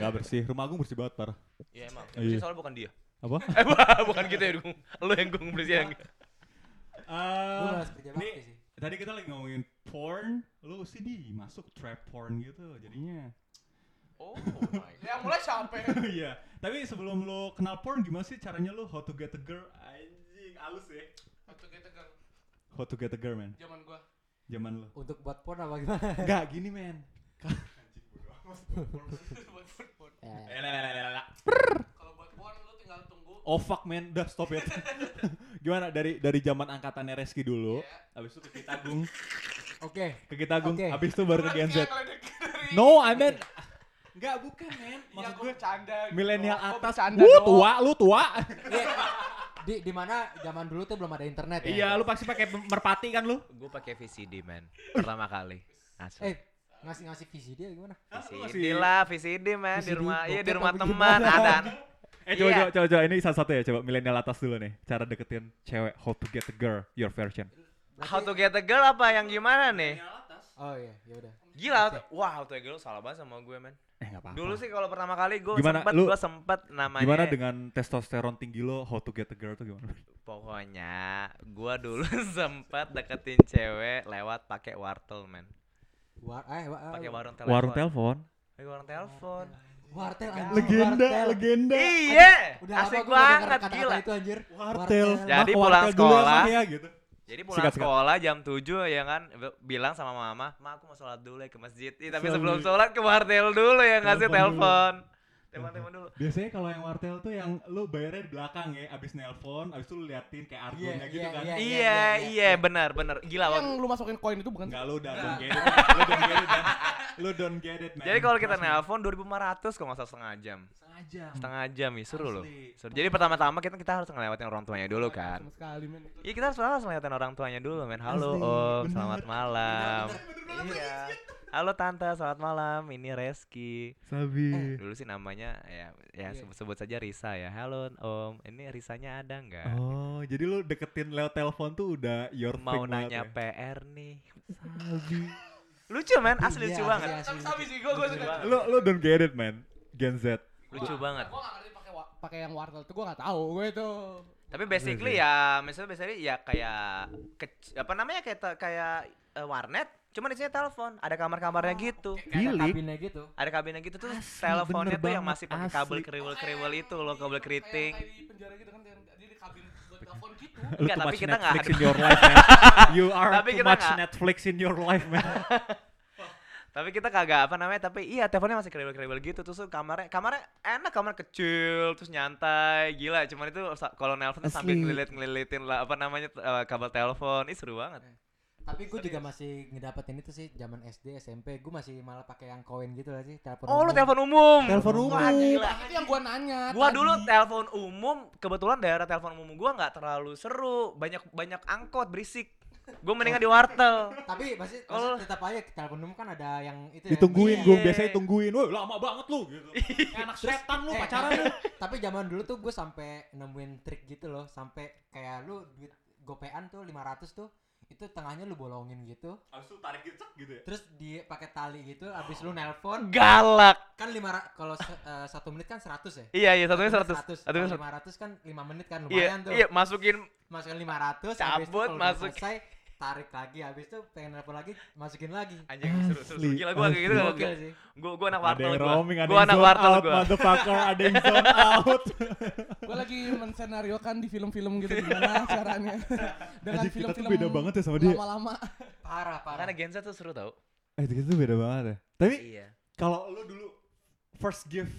Speaker 2: nggak bersih rumah Agung bersih banget parah
Speaker 4: Iya emang.
Speaker 2: Iya.
Speaker 4: Yang soal bukan dia.
Speaker 2: apa
Speaker 4: Eh bu- bukan gitu ya, Gung. Lu yang gung berisi yang.
Speaker 3: gue
Speaker 2: Eh,
Speaker 3: harus kerja bakti
Speaker 2: ini-
Speaker 3: sih
Speaker 2: tadi kita lagi ngomongin porn lu sih di masuk trap porn gitu jadinya
Speaker 4: Oh my
Speaker 1: Yang mulai siapa? ya?
Speaker 2: iya tapi sebelum lu kenal porn gimana sih caranya lu how to get a girl anjing halus ya
Speaker 1: Waktu kita ke
Speaker 2: how to get a girl man
Speaker 1: zaman gua.
Speaker 2: zaman lu
Speaker 3: untuk buat porn apa gimana
Speaker 2: enggak gini men
Speaker 1: buat buat- buat.
Speaker 3: Eh,
Speaker 1: Kalau buat pon lu tinggal tunggu.
Speaker 2: oh fuck man udah stop it gimana dari dari zaman angkatannya Reski dulu
Speaker 1: Iya.
Speaker 2: habis itu ke kita Gung
Speaker 3: oke
Speaker 2: ke kita Gung
Speaker 3: Oke.
Speaker 2: habis itu baru ke Gen Z
Speaker 1: Iya, kalau deket dari-
Speaker 2: no I mean enggak bukan men
Speaker 1: Iya,
Speaker 2: maksud
Speaker 1: gua
Speaker 2: gue
Speaker 1: bercanda. gitu.
Speaker 2: milenial
Speaker 1: Gua
Speaker 2: atas
Speaker 1: bercanda
Speaker 2: Wuh,
Speaker 1: doang.
Speaker 2: tua lu tua
Speaker 3: Iya. di di mana zaman dulu tuh belum ada internet ya
Speaker 2: iya lu pasti pakai merpati kan lu
Speaker 4: Gue pakai VCD, man. Pertama kali. Asli.
Speaker 3: eh ngasih ngasih visi dia gimana
Speaker 4: VCD lah, VCD, man. Di
Speaker 3: VCD
Speaker 4: rumah, iya di
Speaker 3: bokep
Speaker 4: rumah
Speaker 3: apa
Speaker 4: teman.
Speaker 3: gimana?
Speaker 4: Ada.
Speaker 2: Eh coba,
Speaker 4: Iya.
Speaker 2: coba coba coba. ini salah satu ya coba milenial atas dulu nih cara deketin cewek how to get a girl your version.
Speaker 4: How to get a girl apa yang gimana nih?
Speaker 3: oh iya ya udah
Speaker 4: Gila, how to- wah how to get a girl salah banget sama gue, man.
Speaker 2: Eh nggak apa-apa.
Speaker 4: Dulu sih kalau pertama kali gue
Speaker 2: Gimana,
Speaker 4: sempet,
Speaker 2: lu-
Speaker 4: gue sempet namanya.
Speaker 2: gimana dengan testosteron tinggi lo how to get a girl tuh gimana?
Speaker 4: Pokoknya gue dulu sempet deketin cewek lewat pakai wartel, man.
Speaker 3: War, eh, wa- eh,
Speaker 4: Pakai warung telepon.
Speaker 2: Warung telepon.
Speaker 4: Pakai warung telepon.
Speaker 3: wartel anjing, wartel.
Speaker 2: legenda.
Speaker 4: Iya,
Speaker 3: Udah
Speaker 4: asik
Speaker 3: lama gua gak denger
Speaker 4: banget
Speaker 3: kata-kata
Speaker 4: gila.
Speaker 3: itu anjir.
Speaker 2: Wartel.
Speaker 3: Eh,
Speaker 4: Jadi
Speaker 2: Mah,
Speaker 4: pulang
Speaker 2: wartel dulu ya,
Speaker 4: sekolah.
Speaker 2: Mah, ya, gitu.
Speaker 4: Jadi pulang
Speaker 2: Sikat, sikat.
Speaker 4: sekolah jam 7 ya kan b- bilang sama mama, "Ma, aku mau sholat dulu ya ke masjid." Ih, tapi
Speaker 2: Sholat
Speaker 4: sebelum
Speaker 2: dulu.
Speaker 4: sholat ke wartel dulu ya ngasih
Speaker 2: Telepon dulu.
Speaker 4: telepon. Telepon-telepon dulu.
Speaker 2: Biasanya kalau yang wartel tuh yang lo bayarnya di belakang ya, abis nelpon, abis itu lo liatin kayak argonnya
Speaker 3: Iya,
Speaker 2: gitu
Speaker 3: iya,
Speaker 2: kan.
Speaker 3: iya.
Speaker 4: Iya,
Speaker 3: iya,
Speaker 4: iya, benar, benar. Gila
Speaker 1: Yang
Speaker 4: waktu.
Speaker 1: lu masukin koin itu bukan
Speaker 2: Enggak lo udah don't get it, man. lo don't get it, man. lo don't get it man.
Speaker 4: Jadi kalau kita
Speaker 2: Trust me.
Speaker 4: nelpon 2500 kalau nggak salah setengah jam.
Speaker 2: Setengah jam.
Speaker 4: Setengah jam ya, seru loh.
Speaker 2: Asli.
Speaker 4: Seru. Jadi pertama-tama kita kita harus ngelewatin orang tuanya dulu kan.
Speaker 1: sama sekali men.
Speaker 4: Iya, kita harus harus ngelewatin orang tuanya dulu, men.
Speaker 2: Asli,
Speaker 4: Halo, Om,
Speaker 2: benar.
Speaker 4: selamat malam. Iya. Halo Tante, selamat malam. Ini Reski. Eh,
Speaker 2: Sabi.
Speaker 4: dulu sih namanya ya ya sebut, sebut saja Risa ya halo om ini Risanya ada nggak
Speaker 2: Oh, jadi lu deketin lewat telepon tuh udah your
Speaker 4: kan. mau
Speaker 2: thing banget
Speaker 4: nanya
Speaker 2: ya?
Speaker 4: PR nih lucu man asli lucu
Speaker 3: Iya,
Speaker 4: banget
Speaker 3: asli, asli.
Speaker 1: Tapi sabi sih gua gua suka.
Speaker 2: Lu lu don't get it, man. Gen Z.
Speaker 4: lucu banget
Speaker 1: Gua enggak ngerti pakai wa- pakai yang wartel itu gua enggak tahu gua itu.
Speaker 4: tapi
Speaker 2: Iya
Speaker 4: basically ya misalnya basically ya kayak kec- apa namanya kayak te- kayak eh, warnet Cuman isinya telepon, ada kamar-kamarnya gitu.
Speaker 3: Kayak ada
Speaker 2: Bilik.
Speaker 3: kabinnya gitu.
Speaker 4: Ada kabinnya gitu tuh
Speaker 2: Asli,
Speaker 4: teleponnya
Speaker 2: bener
Speaker 4: tuh yang
Speaker 2: banget,
Speaker 4: masih pakai kabel
Speaker 2: asli.
Speaker 4: kriwil-kriwil itu loh, kabel keriting.
Speaker 1: kayak di penjara gitu kan yang- dia di kabin buat telepon gitu
Speaker 2: Lu
Speaker 4: Enggak,
Speaker 2: too
Speaker 4: tapi
Speaker 2: much
Speaker 4: kita nggak
Speaker 2: Netflix
Speaker 4: ada.
Speaker 2: in your life, man. You are
Speaker 4: Tapi
Speaker 2: too
Speaker 4: kita
Speaker 2: much
Speaker 4: nggak-
Speaker 2: Netflix in your life, man.
Speaker 4: Tapi kita kagak apa namanya, tapi iya teleponnya masih kriwil-kriwil gitu. Terus tuh kamarnya, kamarnya enak, kamar kecil, terus nyantai, gila. Cuman itu sa- kalau nelpon tuh sambil
Speaker 2: Asli.
Speaker 4: ngelilit-ngelilitin lah apa namanya eh, kabel telepon. Ih seru banget.
Speaker 3: Tapi gue juga masih ngedapetin itu sih zaman SD, SMP. Gue masih malah pakai yang koin gitu lah sih, telepon.
Speaker 4: Oh, lu
Speaker 3: umum.
Speaker 4: telepon umum.
Speaker 2: Telepon
Speaker 4: Wah,
Speaker 2: umum.
Speaker 4: gila.
Speaker 1: itu yang gua nanya
Speaker 4: Gua dulu telepon umum, kebetulan daerah telepon umum gua nggak terlalu seru, banyak banyak angkot berisik. Gua mendingan di wartel.
Speaker 3: Tapi masih, masih
Speaker 4: Kalau-
Speaker 3: tetap aja telepon umum kan ada yang itu ya,
Speaker 2: Ditungguin,
Speaker 3: yang-
Speaker 2: gue
Speaker 4: Iya.
Speaker 2: biasanya tungguin. Woi, lama banget lu gitu. Kayak Anak setan lu
Speaker 3: Eh,
Speaker 2: pacaran
Speaker 3: tapi-
Speaker 2: lu.
Speaker 3: Tapi zaman dulu tuh gue sampai nemuin trik gitu loh, sampai kayak lu duit gopean tuh 500 tuh itu tengahnya lu bolongin gitu,
Speaker 2: Abis itu tarik gitu, cek gitu ya. Oh.
Speaker 3: terus di pakai tali gitu, abis lu nelpon
Speaker 4: Galak.
Speaker 3: kan lima ra- kalau se- eh, satu menit kan 100 ya.
Speaker 4: Iya iya, satunya 100. Satunya
Speaker 3: Kalau 500
Speaker 4: 100.
Speaker 3: kan 5 menit kan
Speaker 4: Iya,
Speaker 3: lumayan tuh.
Speaker 4: iya, masukin
Speaker 3: Masukin 500 habis itu
Speaker 4: Cabut,
Speaker 3: kalau udah
Speaker 4: masuk.
Speaker 3: selesai tarik lagi habis itu pengen nelpon lagi masukin lagi.
Speaker 4: anjing seru seru. seru.
Speaker 2: Asli,
Speaker 4: Gila gua kayak gitu.
Speaker 2: asli.
Speaker 4: gua-
Speaker 3: Gokil sih.
Speaker 4: Gua gua anak
Speaker 2: Ada
Speaker 4: wartel
Speaker 2: yang
Speaker 4: gua.
Speaker 2: roaming, ada
Speaker 4: Gua
Speaker 2: yang
Speaker 4: anak
Speaker 2: zone
Speaker 4: wartel
Speaker 2: out,
Speaker 4: gua.
Speaker 2: motherfucker, ada yang zone out.
Speaker 1: gua lagi mensenariokan di film-film gitu gimana caranya dengan
Speaker 2: Anjing, kita tuh
Speaker 1: film-film
Speaker 2: beda banget ya sama dia.
Speaker 1: lama-lama
Speaker 3: Parah parah.
Speaker 4: Karena Gen Z tuh seru tau.
Speaker 2: Eh, kita tuh beda banget ya. Tapi
Speaker 4: Iya.
Speaker 2: kalau lu dulu first gift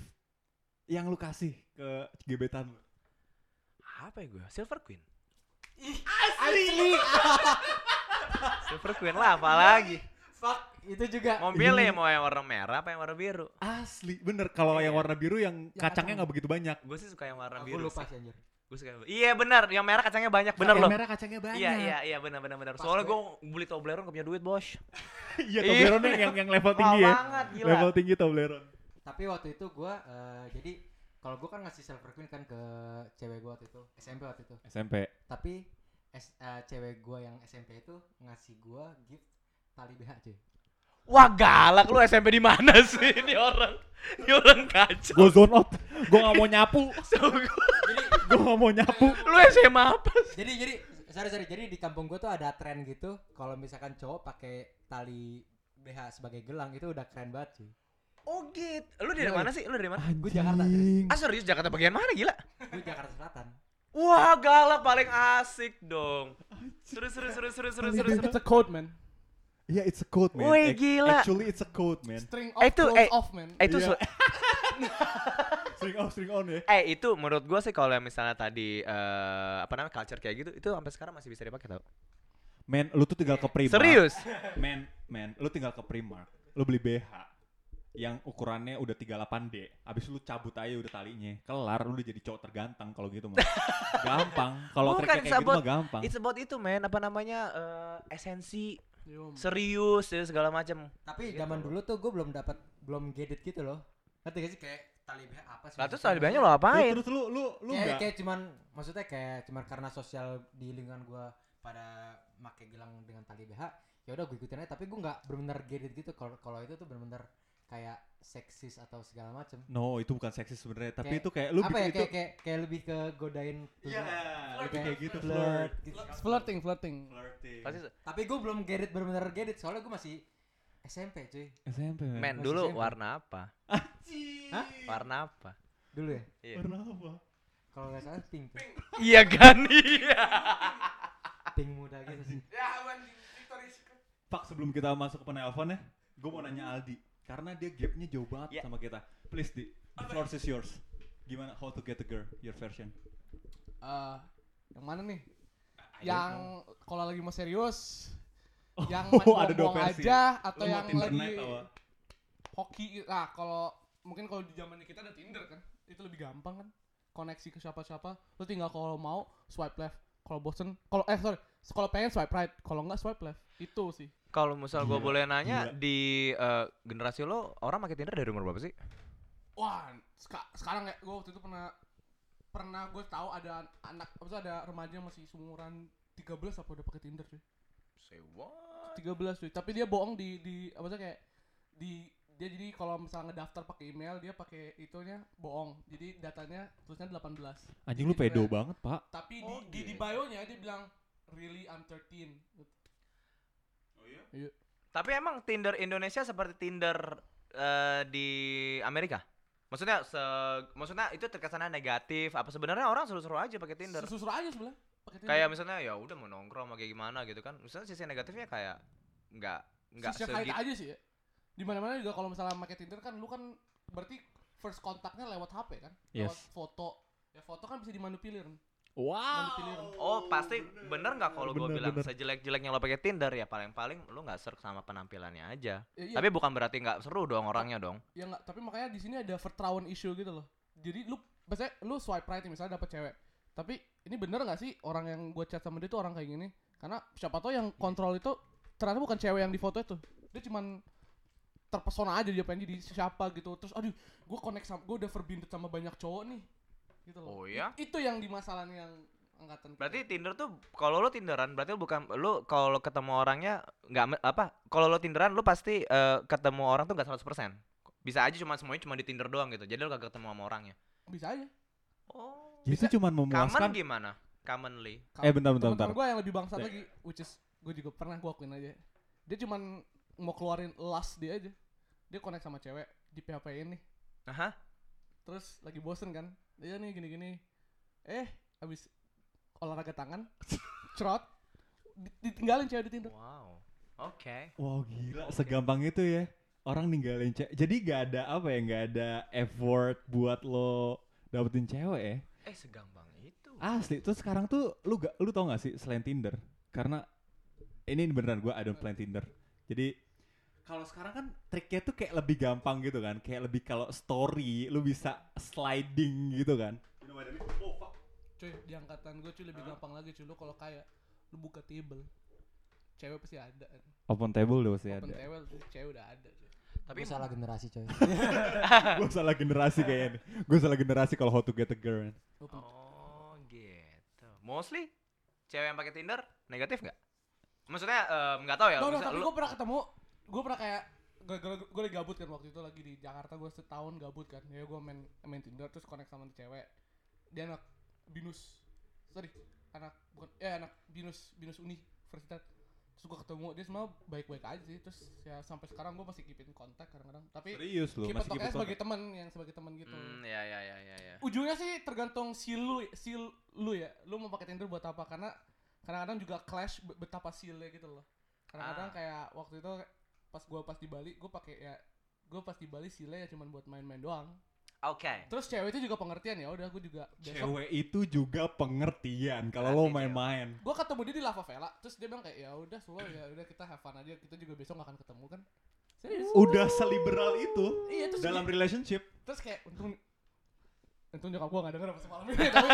Speaker 2: yang lu kasih ke gebetan lu.
Speaker 4: Apa ya gua? Silver Queen.
Speaker 3: Asli.
Speaker 4: Silver Queen lah apalagi.
Speaker 3: Fuck, itu juga.
Speaker 4: Mau pilih
Speaker 2: Iya.
Speaker 4: mau yang warna merah apa yang warna biru?
Speaker 2: Asli, bener. Kalau yang warna biru yang kacangnya nggak begitu banyak.
Speaker 4: Gue sih suka yang warna
Speaker 3: Aku
Speaker 4: biru.
Speaker 3: lupa sih
Speaker 4: sih.
Speaker 3: anjir.
Speaker 4: Gua suka yang- Iya benar, yang merah kacangnya banyak bener
Speaker 2: Yang
Speaker 4: loh.
Speaker 2: merah kacangnya banyak.
Speaker 4: Iya iya iya benar benar benar.
Speaker 3: Pas
Speaker 4: Soalnya
Speaker 3: gue-
Speaker 4: gue beli Toblerone gak punya duit bos.
Speaker 2: Iya,
Speaker 4: Iya.
Speaker 2: Toblerone yang, yang yang level tinggi
Speaker 4: Mahal
Speaker 2: ya.
Speaker 4: banget, gila.
Speaker 2: Level tinggi Toblerone.
Speaker 3: Tapi waktu itu gua eh, jadi kalau gua kan ngasih silver queen kan ke cewek gua waktu itu, SMP waktu itu.
Speaker 2: SMP.
Speaker 3: Tapi S- eh, cewek gua yang SMP itu ngasih gua gift tali BH cuy.
Speaker 4: Wah galak lu SMP di mana sih ini orang? Ini orang kacau.
Speaker 2: Gue zone out. Gue nggak mau nyapu.
Speaker 3: Jadi
Speaker 2: Gue nggak mau nyapu.
Speaker 4: lu SMA apa?
Speaker 3: jadi jadi sorry sorry jadi di kampung gue tuh ada tren gitu kalau misalkan cowok pakai tali BH sebagai gelang itu udah keren banget sih
Speaker 4: Oh gitu. Lu dari
Speaker 7: Iya,
Speaker 3: Yoi.
Speaker 4: mana sih? Lu dari mana?
Speaker 2: Anjing.
Speaker 3: Jakarta.
Speaker 4: Ah serius Jakarta bagian mana gila?
Speaker 3: gue Jakarta Selatan
Speaker 4: Wah galak paling asik dong. Seru seru seru seru seru seru. seru.
Speaker 1: it's a code man
Speaker 2: Iya, it's a code, man. Ac-
Speaker 4: Woi, gila.
Speaker 2: Actually, it's a code, man.
Speaker 1: string off
Speaker 4: Eh, itu,
Speaker 1: close
Speaker 4: eh.
Speaker 1: off man
Speaker 4: Eh itu
Speaker 2: Iya.
Speaker 4: su-
Speaker 7: Iya,
Speaker 2: String off, string on ya.
Speaker 4: eh itu menurut gua sih kalau yang misalnya tadi eh apa namanya culture kayak gitu itu sampai sekarang masih bisa dipakai tau.
Speaker 2: Men, lu tuh tinggal ke Primark.
Speaker 4: Serius?
Speaker 2: Men, men, lu tinggal ke Primark. Lu beli BH yang ukurannya udah 38D. Abis lu cabut aja udah talinya. Kelar, lu udah jadi cowok terganteng kalau gitu mah. gampang. Kalau
Speaker 4: Bukan,
Speaker 2: triknya kayak gitu
Speaker 4: sabot.
Speaker 2: mah gampang.
Speaker 4: It's about itu men apa namanya eh, esensi
Speaker 1: Yum.
Speaker 4: serius ya, segala macam.
Speaker 3: tapi
Speaker 4: Gitu.
Speaker 3: zaman dulu tuh gue belum dapat belum gadget gitu loh ngerti gak sih kayak tali BH apa sih
Speaker 4: Lah terus
Speaker 3: maksudnya?
Speaker 4: talibannya lo
Speaker 2: Lu-
Speaker 4: apain?
Speaker 2: Terus lu lu lu
Speaker 3: Kayak-
Speaker 2: enggak
Speaker 3: kayak cuman maksudnya kayak cuman karena sosial di lingkungan gue pada pakai gelang dengan tali BH ya udah gue ikutin aja tapi gue nggak benar-benar gadget gitu kalau kalau itu tuh benar-benar kayak seksis atau segala macem
Speaker 2: No, itu bukan seksis sebenarnya, tapi
Speaker 3: Kayak-
Speaker 2: itu kayak lu
Speaker 3: apa ya
Speaker 2: bikin itu
Speaker 3: kayak, kayak kayak lebih ke godain
Speaker 2: Iya, lebih
Speaker 3: kayak
Speaker 2: kayak gitu
Speaker 3: flirt
Speaker 2: flirt.
Speaker 3: gitu.
Speaker 1: flirting flirting
Speaker 2: Flirting.
Speaker 4: Pasti
Speaker 3: tapi gue belum get it benar-benar get it soalnya gue masih SMP cuy
Speaker 2: SMP, men.
Speaker 4: Men
Speaker 3: Masih
Speaker 4: dulu
Speaker 3: SMP.
Speaker 4: warna apa?
Speaker 2: Hah?
Speaker 4: Warna apa?
Speaker 3: dulu ya
Speaker 4: Iya.
Speaker 2: Warna apa?
Speaker 3: kalau nggak salah pink tuh.
Speaker 4: Iya kan iya.
Speaker 3: pink muda gitu sih
Speaker 2: Pak, sebelum kita masuk ke penelpon ya, gue mau nanya Aldi. Karena dia gapnya jauh banget
Speaker 4: Ya.
Speaker 2: sama kita. Please, Di, the floor is yours. Gimana, how to get a girl, your version.
Speaker 1: Eh, yang mana nih yang kalau lagi mau serius
Speaker 2: Oh,
Speaker 1: yang
Speaker 2: ada
Speaker 1: main
Speaker 2: dua
Speaker 1: bohong
Speaker 2: versi.
Speaker 1: aja atau
Speaker 2: Lu mau
Speaker 1: yang
Speaker 2: Tinder
Speaker 1: lagi
Speaker 2: night apa?
Speaker 1: hoki nah kalau mungkin kalau di zamannya kita ada Tinder kan itu lebih gampang kan koneksi ke siapa-siapa lu tinggal kalau mau swipe left kalau bosen kalau eh sorry kalau pengen swipe right kalau enggak swipe left itu sih
Speaker 4: Kalau misal gue
Speaker 2: Gila,
Speaker 4: boleh nanya
Speaker 2: gila.
Speaker 4: di eh, generasi lo orang pakai Tinder dari umur berapa sih?
Speaker 1: wah seka- sekarang kayak gue waktu itu pernah pernah gue tahu ada anak apa tuh ada remaja yang masih seumuran 13 apa udah pakai Tinder cuy 13 cuy tapi dia bohong di di apa tuh kayak di dia jadi kalau misalnya ngedaftar pakai email dia pakai itunya bohong jadi datanya tulisnya 18
Speaker 2: Anjing lu
Speaker 1: Jadi
Speaker 2: pedo
Speaker 1: kayak-
Speaker 2: banget, Pak.
Speaker 1: Tapi di, di, di bio-nya dia bilang really I'm 13. Oh iya? Iya.
Speaker 4: Tapi emang Tinder Indonesia seperti Tinder eh, di Amerika? Maksudnya se maksudnya itu terkesannya negatif apa sebenarnya orang seru-seru aja pakai Tinder.
Speaker 1: Susur aja sebelah. Pakai Tinder.
Speaker 4: Kayak misalnya ya udah mau nongkrong kayak gimana gitu kan. Misalnya sisi negatifnya kayak nggak nggak
Speaker 1: Setiap hari
Speaker 4: segitu.
Speaker 1: aja sih ya. Di mana-mana juga kalau misalnya pakai Tinder kan lu kan berarti first kontaknya lewat HP kan? Lewat
Speaker 2: Yes.
Speaker 1: foto. Ya foto kan bisa dimanipulir.
Speaker 2: Wow.
Speaker 4: Oh, pasti bener nggak kalau gue
Speaker 2: Bener,
Speaker 4: bilang
Speaker 2: bener.
Speaker 4: sejelek-jeleknya lo pakai Tinder ya paling-paling lo nggak serk sama penampilannya aja.
Speaker 1: Ya, iya.
Speaker 4: Tapi bukan berarti nggak seru dong orangnya dong.
Speaker 1: ya nggak tapi makanya di sini ada vertrauen issue gitu loh jadi lu biasanya lu swipe right nih, misalnya dapet cewek tapi ini bener nggak sih orang yang gue chat sama dia tuh orang kayak gini karena siapa tau yang kontrol itu ternyata bukan cewek yang di foto itu dia cuman terpesona aja dia pengen jadi siapa gitu terus aduh gue connect sama gue udah verbinded sama banyak cowok nih gitu loh
Speaker 4: Oh ya?
Speaker 1: itu yang di masalahnya yang angkatan kita.
Speaker 4: Berarti Tinder tuh kalau lo Tinderan berarti lo bukan lo kalau ketemu orangnya nggak me- apa? Kalau lo Tinderan lo pasti eh, ketemu orang tuh nggak 100%. Bisa aja cuma semuanya cuma di Tinder doang gitu. Jadi lo kagak ketemu sama orangnya.
Speaker 1: bisa aja
Speaker 4: Oh.
Speaker 2: Jadi itu cuma
Speaker 4: Common
Speaker 2: memuaskan.
Speaker 4: gimana? Commonly.
Speaker 2: Eh, bentar, bentar, bentar.
Speaker 1: gue yang lebih bangsat
Speaker 2: Ya.
Speaker 1: lagi which is gue juga pernah gue akuin aja dia cuman mau keluarin last dia aja dia connect sama cewek di PHP ini
Speaker 4: Aha.
Speaker 1: terus lagi bosen kan iya nih gini gini eh habis olahraga tangan cerot di- ditinggalin cewek di Tinder
Speaker 4: Wow. Oke.
Speaker 2: Wow gila, segampang itu ya. Orang ninggalin cewek. Jadi gak ada apa ya, gak ada effort buat lo dapetin cewek ya.
Speaker 4: Eh segampang itu.
Speaker 2: Asli, terus sekarang tuh lu gak, lu tau gak sih selain Tinder? Karena ini beneran gue I don't plan Tinder. Jadi kalau sekarang kan triknya tuh kayak lebih gampang gitu kan, kayak lebih kalau story lu bisa sliding gitu kan.
Speaker 1: cuy di angkatan gue cuy lebih gampang lagi cuy lu kalau kaya lu buka table cewek pasti ada kan.
Speaker 2: Open table udah pasti
Speaker 1: open
Speaker 2: ada.
Speaker 1: table tuh cewek udah ada cuy
Speaker 4: Tapi
Speaker 3: Gua salah generasi coy
Speaker 2: gue salah generasi kayaknya. Gue salah generasi kalau how to get a girl.
Speaker 1: open
Speaker 4: Oh gitu. Mostly cewek yang pakai Tinder negatif nggak? Maksudnya em, nggak tahu ya.
Speaker 1: No, no,
Speaker 4: misal
Speaker 1: tapi
Speaker 4: lu-
Speaker 1: gue pernah ketemu, gue pernah kayak gue lagi gabut kan waktu itu lagi di Jakarta gue setahun gabut kan ya gue main main Tinder terus connect sama nih cewek dia anak binus sorry anak bukan eh anak binus binus uni universitas terus gue ketemu dia semua baik baik aja sih terus ya sampai sekarang gue masih keep in kontak kadang-kadang tapi
Speaker 2: Serius lu,
Speaker 1: keep in
Speaker 2: masih keep
Speaker 1: kontaknya
Speaker 2: in
Speaker 1: sebagai
Speaker 2: contact.
Speaker 1: teman yang sebagai teman gitu
Speaker 4: Hmm, ya ya ya ya ya.
Speaker 1: ujungnya sih tergantung si lu si lu ya lu mau pakai Tinder buat apa karena kadang-kadang juga clash be- betapa silnya gitu loh kadang-kadang
Speaker 4: Ah.
Speaker 1: kayak waktu itu pas gua pas di Bali gua pakai ya gua pas di Bali silnya ya cuman buat main-main doang
Speaker 4: Oke.
Speaker 1: terus cewek itu juga pengertian ya udah gua juga besok
Speaker 2: Cewek itu juga pengertian kalau lo
Speaker 4: Berarti
Speaker 2: main-main.
Speaker 1: gua ketemu dia di Lava Vela terus dia bilang kayak ya udah slow ya udah kita have fun aja kita juga besok gak akan ketemu kan serius
Speaker 2: Udah seliberal itu
Speaker 1: iya terus
Speaker 2: dalam relationship.
Speaker 1: terus kayak untung untung nyokap gua gak denger pas malam ini tapi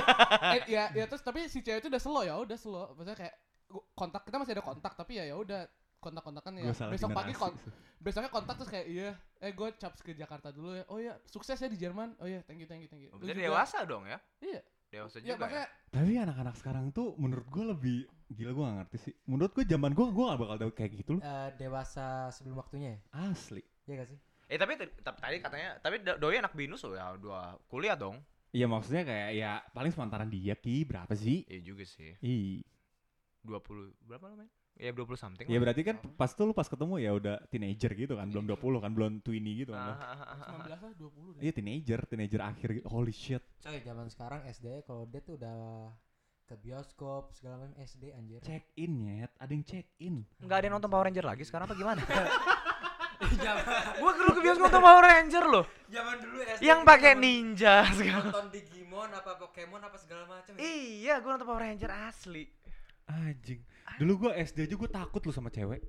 Speaker 1: eh,
Speaker 7: iya,
Speaker 1: ya ya terus tapi si cewek itu udah slow ya udah slow maksudnya kayak gua- kontak kita masih ada kontak tapi ya ya udah kontak-kontakan ya
Speaker 2: Gua salah
Speaker 1: besok pagi
Speaker 2: generasi.
Speaker 1: kon besoknya kontak terus kayak iya eh gue caps ke Jakarta dulu ya oh ya sukses ya di Jerman oh ya thank you thank you thank you Lu
Speaker 4: Jadi
Speaker 1: juga-
Speaker 4: dewasa dong ya.
Speaker 1: iya
Speaker 4: Dewasa
Speaker 1: ya
Speaker 4: juga. Ya,
Speaker 1: makanya
Speaker 2: Tapi anak-anak sekarang tuh menurut gue lebih gila gue gak ngerti sih. Menurut gue zaman gue gue gak bakal dapet kayak gitu loh.
Speaker 3: Eh, dewasa sebelum waktunya ya
Speaker 2: Asli.
Speaker 3: iya gak sih
Speaker 4: Eh tapi t- tapi tadi katanya tapi do- doi anak binus loh ya dua kuliah dong.
Speaker 2: Iya maksudnya kayak ya paling semantaran dia ki berapa sih?
Speaker 4: Iya juga sih.
Speaker 2: Ih.
Speaker 4: 20 berapa lo main? Ya 20 something.
Speaker 2: Ya
Speaker 4: lah.
Speaker 2: berarti kan pas tuh lu pas ketemu ya udah teenager gitu kan, belum 20 kan, belum tweeny gitu
Speaker 4: Iya.
Speaker 2: kan.
Speaker 4: Ah,
Speaker 2: lo.
Speaker 4: ah, ah, ah, ah.
Speaker 1: 19 lah 20 deh
Speaker 2: Iya teenager, teenager akhir gitu. Holy shit.
Speaker 3: coy zaman sekarang SD kalau dia tuh udah ke bioskop segala macam SD anjir
Speaker 2: Check in nyet, ada yang check in.
Speaker 4: Nggak ada yang nonton Power Ranger lagi sekarang apa gimana?
Speaker 3: zaman
Speaker 4: Gua dulu ke bioskop nonton Power Ranger loh.
Speaker 3: zaman dulu ya, SD
Speaker 4: Yang
Speaker 3: kita
Speaker 4: pakai
Speaker 3: zaman-
Speaker 4: ninja sekarang.
Speaker 3: nonton Digimon apa Pokemon apa segala macam
Speaker 4: Iya, gua nonton Power Ranger asli.
Speaker 2: Anjing. Dulu gue SD aja gue takut lu sama cewek.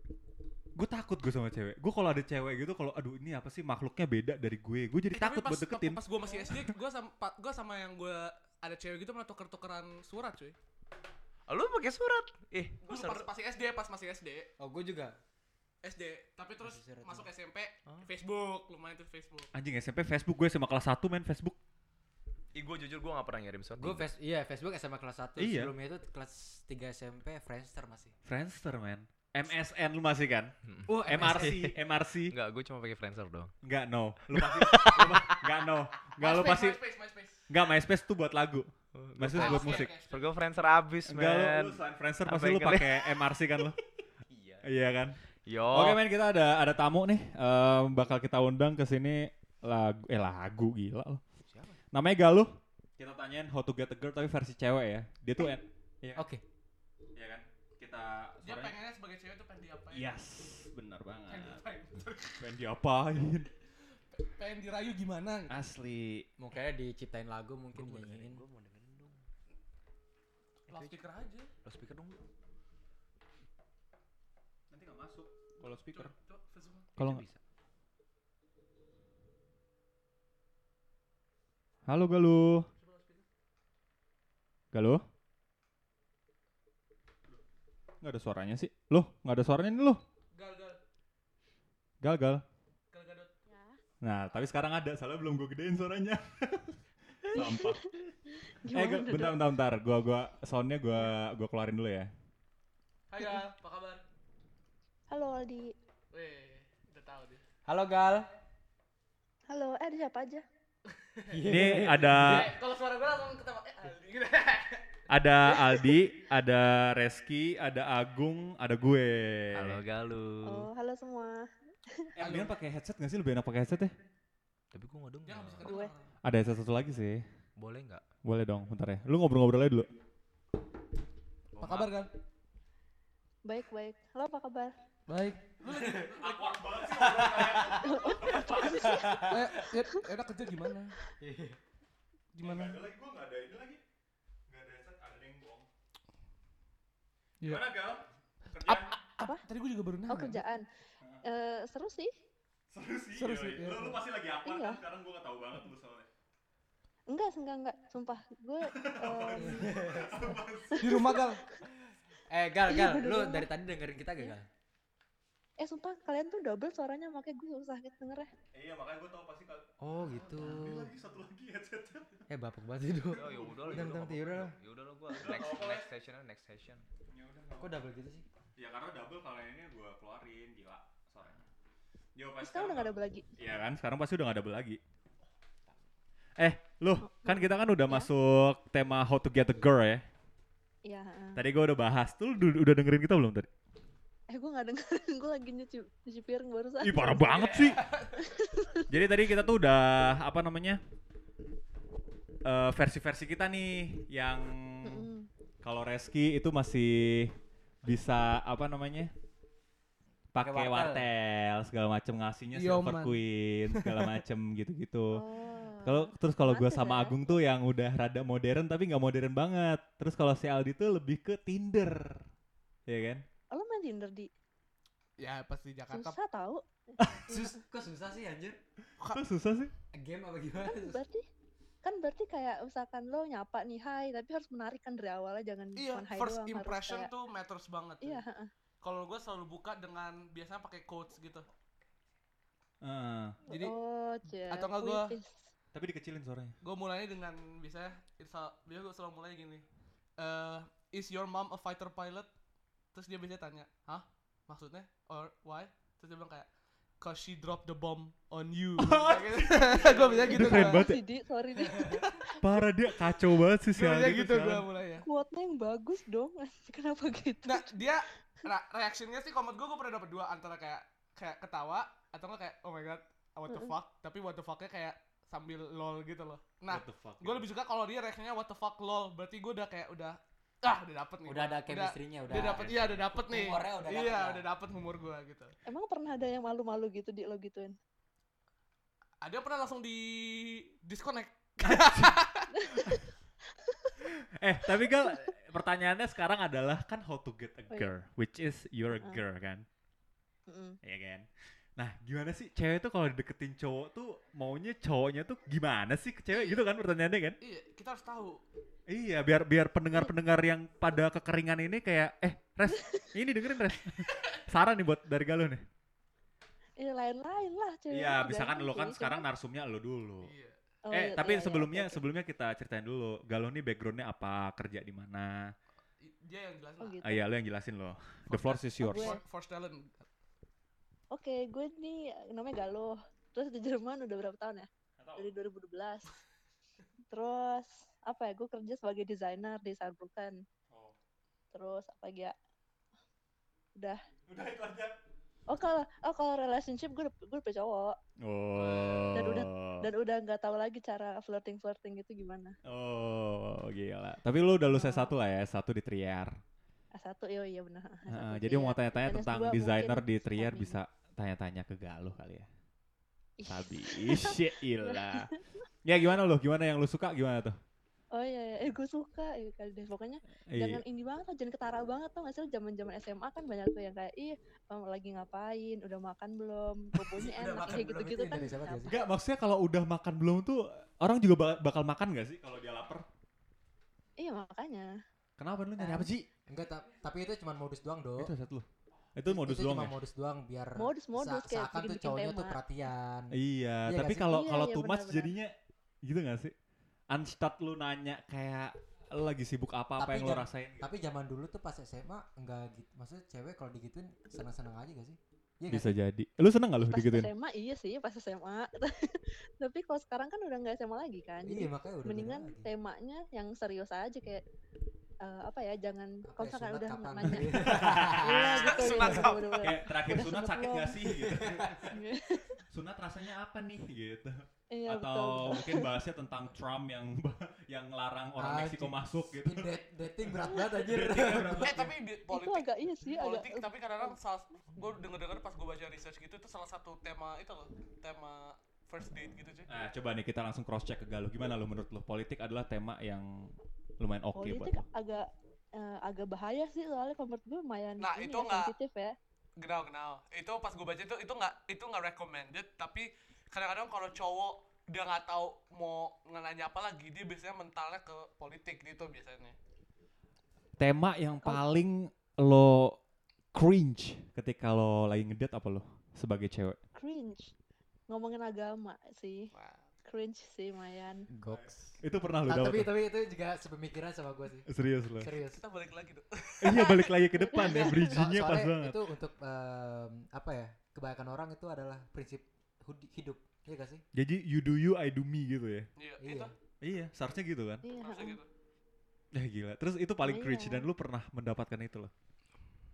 Speaker 2: Gue takut gue sama cewek. Gue kalau ada cewek gitu kalau aduh ini apa sih makhluknya beda dari gue. Gue
Speaker 1: Eh,
Speaker 2: jadi
Speaker 1: tapi
Speaker 2: takut
Speaker 1: pas,
Speaker 2: buat deketin.
Speaker 1: pas gue masih SD gue sama gue sama yang gue ada cewek gitu malah tuker-tukeran surat cuy
Speaker 4: Oh, Lu pakai surat. Ih,
Speaker 1: Gua pas, pas SD pas masih SD
Speaker 3: oh gue juga
Speaker 1: SD tapi terus
Speaker 3: Masih seret
Speaker 1: masuk SMP
Speaker 4: Oh.
Speaker 1: Facebook lumayan tuh Facebook
Speaker 2: Anjing SMP Facebook gue sama kelas 1 main Facebook.
Speaker 4: Ih, gua jujur gua nggak pernah ngirim surat.
Speaker 3: gue face iya Facebook SMA kelas 1
Speaker 2: Iya.
Speaker 3: sebelumnya itu kelas 3 SMP Friendster masih
Speaker 2: Friendster man. MSN lu masih kan?
Speaker 3: oh
Speaker 2: MRC, MRC.
Speaker 4: Enggak, Hmm. gua cuma pakai Friendster doang.
Speaker 2: Enggak no. Lu pasti lu pa- enggak no. Enggak lu
Speaker 1: MySpace,
Speaker 2: pasti
Speaker 1: MySpace, MySpace.
Speaker 2: enggak MySpace tuh buat lagu.
Speaker 4: Oh,
Speaker 3: Oh,
Speaker 2: MySpace
Speaker 1: Ah,
Speaker 2: buat
Speaker 1: oke,
Speaker 2: musik.
Speaker 1: oke, oke.
Speaker 4: Friendster gua Friendster abis,
Speaker 2: Enggak lu,
Speaker 4: men.
Speaker 2: lu selain Friendster
Speaker 4: Apa
Speaker 2: pasti
Speaker 4: yang
Speaker 2: lu
Speaker 4: kalian-
Speaker 2: pakai MRC kan lu.
Speaker 4: Iya.
Speaker 2: Iya kan?
Speaker 4: Yo.
Speaker 2: Oke men kita ada ada tamu nih Em, bakal kita undang ke sini lagu eh lagu gila loh. Namanya Galuh. Kita tanyain How to Get a Girl tapi versi cewek ya. Dia tuh en- iya kan?
Speaker 3: Oke.
Speaker 2: Iya kan? Kita
Speaker 1: Dia
Speaker 2: suaranya-
Speaker 1: pengennya sebagai cewek tuh ya? pengen diapain?
Speaker 2: Yes, benar banget.
Speaker 1: Pengen diapain?
Speaker 2: Pengen diapain?
Speaker 1: Pengen dirayu gimana? gitu.
Speaker 2: Asli.
Speaker 3: Mungkin diciptain lagu mungkin dinyanyiin.
Speaker 4: Gue mau dengerin dong.
Speaker 1: Loudspeaker aja.
Speaker 4: Loudspeaker dong.
Speaker 2: Nanti gak masuk kalau speaker.
Speaker 1: Coba- coba Facebook.
Speaker 2: Kalau
Speaker 4: Itu
Speaker 2: nggak-
Speaker 4: bisa.
Speaker 2: Halo Galuh. Galuh? Gak ada suaranya sih. Loh, gak ada suaranya nih loh.
Speaker 1: Gal gal
Speaker 2: Gal, gal.
Speaker 1: gal gadot.
Speaker 2: Nah, tapi sekarang ada, soalnya belum gue gedein suaranya. Sampah. eh, gua- bentar, bentar, bentar. Gua, gua, soundnya gua, gua keluarin dulu ya.
Speaker 1: Hai gal, apa kabar?
Speaker 12: Halo Aldi.
Speaker 1: Weh, udah tahu deh.
Speaker 3: Halo Gal.
Speaker 12: Halo, eh ada siapa aja?
Speaker 2: Ini ada,
Speaker 1: Eh, kalau suara gue langsung ketemu eh Aldi gitu.
Speaker 2: ada Aldi, ada Reski, ada Agung, ada gue.
Speaker 4: Halo Galu.
Speaker 12: Oh, halo semua.
Speaker 2: Eh, mendingan pakai headset gak sih? Lebih enak pakai headset ya?
Speaker 4: Tapi gue nggak
Speaker 1: Dia
Speaker 4: denger.
Speaker 1: nggak bisa
Speaker 12: Gue.
Speaker 1: kedengeran.
Speaker 2: Ada headset satu lagi sih.
Speaker 4: Boleh nggak?
Speaker 2: Boleh dong, bentar ya. Lu ngobrol-ngobrol aja dulu.
Speaker 1: Apa kabar gal?
Speaker 12: Baik, baik. Halo, apa kabar?
Speaker 3: Baik.
Speaker 1: Eh, ya- enak kerja gimana? Gimana?
Speaker 2: lagi, gue gak ada ini lagi. Gak ada headset, ada yang bohong.
Speaker 1: Iya. Gimana,
Speaker 2: Gal?
Speaker 1: Kerjaan? Tadi gue juga baru nanya.
Speaker 12: Oh, kerjaan. Eh, seru sih?
Speaker 2: Seru sih.
Speaker 1: Seru sih, yoi. iya. Lu- lu
Speaker 2: pasti lagi apa?
Speaker 12: Iya. kan?
Speaker 2: Sekarang gue gak tau banget lu soalnya.
Speaker 12: Enggak, enggak, enggak. Sumpah, gue eh,
Speaker 1: Di rumah gal.
Speaker 3: Eh Gal,
Speaker 12: Iya,
Speaker 3: Gal,
Speaker 12: bener
Speaker 3: lu
Speaker 12: banget.
Speaker 3: dari tadi dengerin kita gak
Speaker 12: Iya.
Speaker 3: Gal?
Speaker 12: eh sumpah kalian tuh double suaranya makanya gue susah sakit denger ya.
Speaker 2: Iya, makanya gue tau pasti kalau
Speaker 3: Oh gitu.
Speaker 2: satu lagi headsetnya.
Speaker 3: Eh bapak banget itu.
Speaker 4: Oh, ya udah lah,
Speaker 3: Udah, udah,
Speaker 4: ya udah,
Speaker 3: udah lah.
Speaker 4: ya udah lah gue next next station lah, next station.
Speaker 3: Kok double gitu sih?
Speaker 2: Ya karena double kalau ini gue keluarin gila suaranya. Yo
Speaker 12: Terus sekarang udah gak double lagi.
Speaker 2: Iya kan, sekarang pasti udah gak double lagi. Eh, lu kan kita kan udah
Speaker 12: Ya.
Speaker 2: masuk tema how to get a girl ya.
Speaker 12: Iya, heeh.
Speaker 2: Tadi gue udah bahas, tuh lu du- udah dengerin kita belum tadi?
Speaker 12: Eh, gue gak dengerin. gue lagi nyuci, nyuci piring barusan.
Speaker 2: Ih parah banget sih. Jadi tadi kita tuh udah apa namanya eh, versi-versi kita nih yang
Speaker 12: Mm-mm.
Speaker 2: kalau Reski itu masih bisa apa namanya pakai
Speaker 3: Pakai wartel.
Speaker 2: wartel segala macem ngasihnya
Speaker 1: Yo,
Speaker 2: silver
Speaker 1: man.
Speaker 2: queen segala macem gitu-gitu.
Speaker 12: Iya, Oh.
Speaker 2: Kalau terus kalau gue
Speaker 12: Mantap ya.
Speaker 2: sama Agung tuh yang udah rada modern tapi nggak modern banget. Terus kalau si Aldi tuh lebih ke Tinder, ya kan?
Speaker 12: Oh, lo main Tinder di
Speaker 1: Ya pas di Jakarta.
Speaker 12: susah tau?
Speaker 3: Sus, kok susah sih anjir?
Speaker 2: Itu susah sih.
Speaker 3: Game apa gimana?
Speaker 12: Kan berarti kan berarti kayak misalkan lo nyapa nih hai tapi harus menarik kan dari awalnya jangan
Speaker 1: Iya,
Speaker 12: cuma hai
Speaker 1: first
Speaker 12: doang harus
Speaker 1: impression
Speaker 12: kayak-
Speaker 1: tuh matters banget. ya.
Speaker 12: Iya, heeh.
Speaker 1: Kalau gue selalu buka dengan biasanya pakai quotes gitu.
Speaker 2: Heeh.
Speaker 1: Jadi
Speaker 12: oh, cie,
Speaker 1: atau nggak gua-
Speaker 12: puitis.
Speaker 2: tapi dikecilin suaranya.
Speaker 1: gue mulainya dengan biasanya bisa biasanya gue selalu mulai gini eh is your mom a fighter pilot terus dia biasanya tanya hah maksudnya or why terus dia bilang kayak cause she dropped the bomb on you gue bisa gitu
Speaker 2: Itu
Speaker 3: kan.
Speaker 2: keren
Speaker 1: gua.
Speaker 2: banget ya.
Speaker 12: Sorry, Di, sorry Di.
Speaker 2: Parah dia kacau banget sih si
Speaker 1: Gua bisa
Speaker 2: Aldi kan. tuh
Speaker 1: gitu gue
Speaker 2: sekarang.
Speaker 1: mulainya
Speaker 12: Quote-nya yang bagus dong. Kenapa gitu?
Speaker 1: nah dia nah, reaksinya sih komod gue gue pernah dapet dua antara kayak kayak ketawa atau enggak kayak oh my god what the
Speaker 12: Mm-mm.
Speaker 1: fuck tapi what the fucknya kayak sambil lol gitu loh nah
Speaker 2: What the fuck,
Speaker 1: gue
Speaker 3: gitu.
Speaker 2: ya?
Speaker 1: lebih suka kalau dia reaksinya what the fuck lol berarti gue udah kayak udah ah udah dapet nih
Speaker 3: Udah
Speaker 1: gua.
Speaker 3: ada chemistry-nya, udah.
Speaker 1: udah dapet iya udah dapet nih
Speaker 3: Humornya udah dapet ya.
Speaker 1: iya
Speaker 3: lah.
Speaker 1: udah dapet humor gue gitu
Speaker 12: Emang pernah ada yang malu-malu gitu di lo gituin?
Speaker 1: ada yang pernah langsung di disconnect
Speaker 2: Eh tapi gal pertanyaannya sekarang adalah kan how to get a girl, which is you're a
Speaker 12: Heeh.
Speaker 2: girl kan,
Speaker 12: Mm-mm.
Speaker 1: Iya
Speaker 2: ya kan? Nah gimana sih cewek tuh kalau deketin cowok tuh maunya cowoknya tuh gimana sih ke cewek gitu kan pertanyaannya kan?
Speaker 1: iya kita harus tahu
Speaker 2: Iya, biar biar pendengar-pendengar yang pada kekeringan ini kayak eh Res, ini dengerin Res. Saran nih buat dari Galuh nih.
Speaker 12: Iya, lain-lain lah cewek.
Speaker 2: Iya,
Speaker 12: Jangan
Speaker 2: misalkan lo kan
Speaker 12: sih,
Speaker 2: sekarang
Speaker 12: cuma-
Speaker 2: narsumnya lo dulu.
Speaker 1: gitu iya
Speaker 12: Oh,
Speaker 2: eh,
Speaker 12: iya,
Speaker 2: tapi
Speaker 12: iya, iya,
Speaker 2: sebelumnya
Speaker 12: oke, oke.
Speaker 2: sebelumnya kita ceritain dulu. Galuh nih backgroundnya apa, kerja di mana?
Speaker 1: I- dia yang jelasin
Speaker 12: Oh,
Speaker 1: lah
Speaker 12: gitu. Oh,
Speaker 2: Ah, iya, lo yang jelasin lo. The floor is yours.
Speaker 12: gue.
Speaker 1: For- Force talent
Speaker 12: Oke, gue nih namanya Galuh. Terus di Jerman udah berapa tahun ya? Dari 2012. Terus apa ya? Gue kerja sebagai desainer di Saarbrücken. Terus apa lagi ya? Udah. Udah itu aja. oh kalau oh kalau relationship gue udah- gue udah punya cowok
Speaker 2: Oh.
Speaker 12: dan udah dan udah nggak tahu lagi cara flirting flirting itu gimana
Speaker 2: Oh, gila. Tapi lu udah lulus S1 lah ya, S1 di Trier.
Speaker 12: S1 yo iya benar
Speaker 2: Heeh,
Speaker 12: S1
Speaker 2: jadi
Speaker 12: iya.
Speaker 2: mau
Speaker 12: Dan
Speaker 2: tanya-tanya
Speaker 12: S2
Speaker 2: tentang
Speaker 12: mungkin
Speaker 2: desainer di Trier
Speaker 12: sampingan.
Speaker 2: bisa tanya-tanya ke Galuh kali ya.
Speaker 12: Ih.
Speaker 2: Sabi, isya ilah. Ya gimana lu? Gimana yang lu suka gimana tuh?
Speaker 12: oh iya, iya. eh gue suka ya kali deh pokoknya
Speaker 2: Iya.
Speaker 12: jangan ini banget lah jangan ketara banget tau gak sih zaman zaman SMA kan banyak tuh yang kayak ih em, lagi ngapain udah makan belum bobonya
Speaker 3: Udah
Speaker 12: enak
Speaker 3: makan
Speaker 12: kayak gitu
Speaker 3: belum itu
Speaker 12: gitu kan
Speaker 3: Indonesia banget gak sih?
Speaker 2: Enggak, maksudnya kalau udah makan belum tuh orang juga ba- bakal makan gak sih kalau dia lapar?
Speaker 12: iya makanya
Speaker 2: Kenapa lu nyari apa sih?
Speaker 3: Enggak, ta- tapi itu cuma modus doang, Do.
Speaker 2: Itu satu lu. Itu modus doang
Speaker 3: cuma
Speaker 2: ya.
Speaker 3: modus doang biar
Speaker 12: Modus-modus kayak
Speaker 3: seakan tuh
Speaker 12: bikin-bikin
Speaker 3: cowoknya tuh
Speaker 12: tema.
Speaker 3: perhatian.
Speaker 2: Iya,
Speaker 3: Iya
Speaker 2: tapi
Speaker 3: nggak sih?
Speaker 2: kalau
Speaker 12: Iya,
Speaker 2: kalau
Speaker 12: iya,
Speaker 2: too much
Speaker 12: benar-benar.
Speaker 2: jadinya gitu gak sih? Unstart lu nanya kayak lu lagi sibuk apa apa
Speaker 3: Tapi
Speaker 2: yang lu
Speaker 3: jam-
Speaker 2: rasain gitu.
Speaker 3: Tapi zaman dulu tuh pas SMA enggak gitu. Maksudnya cewek kalau digituin seneng-seneng aja gak sih? Iya nggak
Speaker 2: Bisa jadi. Lu seneng gak lu
Speaker 12: pas
Speaker 2: digituin?
Speaker 12: SMA iya sih pas SMA tapi kalau sekarang kan udah nggak SMA lagi kan
Speaker 3: sih?
Speaker 12: jadi
Speaker 3: Iya, makanya udah beda
Speaker 12: mendingan
Speaker 3: lagi.
Speaker 12: temanya yang serius aja kayak eh, apa ya jangan
Speaker 3: Apa
Speaker 12: kalau
Speaker 3: ya,
Speaker 12: misalkan
Speaker 3: sunat
Speaker 12: udah
Speaker 3: kapan?
Speaker 12: nanya iya gitu iya,
Speaker 1: Sunat
Speaker 12: bener,
Speaker 1: kapan?
Speaker 12: bener, bener.
Speaker 2: Kayak terakhir
Speaker 12: Udah
Speaker 2: sunat
Speaker 12: seneng
Speaker 2: sakit
Speaker 12: belum?
Speaker 2: gak sih gitu.
Speaker 12: Iya.
Speaker 2: sunat rasanya apa nih gitu.
Speaker 12: iya betul,
Speaker 2: Atau
Speaker 12: betul.
Speaker 2: mungkin bahasnya tentang Trump yang yang larang orang
Speaker 3: Ah,
Speaker 2: Meksiko
Speaker 3: jing.
Speaker 2: masuk gitu.
Speaker 3: Ini dat- dating berat banget anjir.
Speaker 2: iya.
Speaker 1: Eh tapi di
Speaker 12: itu
Speaker 1: politik
Speaker 12: agak iya sih agak
Speaker 1: politik tapi kadang-kadang salah gue denger-denger pas gue baca research gitu itu salah satu tema itu loh tema first date gitu cuy
Speaker 2: Nah, coba nih kita langsung cross check ke Galuh. Gimana lu menurut lu? Politik adalah tema yang lumayan oke buat
Speaker 12: politik
Speaker 2: lu.
Speaker 12: agak eh, agak bahaya sih soalnya kalau menurut gue lumayan
Speaker 1: Nah,
Speaker 12: ini
Speaker 1: itu
Speaker 12: ya,
Speaker 1: nggak-
Speaker 12: sensitif ya
Speaker 1: genau genau itu pas gue baca itu itu nggak itu nggak recommended tapi kadang-kadang kalau cowok dia nggak tahu mau nanya apa lagi dia biasanya mentalnya ke politik gitu biasanya
Speaker 2: Tema yang paling lo cringe ketika lo lagi ngedate apa lo sebagai cewek?
Speaker 12: cringe ngomongin agama sih
Speaker 1: Wah.
Speaker 12: cringe sih Mayan
Speaker 3: Goks.
Speaker 2: Itu pernah lu
Speaker 3: Ah,
Speaker 2: dapet
Speaker 3: tapi
Speaker 2: tuh?
Speaker 3: tapi itu juga sepemikiran sama gue sih.
Speaker 2: Serius lo?
Speaker 3: Serius.
Speaker 1: kita balik lagi dong
Speaker 2: Iya balik lagi ke depan ya,
Speaker 3: Iya,
Speaker 2: bridgingnya
Speaker 3: so-
Speaker 2: pas
Speaker 3: soalnya
Speaker 2: banget.
Speaker 3: Itu untuk em, apa ya? Kebanyakan orang itu adalah prinsip hud- hidup. Iya gak sih?
Speaker 2: Jadi you do you, I do me gitu ya?
Speaker 1: iya
Speaker 3: Iya.
Speaker 1: itu
Speaker 2: Iya, seharusnya gitu kan?
Speaker 12: iya
Speaker 1: masa gitu
Speaker 2: Ya gila, terus itu paling
Speaker 12: Iya.
Speaker 2: cringe dan lu pernah mendapatkan itu loh.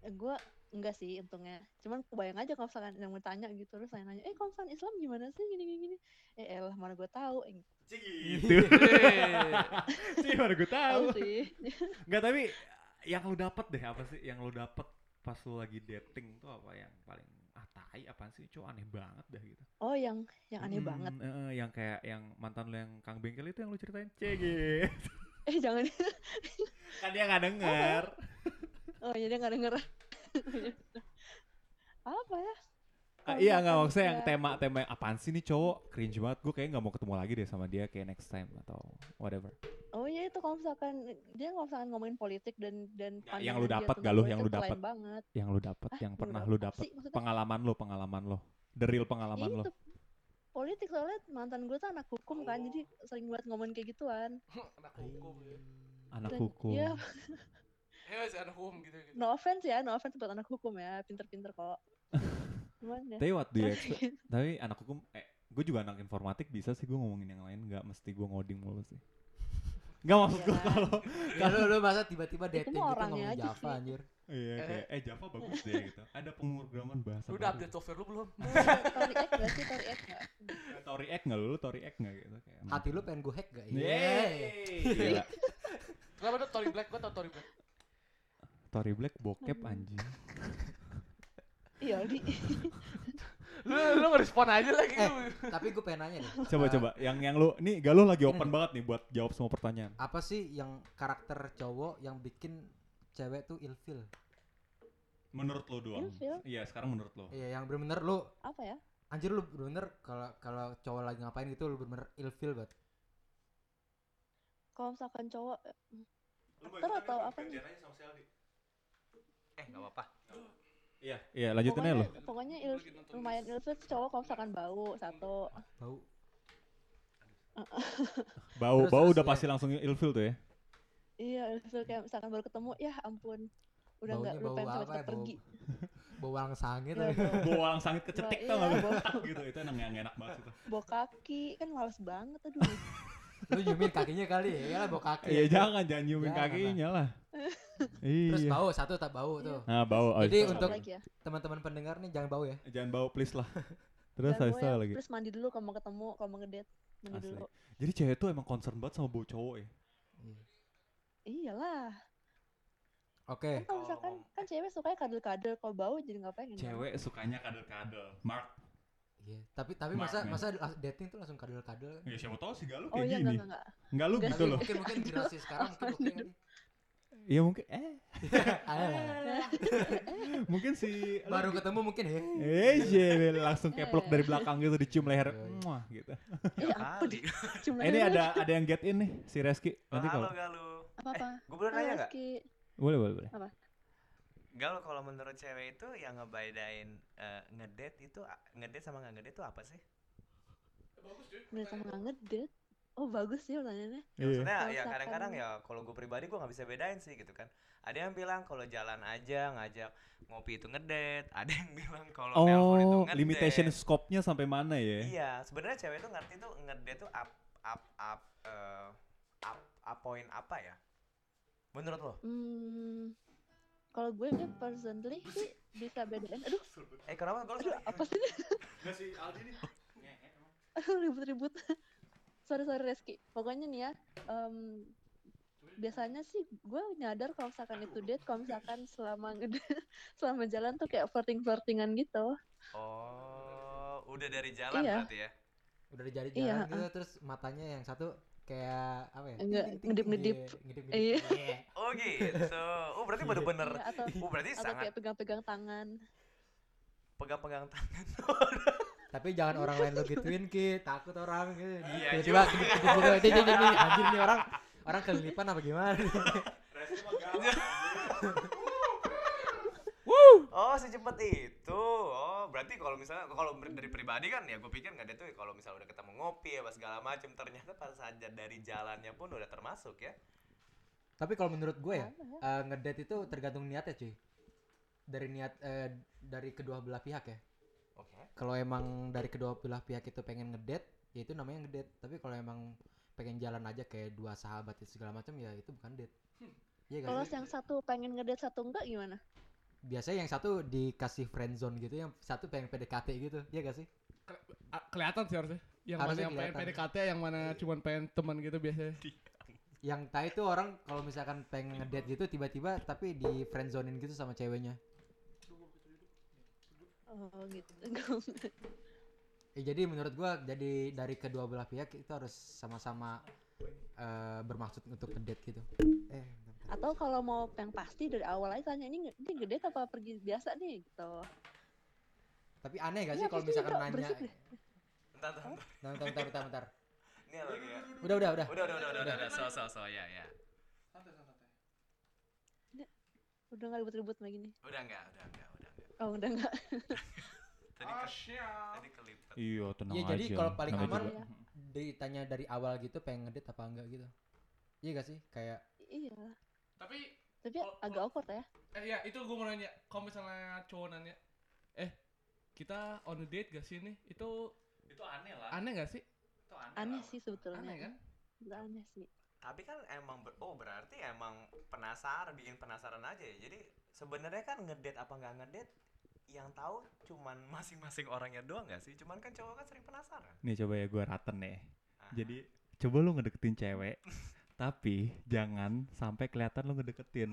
Speaker 12: gue Eh, enggak sih untungnya cuman kebayang aja kalau misalkan yang mau tanya gitu terus saya nanya eh kalau misalkan Islam gimana sih gini gini gini eh elah mana gue tahu eh,
Speaker 2: Gitu. Sih baru gue
Speaker 12: Iya.
Speaker 2: tahu.
Speaker 12: tahu sih
Speaker 2: Enggak tapi yang lu dapet deh apa sih? Yang lu dapet pas lu lagi dating tuh apa yang paling ah tai apaan sih cowok aneh banget dah gitu.
Speaker 12: oh yang yang aneh
Speaker 2: Mm,
Speaker 12: banget
Speaker 2: eh, eh, yang kayak yang mantan lu yang Kang Bengkel itu yang lu ceritain. Cege.
Speaker 12: eh jangan
Speaker 2: gitu. kan dia nggak denger.
Speaker 12: oh ya dia nggak denger apa ya Kalau
Speaker 2: Ah, iya nggak
Speaker 12: misalkan
Speaker 2: maksudnya yang
Speaker 12: kayak-
Speaker 2: tema-tema yang apaan sih nih cowok cringe banget gue kayaknya nggak mau ketemu lagi deh sama dia kayak next time atau whatever
Speaker 12: Oh iya itu kalau misalkan dia kalau misalkan ngomongin politik dan dan
Speaker 2: Ya,
Speaker 12: pandangan kan dia
Speaker 2: yang lu dapat,
Speaker 12: tentang
Speaker 2: Galuh, yang
Speaker 12: politik
Speaker 2: lu Iya,
Speaker 12: lain
Speaker 2: dapat.
Speaker 12: banget.
Speaker 2: yang lu dapet
Speaker 12: Ah,
Speaker 2: yang
Speaker 12: yang
Speaker 2: pernah
Speaker 12: dapet
Speaker 2: lu
Speaker 12: apa
Speaker 2: dapet
Speaker 12: sih? Maksudnya- Iya,
Speaker 2: pengalaman lo pengalaman lo the real pengalaman lo
Speaker 12: Itu politik soalnya mantan gue tuh anak hukum kan, jadi sering buat ngomongin kayak gituan.
Speaker 1: anak hukum ya
Speaker 2: anak
Speaker 12: Dan
Speaker 2: hukum
Speaker 12: Iya,
Speaker 1: Iya sih anak hukum gitu gitu
Speaker 12: no offense ya, no offense buat anak hukum ya, pinter-pinter kok. Cuman ya.
Speaker 2: tapi what do you expect tapi anak hukum eh gue juga anak informatik bisa sih gue ngomongin yang lain nggak mesti gue ngoding mulu sih nggak maksud gue
Speaker 12: Iya.
Speaker 2: kalau
Speaker 3: Ya lu lu masa tiba-tiba
Speaker 12: Itu
Speaker 3: dating
Speaker 12: mah
Speaker 3: gitu
Speaker 12: orangnya
Speaker 3: ngomongin
Speaker 12: aja
Speaker 3: Java
Speaker 12: sih.
Speaker 3: anjir.
Speaker 2: iya kayak eh Java bagus deh gitu ada pemrograman bahasa
Speaker 1: lu udah
Speaker 2: baru.
Speaker 1: update software lu belum
Speaker 12: Tori X gak sih, Tori X gak?
Speaker 2: tau react nggak lu lu tau react nggak gitu kayak
Speaker 3: Hati lu pengen gue hack gak?
Speaker 2: iya.
Speaker 3: Yeay.
Speaker 2: Yeay. Gila.
Speaker 1: kenapa tuh Tory Black gue tau Tory Black
Speaker 2: Tory Black bokep anjing.
Speaker 12: Iya, di.
Speaker 1: lu lu ngerespon aja lagi
Speaker 3: Eh.
Speaker 1: lu
Speaker 3: Tapi gue pengen nanya nih.
Speaker 2: Coba
Speaker 3: eh,
Speaker 2: coba yang yang lu nih Galuh lagi
Speaker 3: Ini
Speaker 2: open banget nih buat jawab semua pertanyaan.
Speaker 3: Apa sih yang karakter cowok yang bikin cewek tuh ilfil?
Speaker 2: Menurut lu doang.
Speaker 12: Ilfil.
Speaker 2: Iya, sekarang menurut lu.
Speaker 3: Iya, yang bener-bener lu
Speaker 12: Apa ya?
Speaker 3: anjir lu bener kalau kalau cowok lagi ngapain gitu lu bener-bener ilfil banget.
Speaker 12: Kalau misalkan cowok aktor
Speaker 4: kan
Speaker 12: atau
Speaker 4: ya,
Speaker 12: apa nih?
Speaker 4: eh nggak apa-apa
Speaker 2: Iya, iya lanjutin aja lu.
Speaker 12: Pokoknya- Pokoknya il, lumayan ilfil tuh cowok kalau misalkan bau satu.
Speaker 3: Bau.
Speaker 2: Bau
Speaker 3: Terus,
Speaker 2: bau
Speaker 3: terus,
Speaker 2: udah
Speaker 3: iya.
Speaker 2: pasti langsung ilfil tuh ya.
Speaker 12: Iya, ilfil kayak misalkan baru ketemu, ya ampun. Udah
Speaker 3: Baunya
Speaker 12: nggak lu
Speaker 3: bau
Speaker 12: pengen
Speaker 3: apa ya?
Speaker 12: cepet-cepet
Speaker 3: Bau.
Speaker 12: pergi.
Speaker 3: Bau walang sange
Speaker 12: Iya,
Speaker 3: tapi.
Speaker 12: bau-
Speaker 2: Bau orang sangit kecetik
Speaker 12: Wah, iya,
Speaker 2: tau enggak lu?
Speaker 12: bau-
Speaker 2: gitu itu enak yang enak banget itu.
Speaker 12: bawa kaki kan males banget aduh
Speaker 3: Lu nyumin kakinya kali ya, iyalah bawa kaki.
Speaker 2: Iya jangan jangan nyiumin
Speaker 3: Jangan
Speaker 2: kakinya lah.
Speaker 3: Terus
Speaker 2: Iya.
Speaker 3: bau satu tak bau tuh.
Speaker 2: Nah, bau. Oh, itu.
Speaker 3: Jadi untuk
Speaker 12: Lagi ya.
Speaker 3: teman-teman pendengar nih jangan bau ya.
Speaker 2: Jangan bau please lah. Terus
Speaker 12: Dan
Speaker 2: habis
Speaker 12: gue
Speaker 2: itu
Speaker 12: ya,
Speaker 2: lagi.
Speaker 12: Terus mandi dulu kalau mau ketemu, kalau mau ngedate. Mandi
Speaker 2: Asli.
Speaker 12: dulu.
Speaker 2: Jadi cewek tuh emang concern banget sama bau cowok ya.
Speaker 12: Iyalah.
Speaker 4: Eh,
Speaker 12: Kan
Speaker 3: Oke.
Speaker 12: kalau misalkan kan cewek sukanya kadel-kadel, kalau bau jadi nggak pengen. dong.
Speaker 2: Cewek sukanya kadel-kadel. Mark.
Speaker 3: Iya. Tapi tapi
Speaker 2: Smart,
Speaker 3: masa
Speaker 2: man.
Speaker 3: masa la- dating tuh langsung kadal-kadal kan?
Speaker 2: Ya siapa tahu sih gak lu
Speaker 12: Oh
Speaker 2: kayak
Speaker 12: iya enggak
Speaker 2: gini.
Speaker 12: enggak enggak.
Speaker 2: Enggak lu
Speaker 12: Nggak sih.
Speaker 2: gitu loh.
Speaker 3: Mungkin mungkin generasi sekarang mungkin oke kali.
Speaker 2: Iya mungkin eh
Speaker 3: Ah,
Speaker 2: mungkin si
Speaker 3: Baru ketemu mungkin ya.
Speaker 2: Eh, je, langsung keplok dari belakang gitu dicium leher.
Speaker 3: Iya,
Speaker 2: Muah gitu.
Speaker 12: Eh, apa
Speaker 4: Kali.
Speaker 12: di- Cuma
Speaker 2: Eh, ini ada ada yang get in nih si Reski. Nanti kalau
Speaker 4: Halo Galuh.
Speaker 12: apa-apa.
Speaker 4: Gue boleh nanya nggak?
Speaker 12: Rizky.
Speaker 2: boleh boleh boleh.
Speaker 4: Galuh kalau menurut cewek itu yang ngebedain eh, ngedate itu a- ngedate sama nggak ngedate itu apa sih?
Speaker 12: Ngedate sama nggak ngedate. Oh bagus sih pertanyaannya.
Speaker 4: Ya,
Speaker 12: Kalau
Speaker 4: maksudnya ya
Speaker 12: misalkan-
Speaker 4: kadang-kadang ya kalau gue pribadi gue nggak bisa bedain sih gitu kan. Ada yang bilang kalau jalan aja ngajak ngopi itu ngedate, ada yang bilang kalau nelpon itu
Speaker 2: Oh,
Speaker 4: ngedate.
Speaker 2: limitation scope-nya sampai mana ya?
Speaker 4: Iya, sebenarnya cewek tuh ngerti tuh ngedate tuh up up up eh, up up point apa ya? Menurut lo?
Speaker 12: Hmm, kalau gue gue personally sih bisa bedain. Aduh,
Speaker 4: Eh kenapa gue
Speaker 12: aduh apa sih ini? Aduh, ribut-ribut. sorry sorry Reski. Pokoknya nih ya, em, biasanya sih gue nyadar kalau misalkan itu date, kalau misalkan selama nged- selama jalan tuh kayak flirting flirtingan gitu.
Speaker 4: Oh, udah dari jalan
Speaker 12: Iya.
Speaker 4: berarti ya?
Speaker 3: Udah dari jalan
Speaker 12: Iya,
Speaker 3: gitu terus matanya yang satu kayak apa ya?
Speaker 12: Enggak, ngedip-ngedip.
Speaker 3: Ngedip
Speaker 12: Iya.
Speaker 3: ngedip. Iya.
Speaker 4: Oh gitu. Oh berarti bener-bener.
Speaker 12: Iya, atau
Speaker 4: Oh berarti
Speaker 12: atau
Speaker 4: sangat
Speaker 12: kayak pegang-pegang tangan.
Speaker 4: pegang-pegang tangan.
Speaker 3: Tapi jangan orang lain lo gituin ki, takut orang gitu.
Speaker 4: Iya,
Speaker 3: Tiba-tiba gini gini gini gini, gini. anjir nih orang orang kelipan apa gimana?
Speaker 4: Oh secepat itu. Oh berarti kalau misalnya kalau ber- dari pribadi kan ya gue pikir nggak ada tuh kalau misalnya udah ketemu ngopi ya pas segala macem ternyata pas saja dari jalannya pun udah termasuk ya.
Speaker 3: Tapi kalau menurut gue ya, eh, ngedate itu tergantung niatnya cuy. Dari niat eh, dari kedua belah pihak ya.
Speaker 4: Oke.
Speaker 3: Kalau emang dari kedua belah pihak itu pengen ngedate, ya itu namanya ngedate. Tapi kalau emang pengen jalan aja kayak dua sahabat itu segala macam ya itu bukan date.
Speaker 4: Hmm.
Speaker 3: Iya kan?
Speaker 12: Kalau yang satu pengen ngedate satu enggak gimana?
Speaker 3: Biasanya yang satu dikasih friend zone gitu, yang satu pengen PDKT gitu, iya gak sih?
Speaker 1: A- kelihatan sih harusnya. Yang mana
Speaker 3: Harusnya
Speaker 1: yang pengen
Speaker 3: kelihatan.
Speaker 1: PDKT, yang mana cuman pengen teman gitu biasanya.
Speaker 3: Yang tai itu orang kalau misalkan pengen ngedate gitu tiba-tiba tapi di friend zonein gitu sama ceweknya.
Speaker 12: Oh gitu.
Speaker 3: Ya, jadi menurut gua jadi dari kedua belah pihak itu harus sama-sama eh, bermaksud untuk ngedate gitu. Eh, bentar.
Speaker 12: atau kalau mau yang pasti dari awal aja tanya ini nge- ini gede apa pergi biasa nih gitu
Speaker 3: Tapi aneh gak sih
Speaker 12: Iya,
Speaker 3: kalau
Speaker 12: pasti
Speaker 3: misalkan
Speaker 12: itu
Speaker 3: nanya?
Speaker 12: berisik deh.
Speaker 4: Bentar, bentar, bentar.
Speaker 3: Bentar, bentar, bentar, bentar, bentar.
Speaker 4: Ini lagi ya.
Speaker 3: Udah, udah, udah.
Speaker 4: Udah, udah, udah, udah, udah, udah. So, so, so, ya, ya.
Speaker 12: udah nggak ribut-ribut lagi nih
Speaker 4: Udah enggak, udah enggak, udah enggak.
Speaker 12: oh udah nggak
Speaker 4: Tadi ke, tadi kelipet.
Speaker 2: Iya, tenang
Speaker 3: Iya,
Speaker 2: aja.
Speaker 3: jadi kalau paling
Speaker 2: Namanya
Speaker 3: aman
Speaker 2: juga-
Speaker 12: juga.
Speaker 3: ditanya dari awal gitu pengen ngedate apa enggak gitu. Iya gak sih? Kayak
Speaker 12: iya
Speaker 1: Tapi
Speaker 12: tapi
Speaker 1: Kalau-
Speaker 12: agak awkward ya
Speaker 1: eh ya itu gue mau nanya, kalau misalnya cowok nanya, eh kita on a date gak sih nih? Itu
Speaker 4: Itu aneh lah.
Speaker 1: aneh gak sih?
Speaker 4: Itu aneh,
Speaker 12: aneh
Speaker 4: lah.
Speaker 12: sih sebetulnya
Speaker 1: Aneh kan?
Speaker 12: Nggak aneh sih
Speaker 4: Tapi kan emang ber- oh berarti emang penasaran, bikin penasaran aja ya. Jadi sebenarnya kan ngedate apa nggak ngedate yang tahu cuman masing-masing orangnya doang gak sih? Cuman kan cowok kan sering penasaran.
Speaker 2: Nih coba ya gue raten nih.
Speaker 4: Ah.
Speaker 2: Jadi coba lu ngedeketin cewek, tapi jangan sampai kelihatan lu ngedeketin.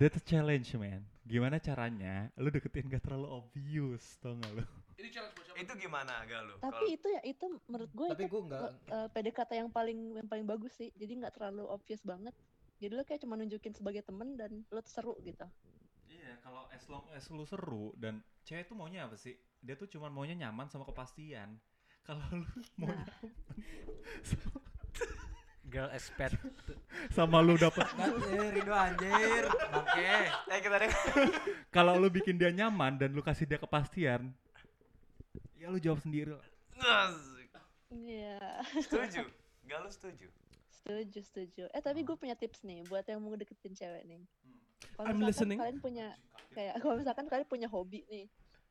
Speaker 2: That's a challenge man. Gimana caranya lu deketin gak terlalu obvious tau gak lu?
Speaker 1: Ini challenge buat siapa?
Speaker 4: Itu gimana agak lu?
Speaker 12: tapi itu ya itu menurut gue
Speaker 3: tapi
Speaker 12: itu
Speaker 3: gue enggak
Speaker 12: eh, PDKT yang paling yang paling bagus sih jadi nggak terlalu obvious banget jadi lo kayak cuma nunjukin sebagai temen dan lo tuh seru gitu
Speaker 2: Iya kalau as long as lu seru dan cewek tuh maunya apa sih? Dia tuh cuma maunya nyaman sama kepastian. Kalau lu mau
Speaker 12: Nah.
Speaker 3: girl Nah, iya. expert.
Speaker 2: sama lu dapet
Speaker 3: anjir, Rido anjir. Oke.
Speaker 4: Eh kita deh.
Speaker 2: kalau lu bikin dia nyaman dan lu kasih dia kepastian, ya lu jawab sendiri lah.
Speaker 12: iya
Speaker 4: setuju. Gak lu setuju?
Speaker 12: setuju setuju eh
Speaker 1: Hmm.
Speaker 12: tapi gue punya tips nih buat yang mau deketin cewek nih
Speaker 4: Hmm.
Speaker 12: kalau
Speaker 1: I'm
Speaker 12: misalkan
Speaker 1: listening.
Speaker 12: kalian punya kayak kalau misalkan kalian punya hobi nih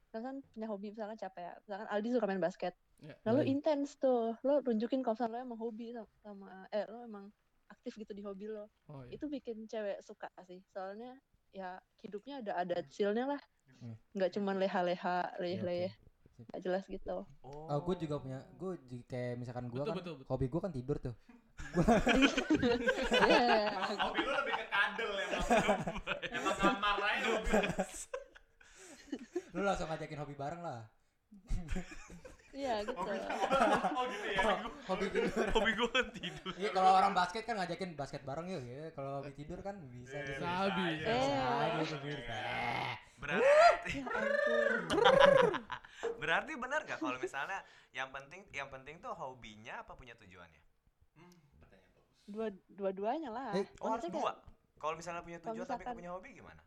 Speaker 12: misalkan punya hobi misalkan capek ya misalkan Aldi suka main basket
Speaker 1: Iya.
Speaker 12: lalu
Speaker 1: Hmm.
Speaker 12: intens tuh lo tunjukin kalau misalnya lo emang hobi sama, sama- eh lo emang aktif gitu di hobi lo
Speaker 1: Oh, iya.
Speaker 12: itu bikin cewek suka sih soalnya ya hidupnya ada ada chillnya lah
Speaker 1: Hmm.
Speaker 12: nggak cuman
Speaker 1: Iya,
Speaker 12: leha-leha leyeh-leyeh nggak jelas gitu
Speaker 3: Oh, gue juga punya, gue juga kayak misalkan gue
Speaker 12: Betul,
Speaker 3: kan,
Speaker 12: betul,
Speaker 3: hobi gue kan tidur tuh.
Speaker 2: Hobi lu lebih ke kadel emang. Emang kamar aja hobi lu.
Speaker 3: Lu langsung ngajakin hobi bareng lah.
Speaker 12: Iya gitu.
Speaker 2: Oh gitu ya.
Speaker 3: hobi tidur.
Speaker 13: Hobi gue kan tidur.
Speaker 3: Iya kalau orang basket kan ngajakin basket bareng yuk, ya. Kalau hobi tidur kan
Speaker 13: Iya,
Speaker 3: bisa. bisa.
Speaker 13: bisa aja.
Speaker 3: Bisa aja, bisa.
Speaker 4: Berarti
Speaker 12: Ya ampun.
Speaker 4: berarti benar gak kalau misalnya yang penting yang penting tuh hobinya apa punya tujuannya?
Speaker 12: dua dua-duanya lah
Speaker 4: Eh, oh, harus
Speaker 12: Maksudnya
Speaker 4: dua.
Speaker 12: kayak
Speaker 4: Kalau misalnya punya
Speaker 12: kalau
Speaker 4: tujuan tapi gak
Speaker 12: misalkan-
Speaker 4: punya hobi gimana?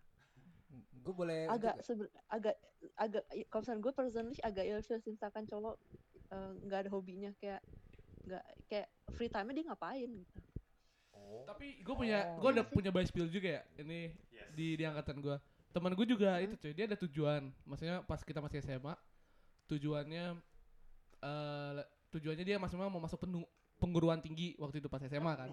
Speaker 3: Gue boleh
Speaker 12: agak
Speaker 4: gitu.
Speaker 12: sebe- agak agak kalau misalnya gue personally agak ilfil sih misalkan cowok eh, nggak ada hobinya kayak nggak kayak free time-nya dia ngapain gitu
Speaker 2: Oh.
Speaker 1: tapi gue punya
Speaker 3: Oh.
Speaker 1: gue udah punya bias pill juga ya ini di di angkatan gue teman gue juga
Speaker 3: Hmm.
Speaker 1: itu cuy dia ada tujuan maksudnya pas kita masih SMA tujuannya eh le- tujuannya dia maksudnya mau masuk penu- pengguruan tinggi waktu itu pas SMA kan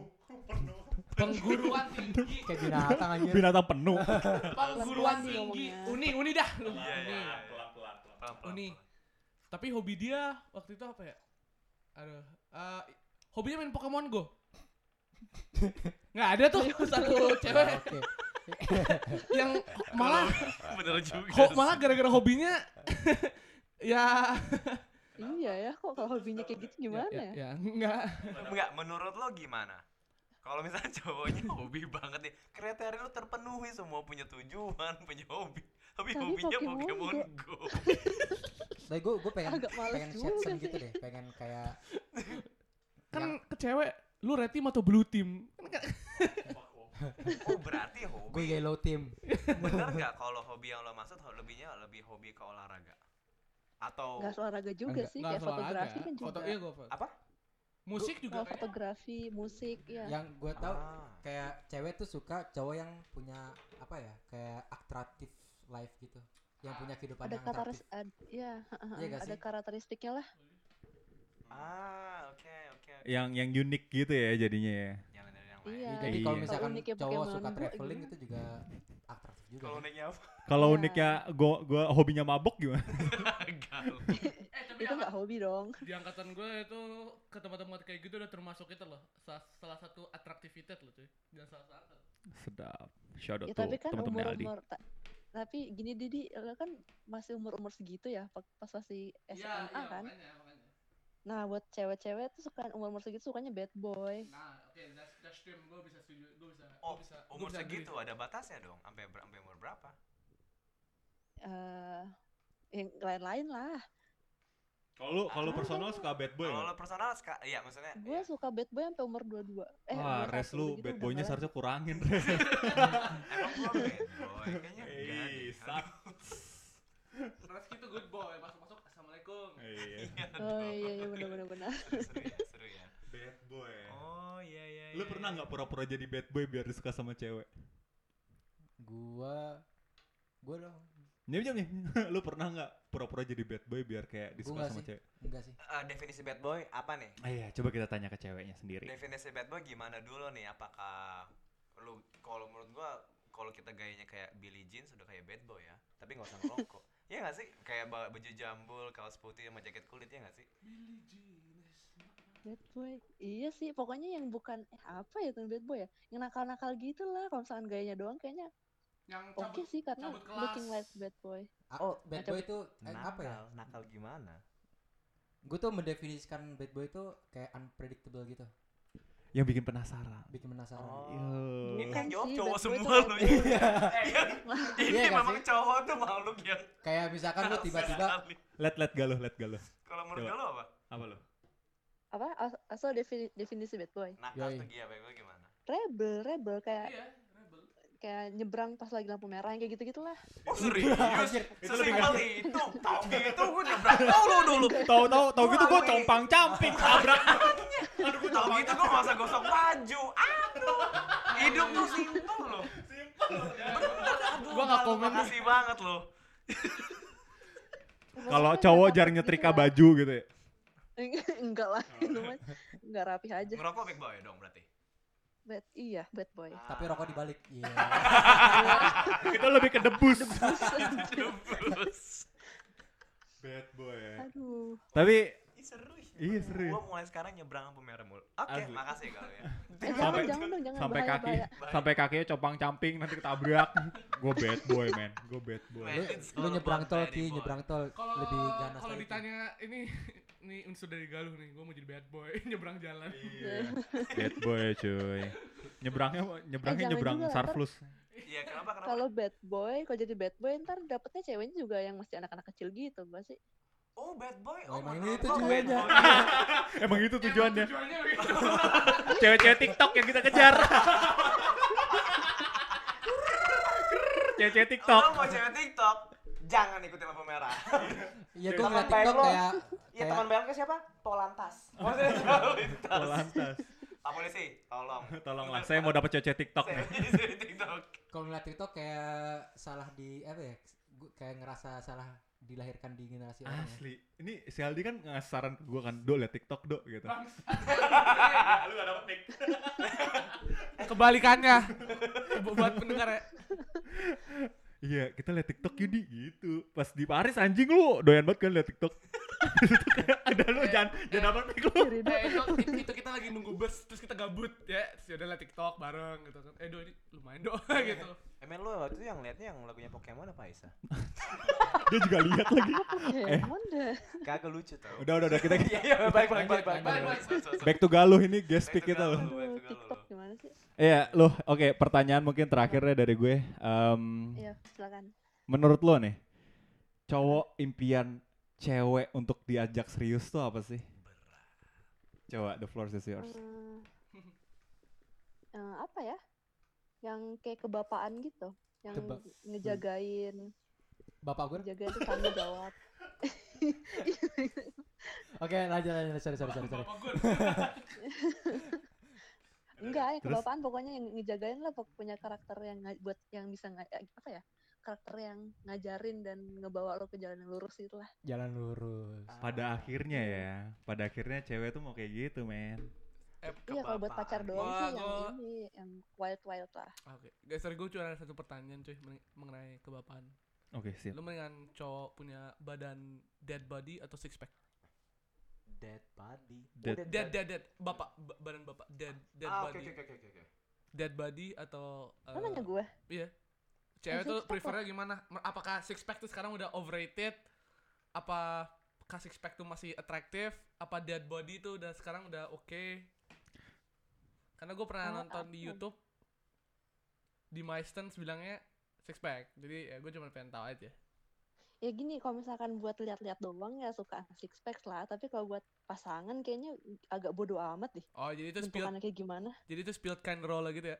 Speaker 1: pengguruan tinggi
Speaker 3: kayak binatang anjir.
Speaker 2: Binatang penuh.
Speaker 1: pengguruan
Speaker 2: Pelan-pelan sih
Speaker 1: tinggi
Speaker 2: ngomongnya.
Speaker 1: uni uni dah lu
Speaker 2: Iya,
Speaker 1: uni
Speaker 2: iya, pelan-pelan, pelan-pelan.
Speaker 1: uni tapi hobi dia waktu itu apa ya aduh eh, hobinya main Pokemon Go nggak ada tuh satu cewek yang malah
Speaker 13: Bener juga
Speaker 1: kok malah
Speaker 13: sih.
Speaker 1: gara-gara hobinya ya
Speaker 12: iya ya kok kalau hobinya kayak gitu gimana
Speaker 1: ya, ya enggak
Speaker 4: Enggak, menurut lo gimana? Kalau misalnya cowoknya hobi banget nih, kriteria lo terpenuhi semua punya tujuan, punya hobi. Tapi
Speaker 12: Tapi
Speaker 4: hobinya
Speaker 12: Pokemon
Speaker 4: Pokemon
Speaker 12: Go.
Speaker 4: Go.
Speaker 3: Tapi gue gue pengen
Speaker 12: Agak males
Speaker 3: pengen
Speaker 12: juga
Speaker 3: Shetson
Speaker 12: sih.
Speaker 3: gitu deh, pengen kayak
Speaker 1: kan ke cewek lu red team atau blue team
Speaker 4: Oh, berarti hobi.
Speaker 3: gue yellow team.
Speaker 4: Bener nggak kalau hobi yang lo maksud ho- lebihnya lebih hobi ke olahraga? Atau
Speaker 12: nggak olahraga juga
Speaker 4: Enggak-
Speaker 12: sih
Speaker 4: nggak
Speaker 12: kayak
Speaker 4: harus olahraga.
Speaker 12: fotografi kan juga
Speaker 4: Foto- iya, gua foto. Apa?
Speaker 1: Musik
Speaker 12: juga fotografi musik ya
Speaker 3: yang gue tahu
Speaker 4: Ah.
Speaker 3: kayak cewek tuh suka cowok yang punya apa ya kayak atraktif life gitu yang punya kehidupan
Speaker 12: ada
Speaker 3: yang
Speaker 12: karakteris
Speaker 3: atraktif
Speaker 12: ad, ya
Speaker 3: Iya nggak
Speaker 12: ada
Speaker 3: sih?
Speaker 12: karakteristiknya lah
Speaker 4: Ah, oke oke. oke.
Speaker 2: Yang yang unik gitu ya jadinya ya.
Speaker 12: iya
Speaker 3: jadi kalau
Speaker 2: Iya.
Speaker 3: misalkan
Speaker 12: uniknya
Speaker 3: Kan cowok
Speaker 12: Pokemon Oh,
Speaker 3: suka
Speaker 12: Go
Speaker 3: traveling
Speaker 12: gimana?
Speaker 3: itu juga atraktif juga
Speaker 4: Kalau uniknya apa?
Speaker 2: Kalau uniknya gua gua hobinya mabok gimana?
Speaker 1: Eh,
Speaker 12: itu nggak hobi dong
Speaker 1: di angkatan gue itu ke tempat-tempat kayak gitu udah termasuk itu loh sa- salah satu atraktivitas loh cuy dan salah satu
Speaker 2: Sedap. Shout out
Speaker 12: ya
Speaker 2: tuh
Speaker 12: E tapi kan
Speaker 2: temen-temennya
Speaker 12: umur
Speaker 2: Aldi.
Speaker 12: umur tapi gini Didi lo kan masih umur umur segitu ya pa- pas masih
Speaker 1: Iya,
Speaker 12: SMA kan nah buat cewek-cewek tuh suka umur umur segitu sukanya bad boy
Speaker 1: nah oke that's that's dream gue bisa setuju gue bisa
Speaker 4: Oh,
Speaker 1: gue bisa gua
Speaker 4: umur
Speaker 1: bisa agree.
Speaker 4: segitu ada batasnya dong. Sampai ber- sampai umur berapa?
Speaker 12: eh yang lain-lain lah
Speaker 2: Kalau lu- kalau
Speaker 12: Ah.
Speaker 2: personal suka bad boy.
Speaker 4: Kalau
Speaker 2: nggak?
Speaker 4: lo personal ska- ya
Speaker 1: Iya,
Speaker 4: maksudnya
Speaker 12: gue suka bad boy sampai umur 22 eh
Speaker 2: Wah,
Speaker 12: 21,
Speaker 2: res lu
Speaker 12: gitu
Speaker 2: bad
Speaker 12: udah
Speaker 2: boy-nya
Speaker 12: nggak
Speaker 2: seharusnya kurangin.
Speaker 7: iya,
Speaker 4: emang gua bad boy kayaknya enggak
Speaker 2: Ih,
Speaker 4: deh.
Speaker 2: sak.
Speaker 1: Terus gitu good boy masuk-masuk assalamualaikum
Speaker 2: Iya.
Speaker 12: lagi. oh iya iya benar benar benar
Speaker 4: Seru ya, seru ya.
Speaker 2: Bad boy.
Speaker 4: Oh iya iya.
Speaker 2: Lu
Speaker 4: iya,
Speaker 2: pernah
Speaker 4: iya.
Speaker 2: nggak pura-pura jadi bad boy biar disuka sama cewek?
Speaker 3: gue gue dong
Speaker 2: Nyam nyam nyam. Lu pernah nggak pura-pura jadi bad boy biar kayak
Speaker 3: gue
Speaker 2: disuka
Speaker 3: nggak
Speaker 2: sama
Speaker 3: sih
Speaker 2: cewek?
Speaker 3: enggak sih
Speaker 4: Eh, definisi bad boy apa nih?
Speaker 2: Ah, Iya, coba kita tanya ke ceweknya sendiri.
Speaker 4: Definisi bad boy gimana dulu nih? Apakah lu kalau menurut gua kalau kita gayanya kayak Billie Jean sudah kayak bad boy ya, tapi nggak usah ngerokok. Iya nggak sih? Kayak ba- baju jambul, kaos putih sama jaket kulit ya nggak sih?
Speaker 12: bad boy iya sih pokoknya yang bukan eh, apa ya tuh bad boy ya yang nakal-nakal gitu lah kalau misalkan gayanya doang kayaknya
Speaker 1: yang
Speaker 12: oke
Speaker 1: cabut-
Speaker 12: sih karena
Speaker 1: cabut kelas.
Speaker 12: looking like bad boy
Speaker 3: oh bad
Speaker 12: Macam-
Speaker 3: boy itu eh, apa ya
Speaker 4: Nakal, nakal gimana?
Speaker 3: gue tuh mendefinisikan bad boy itu kayak unpredictable gitu
Speaker 2: Yang bikin penasaran.
Speaker 3: bikin penasaran
Speaker 2: Iya. Yo.
Speaker 4: Oh. Ini yang jawab
Speaker 12: Iya sih,
Speaker 4: cowok
Speaker 12: bad boy
Speaker 4: semua
Speaker 12: tuh
Speaker 4: loh.
Speaker 12: bad boy.
Speaker 4: Ini
Speaker 3: Iya nggak
Speaker 4: memang cowok tuh makhluk ya. yang
Speaker 3: kayak misalkan lu tiba-tiba
Speaker 4: sekali.
Speaker 2: Let let galuh, let galuh.
Speaker 4: Kalau menurut
Speaker 2: Coba.
Speaker 4: lo apa?
Speaker 2: Apa lu?
Speaker 12: apa As- asal defini- definisi bad boy
Speaker 4: Nakal
Speaker 3: Yoi.
Speaker 4: tuh gimana? Bad boy gimana?
Speaker 12: rebel rebel kayak
Speaker 1: iya rebel
Speaker 12: kayak nyebrang pas lagi lampu merah yang kayak gitu gitulah
Speaker 4: Oh serius?
Speaker 3: Anjir,
Speaker 2: Iya. itu lebih
Speaker 4: Sesimpel itu? Tau gitu gue nabrak tau lo dulu
Speaker 2: Tahu tahu tahu gitu gua
Speaker 4: Wah, weh.
Speaker 2: compang camping tabrak. Aduh, gua
Speaker 4: Tau gitu gue masa gosok baju Aduh Hidup tuh simpel loh Simpel
Speaker 1: Gua nggak komen.
Speaker 4: Makasih banget loh
Speaker 2: Kalau cowok jarang nyetrika baju gitu ya.
Speaker 12: enggak lah itu mah enggak rapih aja
Speaker 4: Oh. Ngerokok big boy dong berarti. Ah.
Speaker 12: bad iya bad boy
Speaker 3: Tapi rokok dibalik. Iya.
Speaker 2: Kita lebih ke debus.
Speaker 4: Debus.
Speaker 2: Bad boy ya.
Speaker 12: Aduh.
Speaker 2: Tapi
Speaker 4: Ih, seru ya.
Speaker 2: Iya, seru ya.
Speaker 4: Gua mulai sekarang nyebrang apa merah mulu. Oke,
Speaker 2: Asli.
Speaker 4: makasih kalau ya.
Speaker 12: Eh, jangan, jangan dong, jangan.
Speaker 2: sampai
Speaker 12: Bahaya,
Speaker 2: kaki
Speaker 4: bahaya.
Speaker 2: sampai kakinya copang camping nanti ketabrak gue bad boy man gue bad boy
Speaker 3: Lu, lu nyebrang tol ki, nyebrang tol
Speaker 1: Kalau
Speaker 3: lebih ganas
Speaker 1: Eh, kalau
Speaker 3: lagi.
Speaker 1: ditanya ini ini unsur dari Galuh nih, gue mau jadi bad boy nyebrang jalan.
Speaker 2: Iya. bad boy cuy nyebrangnya nyebrangnya
Speaker 12: Eh, jangan
Speaker 2: nyebrang
Speaker 12: juga, ntar-
Speaker 2: sarflus
Speaker 4: Iya, kenapa kenapa?
Speaker 12: kalau bad boy kalau jadi bad boy ntar dapetnya ceweknya juga yang masih anak-anak kecil gitu gak sih
Speaker 4: Oh, bad boy.
Speaker 3: Oh, emang
Speaker 4: menurut
Speaker 3: itu
Speaker 4: gua bad
Speaker 3: tujuannya.
Speaker 4: boy.
Speaker 2: emang itu tujuannya
Speaker 1: Tujuannya begitu.
Speaker 2: cewek-cewek tiktok yang kita kejar cewek-cewek tiktok
Speaker 4: Kalau mau cewek TikTok, jangan ikutin lampu merah.
Speaker 3: Iya gua
Speaker 4: Teman
Speaker 3: ngeliat
Speaker 4: baik
Speaker 3: TikTok
Speaker 4: lo.
Speaker 3: kayak
Speaker 4: Iya,
Speaker 3: kayak
Speaker 4: teman bayang ke siapa? Polantas. Maksudnya lalu lintas.
Speaker 2: lantas
Speaker 4: Pak polisi, tolong.
Speaker 2: tolonglah saya mau dapat cewek-cewek tiktok
Speaker 4: Saya
Speaker 2: nih
Speaker 4: jadi cewek TikTok.
Speaker 3: kalau ngeliat TikTok kayak salah di apa ya? gua kayak ngerasa salah dilahirkan di generasi orang. ya.
Speaker 2: asli ini si Aldi kan ngasih saran ke gue kan do liat tiktok do gitu
Speaker 4: Lu gak dapet nih.
Speaker 1: Kebalikannya. Bu- Buat pendengar ya.
Speaker 2: Iya, kita liat TikTok yuk di gitu. Pas di Paris anjing lu doyan banget kan liat Tiktok. Itu kayak ada lu jangan jangan apa nih lu.
Speaker 12: Ridho
Speaker 1: Eh, itu, itu, itu kita lagi nunggu bus terus kita gabut ya. Sudah lah TikTok bareng gitu kan. Eh, do ini lumayan do gitu.
Speaker 4: Emang lu Eh, waktu itu yang liatnya yang lagunya Pokemon apa Aisyah?
Speaker 2: Dia juga lihat lagi. Eh.
Speaker 12: Pokemon deh
Speaker 4: Kagak lucu tau.
Speaker 2: Udah udah udah kita
Speaker 4: Iya, iya, baik, baik, baik, baik, baik,
Speaker 1: Baik, baik.
Speaker 4: baik.
Speaker 2: back to Galuh ini guest pick kita loh.
Speaker 4: Lu
Speaker 12: Aduh,
Speaker 4: baik, lu, lu,
Speaker 12: TikTok
Speaker 4: lu.
Speaker 12: gimana sih
Speaker 2: Iya, lu. Oke, pertanyaan mungkin terakhirnya dari gue. Em,
Speaker 12: iya silakan
Speaker 2: menurut lo nih, cowok impian cewek untuk diajak serius tuh apa sih? Coba the floor is yours.
Speaker 12: Eh, eh, apa ya yang kayak kebapaan gitu yang
Speaker 3: Keba-
Speaker 12: ngejagain
Speaker 3: Bapak gue.
Speaker 12: ngejagain tuh tanggung jawab
Speaker 3: Oke, lanjut lanjut. Sorry sorry sorry sorry.
Speaker 12: enggak yang
Speaker 2: Terus?
Speaker 12: kebapaan pokoknya yang ngejagain lah pok- punya karakter yang nga- buat yang bisa nga- eh, apa ya karakter yang ngajarin dan ngebawa lo ke jalan yang lurus gitu lah
Speaker 3: Jalan lurus.
Speaker 2: Pada akhirnya ya, pada akhirnya cewek tuh mau kayak gitu, men.
Speaker 12: iya kalau buat pacar doang
Speaker 1: Wah,
Speaker 12: sih yang
Speaker 1: gua-
Speaker 12: ini yang wild wild lah
Speaker 1: Oke, guys, sorry gue cuma ada satu pertanyaan cuy men- mengenai kebapaan.
Speaker 2: Oke, sip.
Speaker 1: Lu mendingan cowok punya badan dead body atau six pack?
Speaker 4: Dead body.
Speaker 2: Dead-
Speaker 4: Oh,
Speaker 1: Dead, dead, dead. Bapak, ba- badan bapak. Dead, dead
Speaker 4: Ah, oke,
Speaker 1: body.
Speaker 4: oke, oke, oke, oke.
Speaker 1: Dead body atau
Speaker 12: lo
Speaker 1: eh,
Speaker 12: nanya gue
Speaker 1: Iya. Cewek
Speaker 12: six
Speaker 1: tuh
Speaker 12: pack
Speaker 1: prefernya gimana? Mer- Apakah six pack tuh sekarang udah overrated? Apa kah six pack tuh masih atraktif? Apa dead body tuh udah sekarang udah oke? Karena gue pernah
Speaker 12: Ah,
Speaker 1: nonton di
Speaker 12: apa?
Speaker 1: YouTube di MyStance bilangnya six pack. Jadi ya gue cuma pengen tahu aja.
Speaker 12: ya gini kalau misalkan buat lihat-lihat doang ya suka six pack lah tapi kalau buat pasangan kayaknya agak bodoh amat deh
Speaker 1: Oh, jadi itu spilled,
Speaker 12: bentukannya kayak gimana
Speaker 1: jadi itu spilled kind roller gitu ya.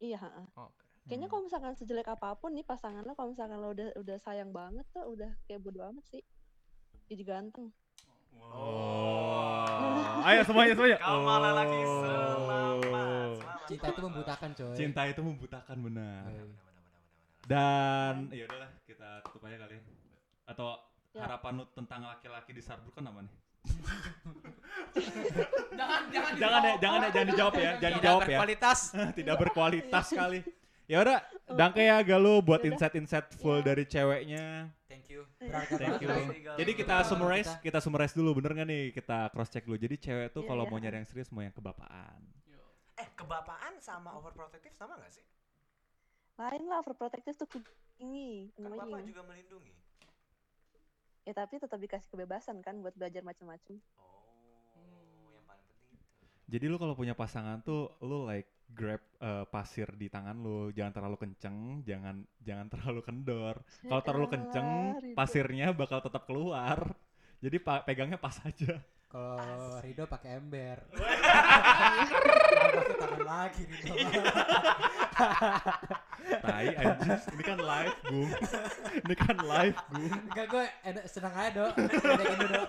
Speaker 12: iya ha-ha.
Speaker 1: Oh, Oke.
Speaker 12: kayaknya kalau misalkan sejelek apapun nih pasangan lo kalau misalkan lo udah udah sayang banget tuh udah kayak bodoh amat sih jadi ganteng
Speaker 2: Oh. Ayo semuanya semuanya.
Speaker 4: Kamal lelaki
Speaker 2: Oh.
Speaker 4: selamat. Selamat.
Speaker 3: Cinta itu membutakan coy.
Speaker 2: Cinta itu membutakan benar.
Speaker 3: Iya.
Speaker 2: Dan ya udahlah kita tutup aja kali. ya. Atau
Speaker 12: Ya.
Speaker 2: harapan lu tentang laki-laki di Sarburkan apa nih?
Speaker 1: Jangan jangan
Speaker 2: Jangan ya, jangan ya, jangan dijawab ya, jangan dijawab ya.
Speaker 4: Kualitas.
Speaker 2: Tidak berkualitas
Speaker 12: Iya.
Speaker 2: kali. Ya udah, dangke ya Galuh buat
Speaker 12: Yaudah.
Speaker 2: insight-insight full
Speaker 12: Ya.
Speaker 2: dari ceweknya.
Speaker 3: Thank you. Berharga
Speaker 2: Thank
Speaker 3: banget.
Speaker 2: you.
Speaker 3: Bang.
Speaker 2: Jadi kita
Speaker 3: Kita-
Speaker 12: Iya.
Speaker 2: summarize, kita summarize dulu bener gak nih? Kita cross check dulu. Jadi cewek tuh
Speaker 12: Iya,
Speaker 2: kalau
Speaker 12: iya.
Speaker 2: mau nyari yang serius mau yang kebapaan.
Speaker 4: Eh, kebapaan sama overprotective sama gak sih?
Speaker 12: lain lah overprotective tuh ke- ini
Speaker 4: Kan
Speaker 12: namanya
Speaker 4: bapak
Speaker 12: ini.
Speaker 4: juga melindungi.
Speaker 12: ya tapi tetap dikasih kebebasan kan buat belajar macam-macam
Speaker 4: Oh, yang paling penting itu.
Speaker 2: Jadi lu kalau punya pasangan tuh lu like grab eh, pasir di tangan lu, jangan terlalu kenceng, jangan jangan terlalu kendor. Kalau terlalu kenceng, pasirnya bakal tetap keluar. Jadi pa- pegangnya pas aja.
Speaker 3: Kalau Rido pakai ember. Pakai tangan lagi Rido.
Speaker 2: Tai anjing, ini kan live, Bung. Ini kan live, Bung.
Speaker 3: Enggak gue enak senang aja dok. Ada gini dok.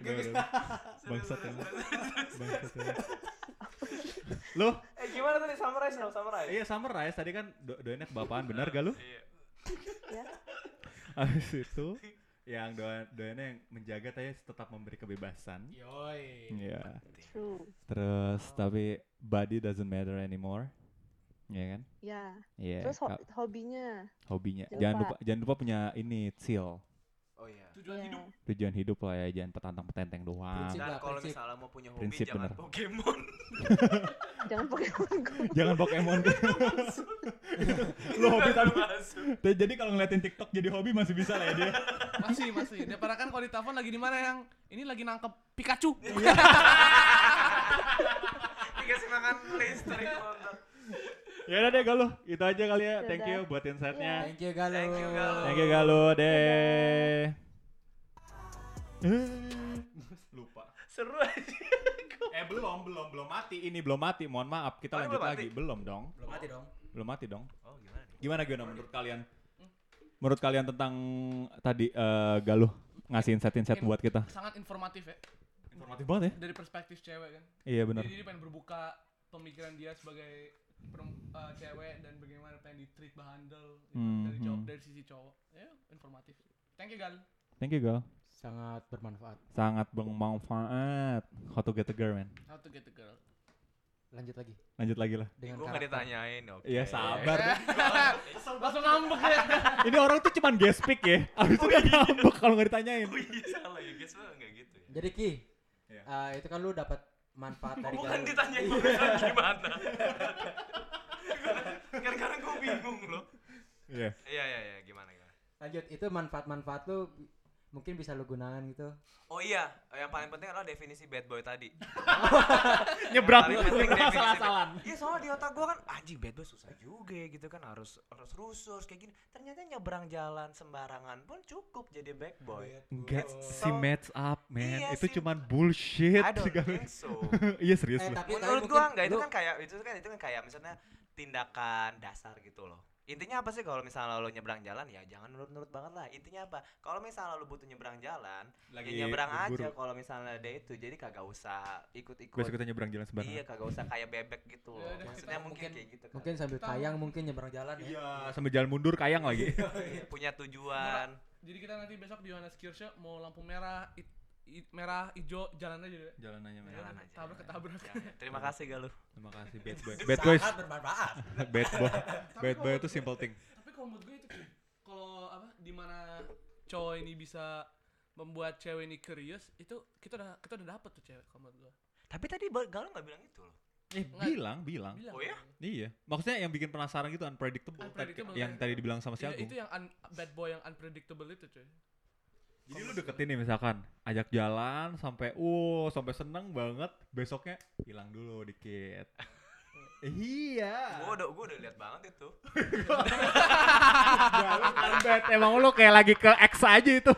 Speaker 2: Udah, udah, udah. Bangsat emang. Bangsat emang. Lu,
Speaker 4: Eh, gimana tadi summarize dong, summarize.
Speaker 2: iya summarize tadi kan do doinnya kebapaan, benar gak lu?
Speaker 4: Iya.
Speaker 12: Ya.
Speaker 2: Habis itu yang doa doanya yang menjaga tadi tetap memberi kebebasan.
Speaker 3: Yoi.
Speaker 2: Iya.
Speaker 12: True.
Speaker 2: Terus tapi body doesn't matter anymore. Iya kan?
Speaker 12: Ya.
Speaker 2: Iya.
Speaker 12: Terus ho-
Speaker 2: ka-
Speaker 12: hobinya.
Speaker 2: hobinya. Jangan lupa jangan lupa punya ini chill.
Speaker 3: Oh iya.
Speaker 12: Tujuan hidup.
Speaker 2: Tujuan hidup lah ya, jangan petantang petenteng doang.
Speaker 4: Prinsip Dan lah, kalau prinsip. misalnya mau punya hobi,
Speaker 2: Prinsip
Speaker 4: jangan
Speaker 2: bener.
Speaker 4: Pokemon.
Speaker 12: Jangan Pokemon Go.
Speaker 2: jangan Pokemon. Lo hobi tapi. Tuh, Jadi kalau ngeliatin TikTok jadi hobi masih bisa lah ya dia.
Speaker 1: masih masih daripada kan kalau ditelepon lagi di mana yang ini lagi nangkep Pikachu
Speaker 4: Iya. dikasih makan listrik nonton
Speaker 2: ya udah deh Galuh, itu aja kali ya. Thank
Speaker 4: Dadah.
Speaker 2: you buat insight-nya.
Speaker 4: Iya. Thank you, Galuh. Thank you, Galuh.
Speaker 2: Thank you Galuh deh. Lupa.
Speaker 4: seru aja
Speaker 2: eh belum belum belum mati ini belum mati mohon maaf kita
Speaker 4: Oh,
Speaker 2: lanjut
Speaker 4: ini belum
Speaker 2: lagi
Speaker 4: mati?
Speaker 2: belum dong
Speaker 3: Belum mati dong.
Speaker 2: belum mati dong
Speaker 4: Oh, gimana
Speaker 2: gimana gimana menurut kalian menurut kalian tentang tadi eh, Galuh ngasih insight insight
Speaker 1: Em-
Speaker 2: buat kita
Speaker 1: sangat informatif ya
Speaker 2: Informatif banget ya.
Speaker 1: dari perspektif cewek kan
Speaker 2: Iya, benar.
Speaker 1: jadi dia pengen berbuka pemikiran dia sebagai perem- eh, cewek dan bagaimana pengen di treat handle gitu,
Speaker 2: Hmm,
Speaker 1: dari jawab
Speaker 2: hmm.
Speaker 1: dari sisi cowok ya informatif thank you gal
Speaker 2: thank you Gal
Speaker 3: Sangat bermanfaat.
Speaker 2: sangat bermanfaat how to get a girl man
Speaker 1: how to get the girl
Speaker 3: Lanjut lagi.
Speaker 2: lanjut lagi lah
Speaker 3: Dengan
Speaker 4: Gua nggak ditanyain, oke.
Speaker 2: iya sabar
Speaker 1: langsung ngambek ya
Speaker 2: ini orang tuh cuman guest pick ya abis itu dia ngambek kalau nggak ditanyain Iya.
Speaker 4: iya. oh iya salah ya guys mah nggak gitu ya Oh,
Speaker 3: Jadi Ki, eh, itu kan lu dapat manfaat dari
Speaker 4: bukan
Speaker 3: Galuh.
Speaker 4: ditanyain barusan gimana karena gue bingung loh
Speaker 2: Iya.
Speaker 4: iya iya iya gimana gimana
Speaker 3: Lanjut, itu manfaat-manfaat lu bi- mungkin bisa lu gunakan gitu.
Speaker 4: Oh iya, yang paling penting adalah definisi bad boy tadi.
Speaker 2: Nyebrang,
Speaker 4: Yang paling penting
Speaker 2: nyebrang
Speaker 4: definisi bad-
Speaker 2: salah-salahan.
Speaker 4: Iya soalnya di otak gua kan anjing bad boy susah juga ya gitu kan harus harus rusus kayak gini. Ternyata nyebrang jalan sembarangan pun cukup jadi bad boy.
Speaker 2: Enggak,
Speaker 4: It's
Speaker 2: si
Speaker 4: so-
Speaker 2: match up, man.
Speaker 4: Oh. Iya,
Speaker 2: itu
Speaker 4: si-
Speaker 2: cuman bullshit.
Speaker 4: I don't
Speaker 2: segala-
Speaker 4: think so.
Speaker 2: iya serius
Speaker 4: Eh,
Speaker 2: loh.
Speaker 4: tapi menurut gua enggak itu kan kayak itu kan itu kan kayak misalnya tindakan dasar gitu loh. Intinya apa sih kalau misalnya lo nyebrang jalan ya jangan nurut-nurut banget lah. Intinya apa? Kalau misalnya lo butuh nyebrang jalan,
Speaker 2: Lagi
Speaker 4: ya nyebrang aja
Speaker 2: buru-buru.
Speaker 4: kalau misalnya ada itu. Jadi kagak usah ikut-ikut.
Speaker 2: Gua suka nyebrang jalan sembarangan.
Speaker 4: Iya, kagak usah kayak bebek gitu. loh. Maksudnya mungkin, kayak gitu kan.
Speaker 3: Mungkin sambil kayang mungkin nyebrang jalan ya. Iya,
Speaker 2: sambil jalan mundur kayang lagi.
Speaker 4: Iya, punya tujuan.
Speaker 1: jadi kita nanti besok di Yohanes Kirche mau lampu merah it- it- merah hijau jalan aja deh.
Speaker 2: Jalan aja,
Speaker 4: men. Jalan aja.
Speaker 1: tabrak ketabrak
Speaker 4: Terima kasih Galuh.
Speaker 2: Terima kasih bad boy. Bad boys. bad boy. Bad boy itu simple thing.
Speaker 4: gitu.
Speaker 1: tapi kalau menurut gue itu Ki, kalau apa di mana cowok ini bisa membuat cewek ini curious itu kita udah kita udah dapet tuh cewek kalau menurut gue
Speaker 4: Tapi tadi Galuh nggak bilang itu loh.
Speaker 2: Eh, bilang, bilang.
Speaker 1: bilang.
Speaker 4: Oh ya?
Speaker 2: Iya. Maksudnya yang bikin penasaran gitu unpredictable. Tadi-
Speaker 1: Unpredictable
Speaker 2: yang
Speaker 1: kan?
Speaker 2: tadi dibilang sama si
Speaker 1: Iya,
Speaker 2: Agung.
Speaker 1: itu yang un- bad boy yang unpredictable itu cuy
Speaker 2: Jadi lu deketin nih misalkan, ajak jalan sampai uh sampai seneng banget, besoknya hilang dulu dikit. iya.
Speaker 4: Gua udah gua udah lihat banget itu.
Speaker 2: Bad, emang lu kayak lagi ke X aja itu.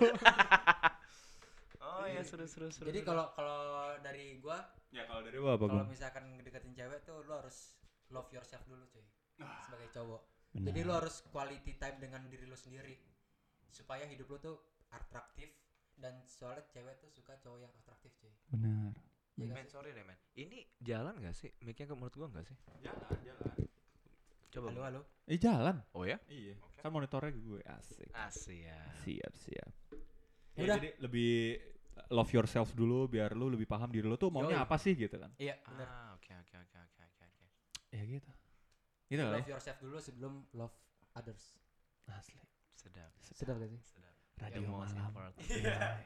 Speaker 4: Oh iya, seru seru seru.
Speaker 3: Jadi
Speaker 4: seru.
Speaker 3: kalau kalau dari gua
Speaker 2: Ya, kalau dari gua apa,
Speaker 3: Kalau
Speaker 2: Gung?
Speaker 3: misalkan ngedeketin cewek tuh lu harus love yourself dulu, cuy. Sebagai cowok.
Speaker 2: Benar.
Speaker 3: Jadi lu harus quality time dengan diri lu sendiri supaya hidup lu tuh atraktif dan soalnya cewek tuh suka cowok yang atraktif, cuy. Iya
Speaker 2: Benar.
Speaker 4: men sorry deh men. Ini jalan gak sih? Mic-nya ke menurut gua gak sih?
Speaker 2: Jalan, jalan.
Speaker 4: Coba.
Speaker 3: Halo, halo.
Speaker 2: Eh jalan.
Speaker 4: Oh ya?
Speaker 2: Iya. Kan monitornya gue asik.
Speaker 4: Asik ya.
Speaker 2: Siap, siap. Ya,
Speaker 3: Udah.
Speaker 2: jadi lebih love yourself dulu biar lu lebih paham diri lu tuh maunya
Speaker 3: Yoi.
Speaker 2: apa sih gitu kan.
Speaker 3: Iya, benar.
Speaker 4: Ah, oke oke oke oke oke oke.
Speaker 2: Ya gitu. Gitu
Speaker 3: love
Speaker 2: lah ya.
Speaker 3: yourself dulu sebelum love others.
Speaker 2: Asli.
Speaker 4: Sedap.
Speaker 3: Sedap gak sih?
Speaker 4: Sedap.
Speaker 2: Radio
Speaker 4: Ya, mau
Speaker 2: Malam.
Speaker 4: lapar.
Speaker 2: Iya.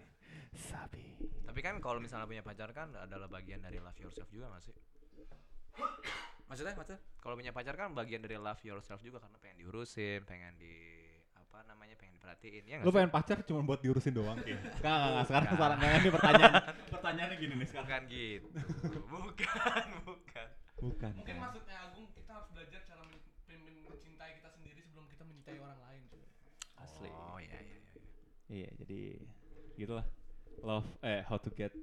Speaker 2: Sabi.
Speaker 4: Tapi kan kalau misalnya punya pacar kan adalah bagian dari love yourself juga gak sih?
Speaker 3: Maksudnya, maksudnya?
Speaker 4: Kalau punya pacar kan bagian dari love yourself juga karena pengen diurusin, pengen di apa namanya pengen diperhatiin ya nggak
Speaker 2: Lu
Speaker 4: sih?
Speaker 2: pengen pacar cuma buat diurusin doang kayak. Enggak, enggak, enggak. Sekarang
Speaker 4: Iya. Bukan.
Speaker 2: sekarang enggak ini pertanyaan. Pertanyaannya gini nih sekarang.
Speaker 4: Bukan gitu. Bukan, bukan.
Speaker 2: Bukan. kan?
Speaker 1: mungkin maksudnya Agung kita harus belajar cara men- men- mencintai kita sendiri sebelum kita mencintai orang lain cuy
Speaker 2: Asli.
Speaker 4: Oh iya iya. iya.
Speaker 2: Iya, jadi gitulah. Love eh how to get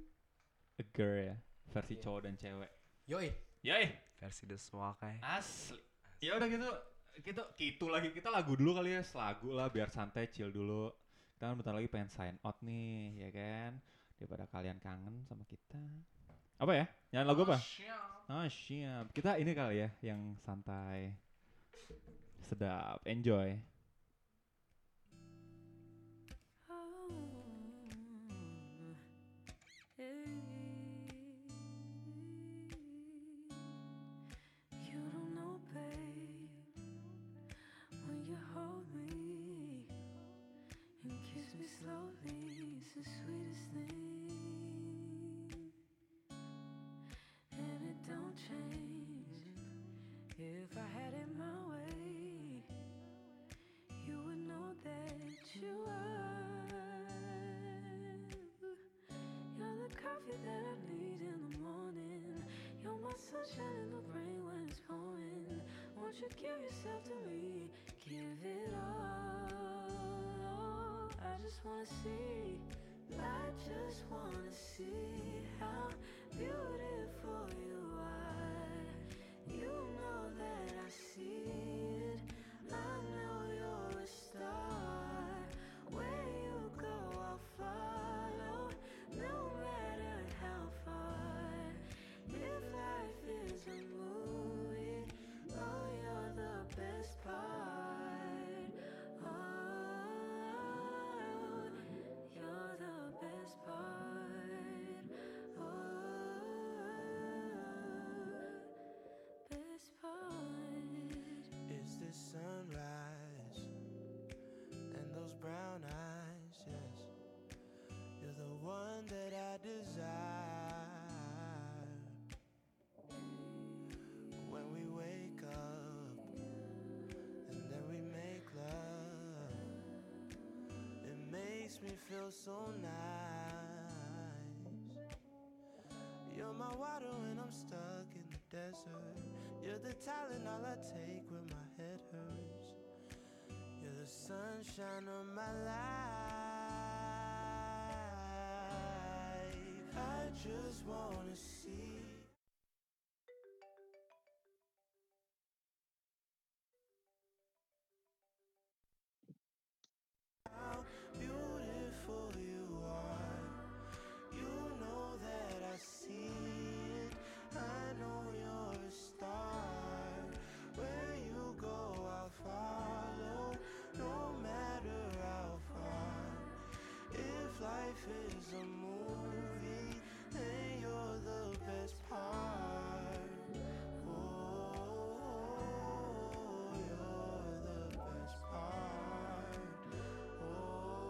Speaker 2: a girl ya. Versi cowok dan cewek.
Speaker 3: Yoi.
Speaker 2: Yoi.
Speaker 4: Versi The eh. Swalkai.
Speaker 2: Asli. Ya udah gitu gitu gitu lagi kita lagu dulu kali ya, lagu lah biar santai chill dulu. Kita kan bentar lagi pengen sign out nih, ya kan? Daripada kalian kangen sama kita. Apa ya? Nyanyi lagu
Speaker 7: Oh,
Speaker 2: apa? Ah, siap. Kita ini kali ya yang santai. Sedap, enjoy.
Speaker 14: is the sweetest thing, and it don't change. If I had it my way, you would know that you are. You're the coffee that I need in the morning. You're my sunshine in the rain when it's pouring. Won't you give yourself to me? Give it all. I just wanna see. I just wanna see how beautiful you are. You know that I see it. I know you're a star. Where you go, I'll follow. No matter how far. If life is a movie, oh, you're the best part. Oh, you're the best part. Oh, best part.
Speaker 15: It's the sunrise and those brown eyes, yes. You're the one that I desire. When we wake up and then we make love, it makes me feel so nice. You're my water when I'm stuck in the desert. You're the talent all I take when my head hurts. You're the sunshine of my life. I just wanna see. how beautiful you are. You know that I see it. I know you're a star. Where you go, I'll follow. No matter how far. If life is a movie, then you're the best part. Oh, you're the best part. Oh,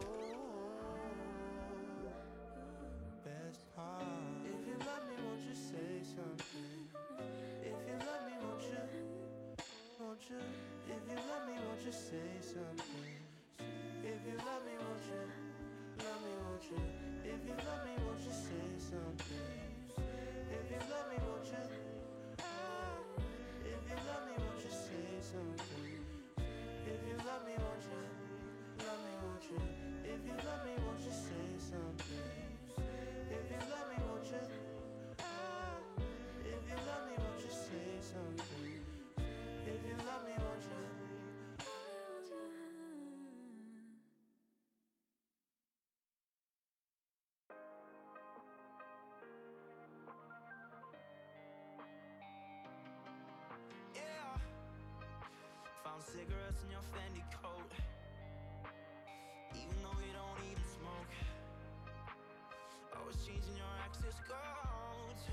Speaker 15: best part. If you love me, won't you say something? If you love me, won't you? Won't you? If you love me, won't you say something? If you love me, won't you? Love me, won't you? If you love me, won't you say something? If you love me, won't you? If you love me, won't you say something? If you love me, won't you? Love me, won't you? If you love me, won't you say something? If you love me, won't you? If you love me, won't you say something? If you love me, won't you?
Speaker 10: Yeah. Found cigarettes in your Fendi coat. Even though you don't even smoke. Always changing your access codes.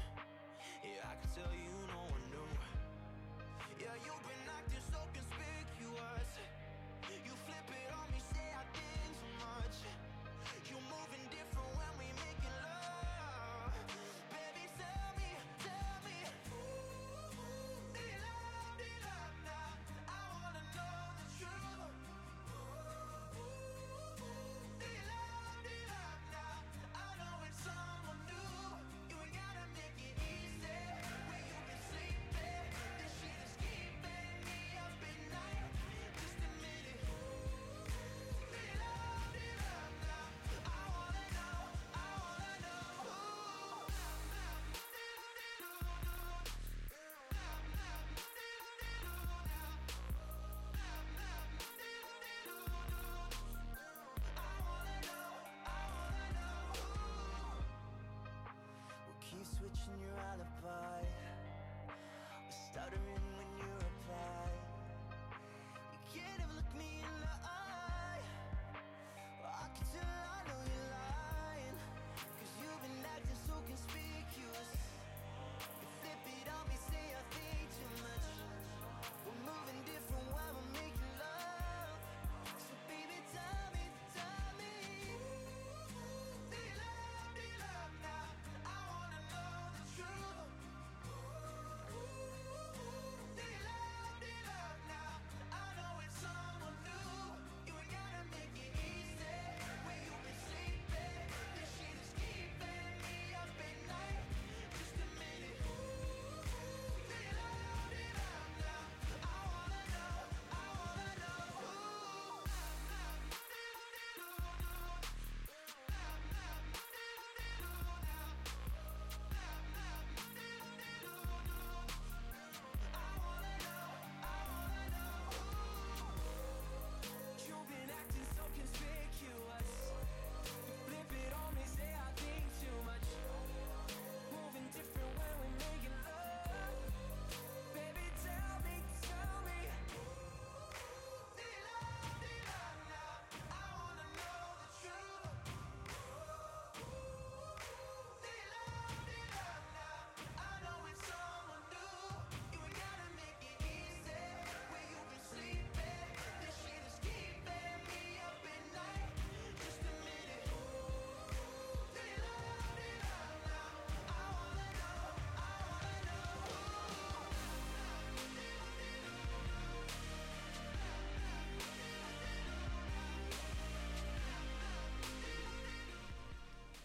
Speaker 10: Yeah, I can tell you no one knew. Yeah, you've been acting so conspicuous. You flip it on me, say I think too much. You're moving different when we making love. Baby, tell me, tell me. Ooh, do you love, do you love now? I wanna know the truth.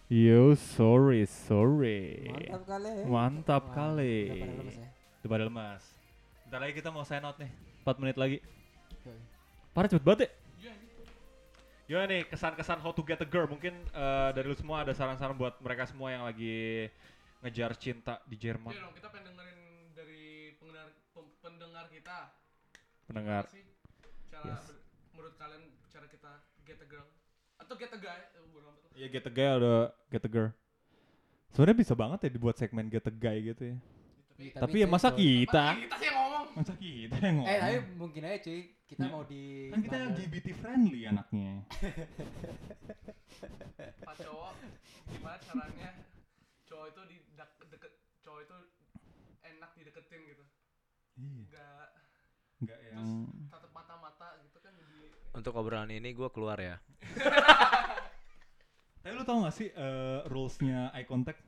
Speaker 2: Yo, sorry, sorry.
Speaker 7: Mantap kali.
Speaker 2: Mantap
Speaker 7: Wah,
Speaker 2: kali.
Speaker 7: udah pada lemes ya.
Speaker 2: Udah pada lemes. Bentar lagi kita mau sign out nih. 4 menit lagi. Parah cepet banget ya. Gimana nih kesan-kesan how to get a girl? Mungkin eh, dari lu semua ada saran-saran buat mereka semua yang lagi ngejar cinta di Jerman.
Speaker 1: Iya dong, kita pengen dengerin dari pendengar, pem- pendengar kita.
Speaker 2: Pendengar.
Speaker 1: Apa sih Cara
Speaker 2: Yes.
Speaker 1: ber- menurut kalian cara kita get a girl atau get a guy? Eh, bodo amat.
Speaker 2: Iya get a guy ada get a girl. Sebenarnya bisa banget ya dibuat segmen get a guy gitu ya. Tapi,
Speaker 7: tapi
Speaker 2: ya
Speaker 7: itu
Speaker 2: masa
Speaker 7: itu-
Speaker 2: kita?
Speaker 7: Masa kita sih yang ngomong?
Speaker 2: Masa kita yang ngomong?
Speaker 3: Eh, tapi mungkin aja cuy, kita mau di
Speaker 2: Kan kita LGBT friendly ya, anaknya.
Speaker 1: Pak cowok, gimana caranya cowok itu di dak- deket cowok itu enak dideketin gitu.
Speaker 2: Iya.
Speaker 1: Gak
Speaker 2: Enggak yang
Speaker 1: tatap mata-mata gitu kan jadi
Speaker 4: Untuk obrolan ini gue keluar ya.
Speaker 2: Tapi lu tau gak sih eh, rules-nya eye contact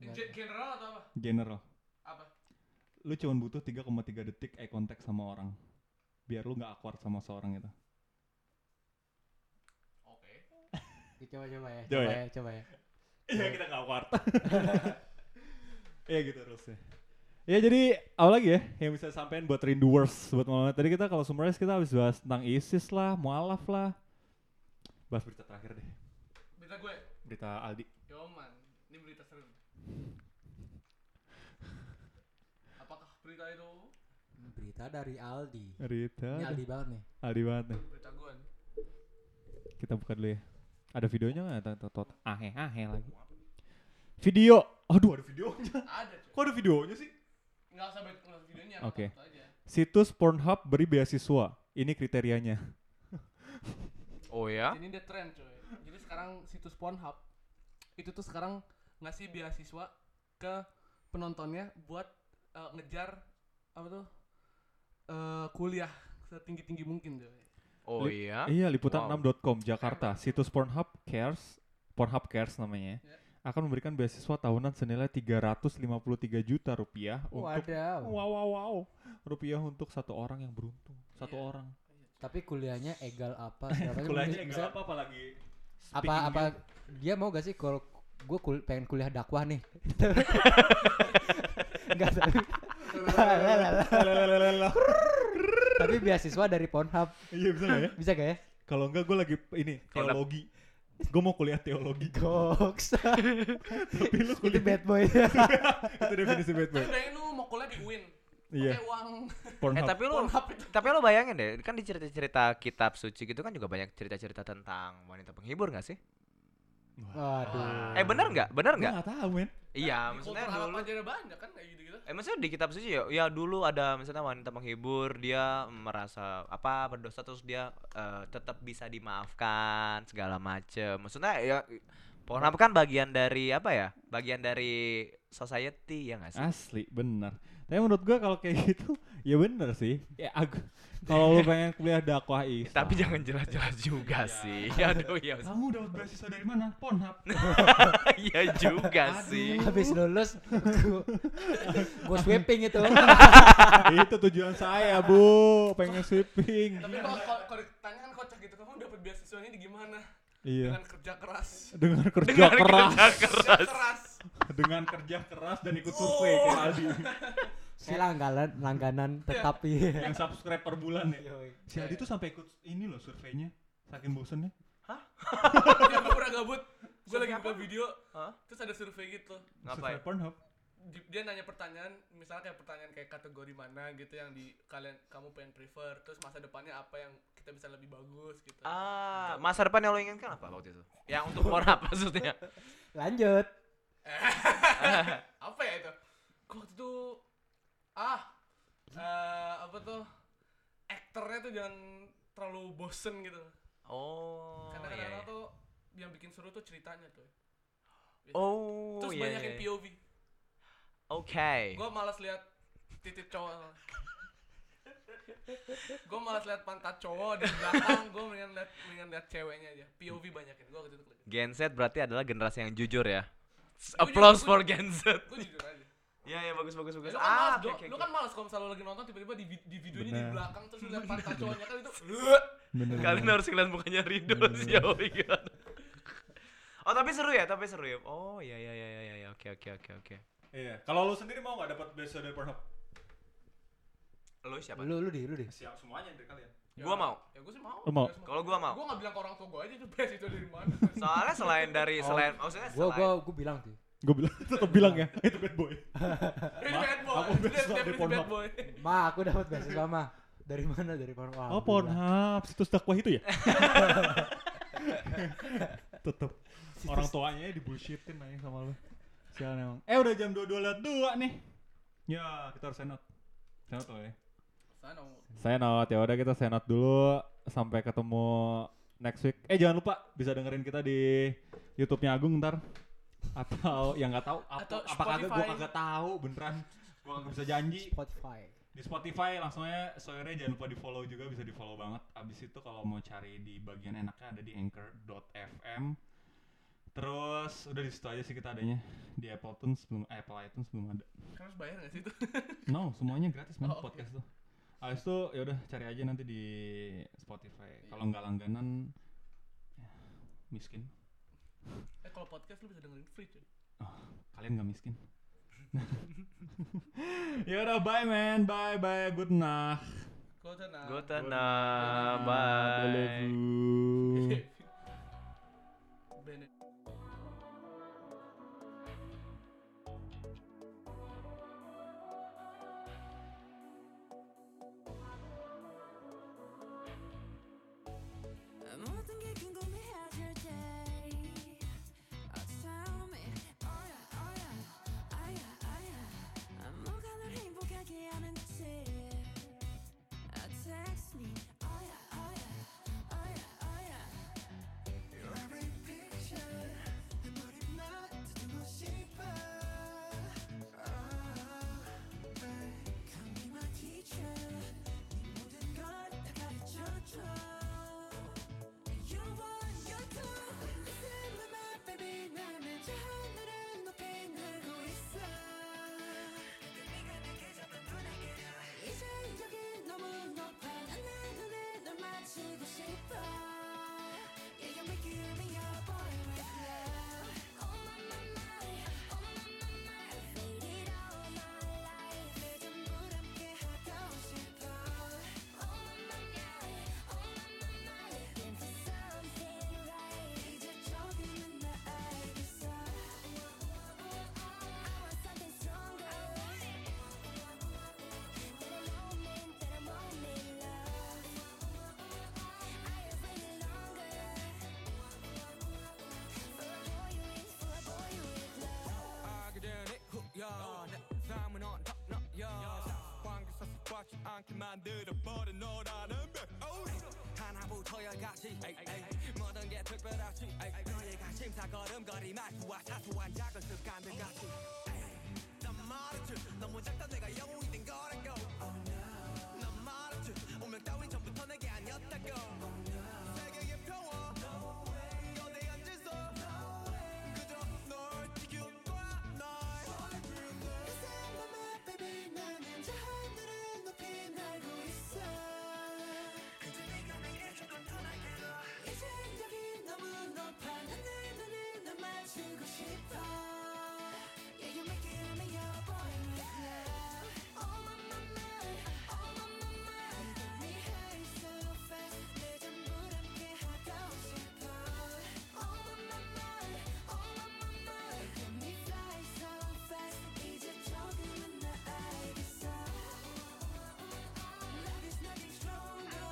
Speaker 1: Gen- general atau apa?
Speaker 2: general?
Speaker 1: Apa?
Speaker 2: Lu cuma butuh 3,3 detik eye contact sama orang. Biar lu gak awkward sama seorang gitu. itu.
Speaker 3: Coba-coba ya,
Speaker 2: Coba
Speaker 3: coba
Speaker 2: ya.
Speaker 3: ya, coba ya.
Speaker 2: Iya kita gak awkward. Iya gitu rules-nya. Ya jadi apa lagi ya yang bisa sampein buat rinduers buat malam tadi kita kalau summaries kita habis bahas tentang ISIS lah, mualaf lah. Bahas berita terakhir deh.
Speaker 1: Berita gue.
Speaker 2: Berita Aldi.
Speaker 1: Yoman, ini berita seru. Apakah berita itu?
Speaker 3: Berita dari Aldi.
Speaker 2: Berita.
Speaker 3: Ini
Speaker 2: deh.
Speaker 3: Aldi banget nih.
Speaker 2: Aldi banget nih.
Speaker 1: Berita gue nih.
Speaker 2: Kita buka dulu ya. Ada videonya nggak? Tot tot- tot ahe ahe lagi. Video. Aduh ada videonya.
Speaker 1: Ada, cuy.
Speaker 2: Kok ada videonya sih?
Speaker 1: Nggak usah lihat nggak usah videonya.
Speaker 2: Oke.
Speaker 1: nonton Iya, aja.
Speaker 2: Situs Pornhub beri beasiswa. Ini kriterianya.
Speaker 4: Oh ya?
Speaker 1: Ini dia tren coy. Jadi sekarang situs Pornhub itu tuh sekarang ngasih beasiswa ke penontonnya buat eh, ngejar apa tuh eh, kuliah setinggi tinggi mungkin coy.
Speaker 4: Oh
Speaker 2: Lip-
Speaker 4: iya?
Speaker 2: Iya, liputan
Speaker 4: Wow.
Speaker 2: 6.com Jakarta. Situs Pornhub Cares, Pornhub Cares namanya.
Speaker 4: Iya.
Speaker 2: Akan memberikan beasiswa tahunan senilai 353 juta rupiah untuk
Speaker 3: Waduh.
Speaker 2: Wow wow wow. Rupiah untuk satu orang yang beruntung. Satu orang.
Speaker 3: Iya. Tapi kuliahnya egal apa? segala macam.
Speaker 2: Kuliahnya
Speaker 3: Mungkin
Speaker 2: nggak
Speaker 3: bisa-
Speaker 2: apa-apa lagi.
Speaker 3: Apa
Speaker 2: Speaking gitu.
Speaker 3: apa dia mau gak sih kalau gue kul pengen kuliah dakwah nih? Enggak tapi.
Speaker 2: Lalalala.
Speaker 3: tapi beasiswa dari Pornhub.
Speaker 2: Iya bisa gak ya?
Speaker 3: Bisa gak ya?
Speaker 2: Kalau enggak gue lagi ini teologi. Gue mau kuliah teologi.
Speaker 3: Goks.
Speaker 2: Tapi lu
Speaker 3: Itu
Speaker 2: kuliah
Speaker 3: bad boy.
Speaker 2: Itu definisi bad boy.
Speaker 1: Tapi bayangin lu Kan mau kuliah di UIN.
Speaker 2: Iya.
Speaker 1: Pakai uang.
Speaker 4: Eh tapi lu tapi lu bayangin deh, kan di cerita-cerita kitab suci gitu kan juga banyak cerita-cerita tentang wanita penghibur gak sih?
Speaker 3: Waduh.
Speaker 4: Eh benar nggak? Benar
Speaker 2: Gua
Speaker 4: nggak?
Speaker 2: nggak tahu, men.
Speaker 4: Iya,
Speaker 1: Di
Speaker 4: maksudnya
Speaker 1: kultur
Speaker 4: dulu.
Speaker 1: Arab aja ada banyak kan kayak gitu-gitu.
Speaker 4: Eh maksudnya di kitab suci ya, ya dulu ada misalnya wanita penghibur dia merasa apa berdosa terus dia eh, tetap bisa dimaafkan segala macem. Maksudnya ya Pornhub kan bagian dari apa ya? Bagian dari society ya nggak sih?
Speaker 2: Asli, benar. Tapi menurut gua kalau kayak gitu, ya bener sih. Ya aku kalau lu pengen kuliah dakwah Islam.
Speaker 4: Ya, Tapi jangan jelas-jelas juga sih. Aduh ya.
Speaker 2: Kamu dapat beasiswa dari mana? Pornhub.
Speaker 4: Iya juga sih.
Speaker 3: Habis lulus gue sweeping itu.
Speaker 2: Itu tujuan saya, Bu. Pengen sweeping.
Speaker 4: Iya.
Speaker 1: Tapi kalau kalau- kalau ditanya kan kocak gitu, kamu dapat beasiswanya di gimana?
Speaker 2: Iya.
Speaker 1: Dengan kerja keras.
Speaker 2: Dengan kerja
Speaker 1: Dengan
Speaker 2: keras.
Speaker 1: kerja keras.
Speaker 2: Dengan kerja keras dan
Speaker 1: Oh.
Speaker 2: ikut survei kayak Aldi.
Speaker 3: Saya langganan langganan tetap
Speaker 1: Iya.
Speaker 3: iya.
Speaker 2: Yang subscribe per bulan ya. Si Aldi tuh sampai ikut ini loh surveinya. Saking bosennya.
Speaker 1: ya gue pernah gabut gue lagi buka video terus ada survei gitu
Speaker 2: Survei Pornhub.
Speaker 1: Di- dia nanya pertanyaan misalnya kayak pertanyaan kayak kategori mana gitu yang di kalian kamu pengen prefer terus masa depannya apa yang kita bisa lebih bagus gitu
Speaker 4: Ah, masa depan yang lo inginkan apa waktu itu? Yang untuk Pornhub maksudnya.
Speaker 3: Lanjut.
Speaker 1: apa ya itu Gua waktu itu ah eh, apa tuh aktornya tuh jangan terlalu bosen gitu
Speaker 4: Oh.
Speaker 1: karena
Speaker 4: iya,
Speaker 1: kadang-kadang
Speaker 4: iya.
Speaker 1: tuh yang bikin seru tuh ceritanya tuh Gitu.
Speaker 4: Oh,
Speaker 1: terus
Speaker 4: iya,
Speaker 1: banyakin
Speaker 4: iya. Eh.
Speaker 1: POV
Speaker 4: Oke.
Speaker 1: Gue malas lihat titik cowok. gue malas lihat pantat cowok di belakang. Gue mendingan lihat mendingan lihat ceweknya aja. POV banyakin. Gue gitu.
Speaker 4: Gen Z berarti adalah generasi yang jujur ya. S- Applause for Gen Z.
Speaker 1: Gue jujur aja.
Speaker 4: Iya iya bagus bagus bagus.
Speaker 2: Ya,
Speaker 1: Lu kan
Speaker 4: Ah,
Speaker 1: malas,
Speaker 4: oke
Speaker 1: Do.
Speaker 4: oke.
Speaker 1: lu kan malas kalau misalnya lu lagi nonton tiba-tiba di, vid- di videonya di
Speaker 4: Bener.
Speaker 1: belakang terus lu lihat pantat cowoknya kan itu.
Speaker 4: Kalian harus ngeliat mukanya Rido sih. Oh my god. Oh tapi seru ya, tapi seru ya. Oh iya iya iya iya iya oke oke oke oke.
Speaker 2: Iya. Kalau lu sendiri mau nggak dapat beasiswa dari Pornhub?
Speaker 4: Lu siapa?
Speaker 3: Lu lu deh, lu deh.
Speaker 2: Siap Ya, semuanya dari kalian.
Speaker 4: Gua mau.
Speaker 1: Ya gue sih mau.
Speaker 2: Lu mau?
Speaker 1: Gue sih
Speaker 4: Kalau gua mau.
Speaker 1: Gua nggak bilang ke orang tua gua aja itu best itu dari mana.
Speaker 4: Soalnya selain dari
Speaker 3: Oh.
Speaker 4: selain maksudnya
Speaker 3: Gua
Speaker 4: selain
Speaker 3: gua gua bilang sih.
Speaker 2: Gue bilang tetap bilang ya, itu bad boy.
Speaker 1: Ini
Speaker 2: Ma,
Speaker 1: bad boy.
Speaker 2: Aku
Speaker 1: Ini
Speaker 2: beasiswa dari
Speaker 1: definisi bad
Speaker 2: Pornhub.
Speaker 1: boy.
Speaker 3: Ma, aku dapat beasiswa Ma. Dari mana? Dari Pornhub.
Speaker 2: Oh Pornhub, situs dakwah itu ya? Tetep orang tuanya di bullshitin aja sama lu. Sialan emang. Eh udah jam 22 lewat 2 nih. Ya, kita harus sign out. Sign out dulu ya. Sign out. Ya udah kita sign out dulu sampai ketemu next week. Eh jangan lupa bisa dengerin kita di YouTube-nya Agung ntar atau yang nggak tahu apa,
Speaker 1: Atau
Speaker 2: apa kagak gua
Speaker 1: Spotify.
Speaker 2: kagak tahu beneran gua nggak bisa janji
Speaker 3: Spotify
Speaker 2: di Spotify langsungnya sore jangan lupa di follow juga bisa di follow banget abis itu kalau mau cari di bagian enaknya ada di anchor.fm terus udah di situ aja sih kita adanya di Apple iTunes belum eh, Apple iTunes belum ada
Speaker 1: Kan harus bayar nggak sih itu?
Speaker 2: no semuanya gratis man
Speaker 1: Oh, oke.
Speaker 2: podcast tuh abis itu ya udah cari aja nanti di Spotify kalau nggak langganan ya, miskin
Speaker 1: Eh kalau podcast lu bisa dengerin free cuy.
Speaker 2: kalian nggak miskin ya udah bye man bye bye good night
Speaker 1: Guten Abend.
Speaker 4: Guten Abend. Bye.
Speaker 1: Bene-
Speaker 14: Nothing you can go me out your day. Oh, tell me. Oh, yeah, oh, yeah. Ah, yeah, ah, yeah. I'm all kind of 행복하게 하는 듯이. Ah, text me. Oh, yeah, oh, yeah. Oh, yeah, oh, yeah.
Speaker 10: You're every picture 내 머리 나 듣고 싶어 Oh, babe. Come be my teacher 네 모든 걸 다 가르쳐줘 You want, you do Listen to my baby 나 매주 하늘을 높이 날고 있어 근데 네가 내게 잡은 분에게는 이제 여기 너무 높아 난내 눈에 널 맞추고 싶어 Yeah, you're making me your boy right now. Oh my my my, oh my my my, I feel it all my life. 내 전부 함께 하고 싶어. Oh my my my, oh my my my, looking for something right. 이제 조금은 나 알겠어. I want something stronger. That I'm all in, that I'm all in love. I am waiting longer.
Speaker 7: 아그대의 후연 삶은 언덕너여 사방에서 습박지 않게 만들어버린 너라는 백오 하나부터 열까지 에이, 에이. 모든 게 특별하지 에이. 너의 관심사 걸음걸이 말투와 사소한 작은 습관들 같이 에이. 난 말했지 너무 작다 내가 영웅이 된 거라고 난 말했지 운명 따윈 전부터 내게 아니었다고 세계의 평화 너내 앉아서 그저 널 지킬 거야 날
Speaker 10: baby, 나 먼저 하늘을 높이 날고 있어. 그저 네가 내게 조금 더 나가도 이제 여기 너무 높아. 난내 눈을 널 맞추고 싶어. Yeah, you're making me your boy right now. Oh my my my, oh my my my. You get me high so fast. 내 전부 함께 하고 싶어. Oh my my my, oh my my my. You get me fly so fast. 이제 조금은 나 알겠어. Love is nothing stronger.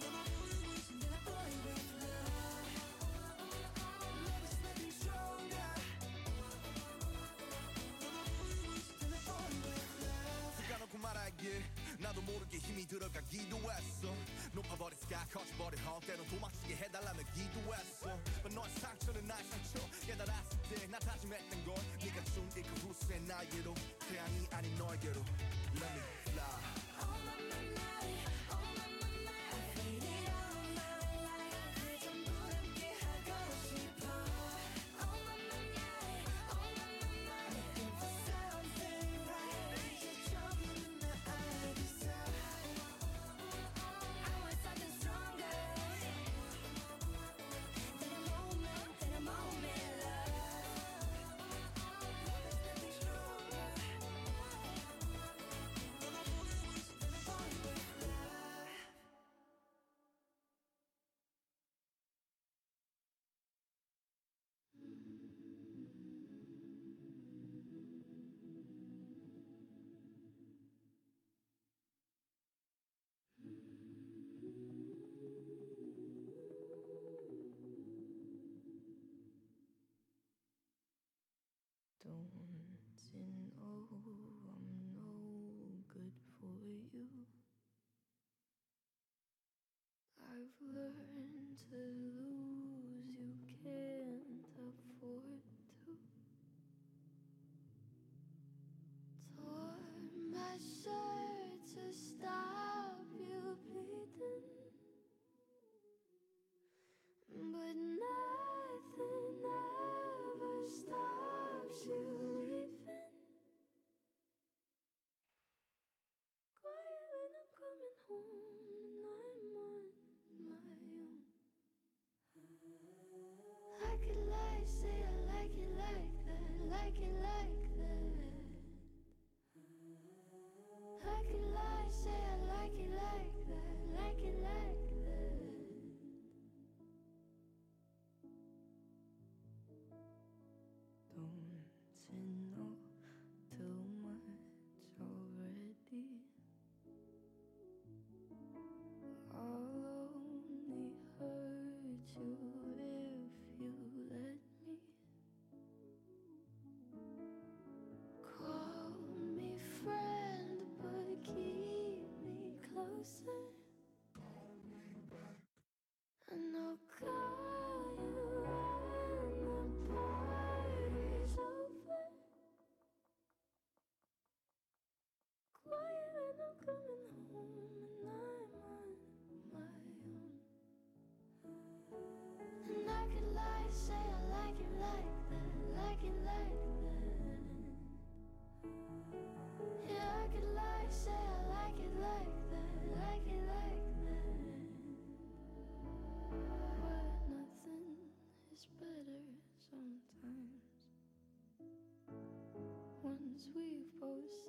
Speaker 10: 너만 보이고 있어, 내가 보이고 있어. Love is nothing stronger.
Speaker 7: 튀어놓고 말하길 나도 모르게 힘이 들어가 기도했어 높아버린 sky 커져버린 헉 때론 도망치게 해달라며 기도했어 But 너의 상처는 나의 상처 깨달았을 때나 다짐했던 걸 네가 준이그 후세 나에게로 태양이 아닌 너에게로 Let me fly
Speaker 10: I want something stronger. That I'm
Speaker 9: oh, you. I've learned to lose, you can't afford to. Tore my shirt to stop you bleeding. But nothing ever stops you leaving. Quiet when I'm coming home and I'm on my own. I could lie, say I like it like that, like it like that. I could lie, say I like it like that, like it like that. Don't you know too much already? I'll only hurt you if you let me. Call me friend, but keep me closer. And I'll call you when the party's over. Quiet and I'm coming home and I'm on my own. And I could lie, say I like it like that, like it like that. Yeah, I could lie, say I like it like that, like it like that. But nothing is better sometimes. Once we've both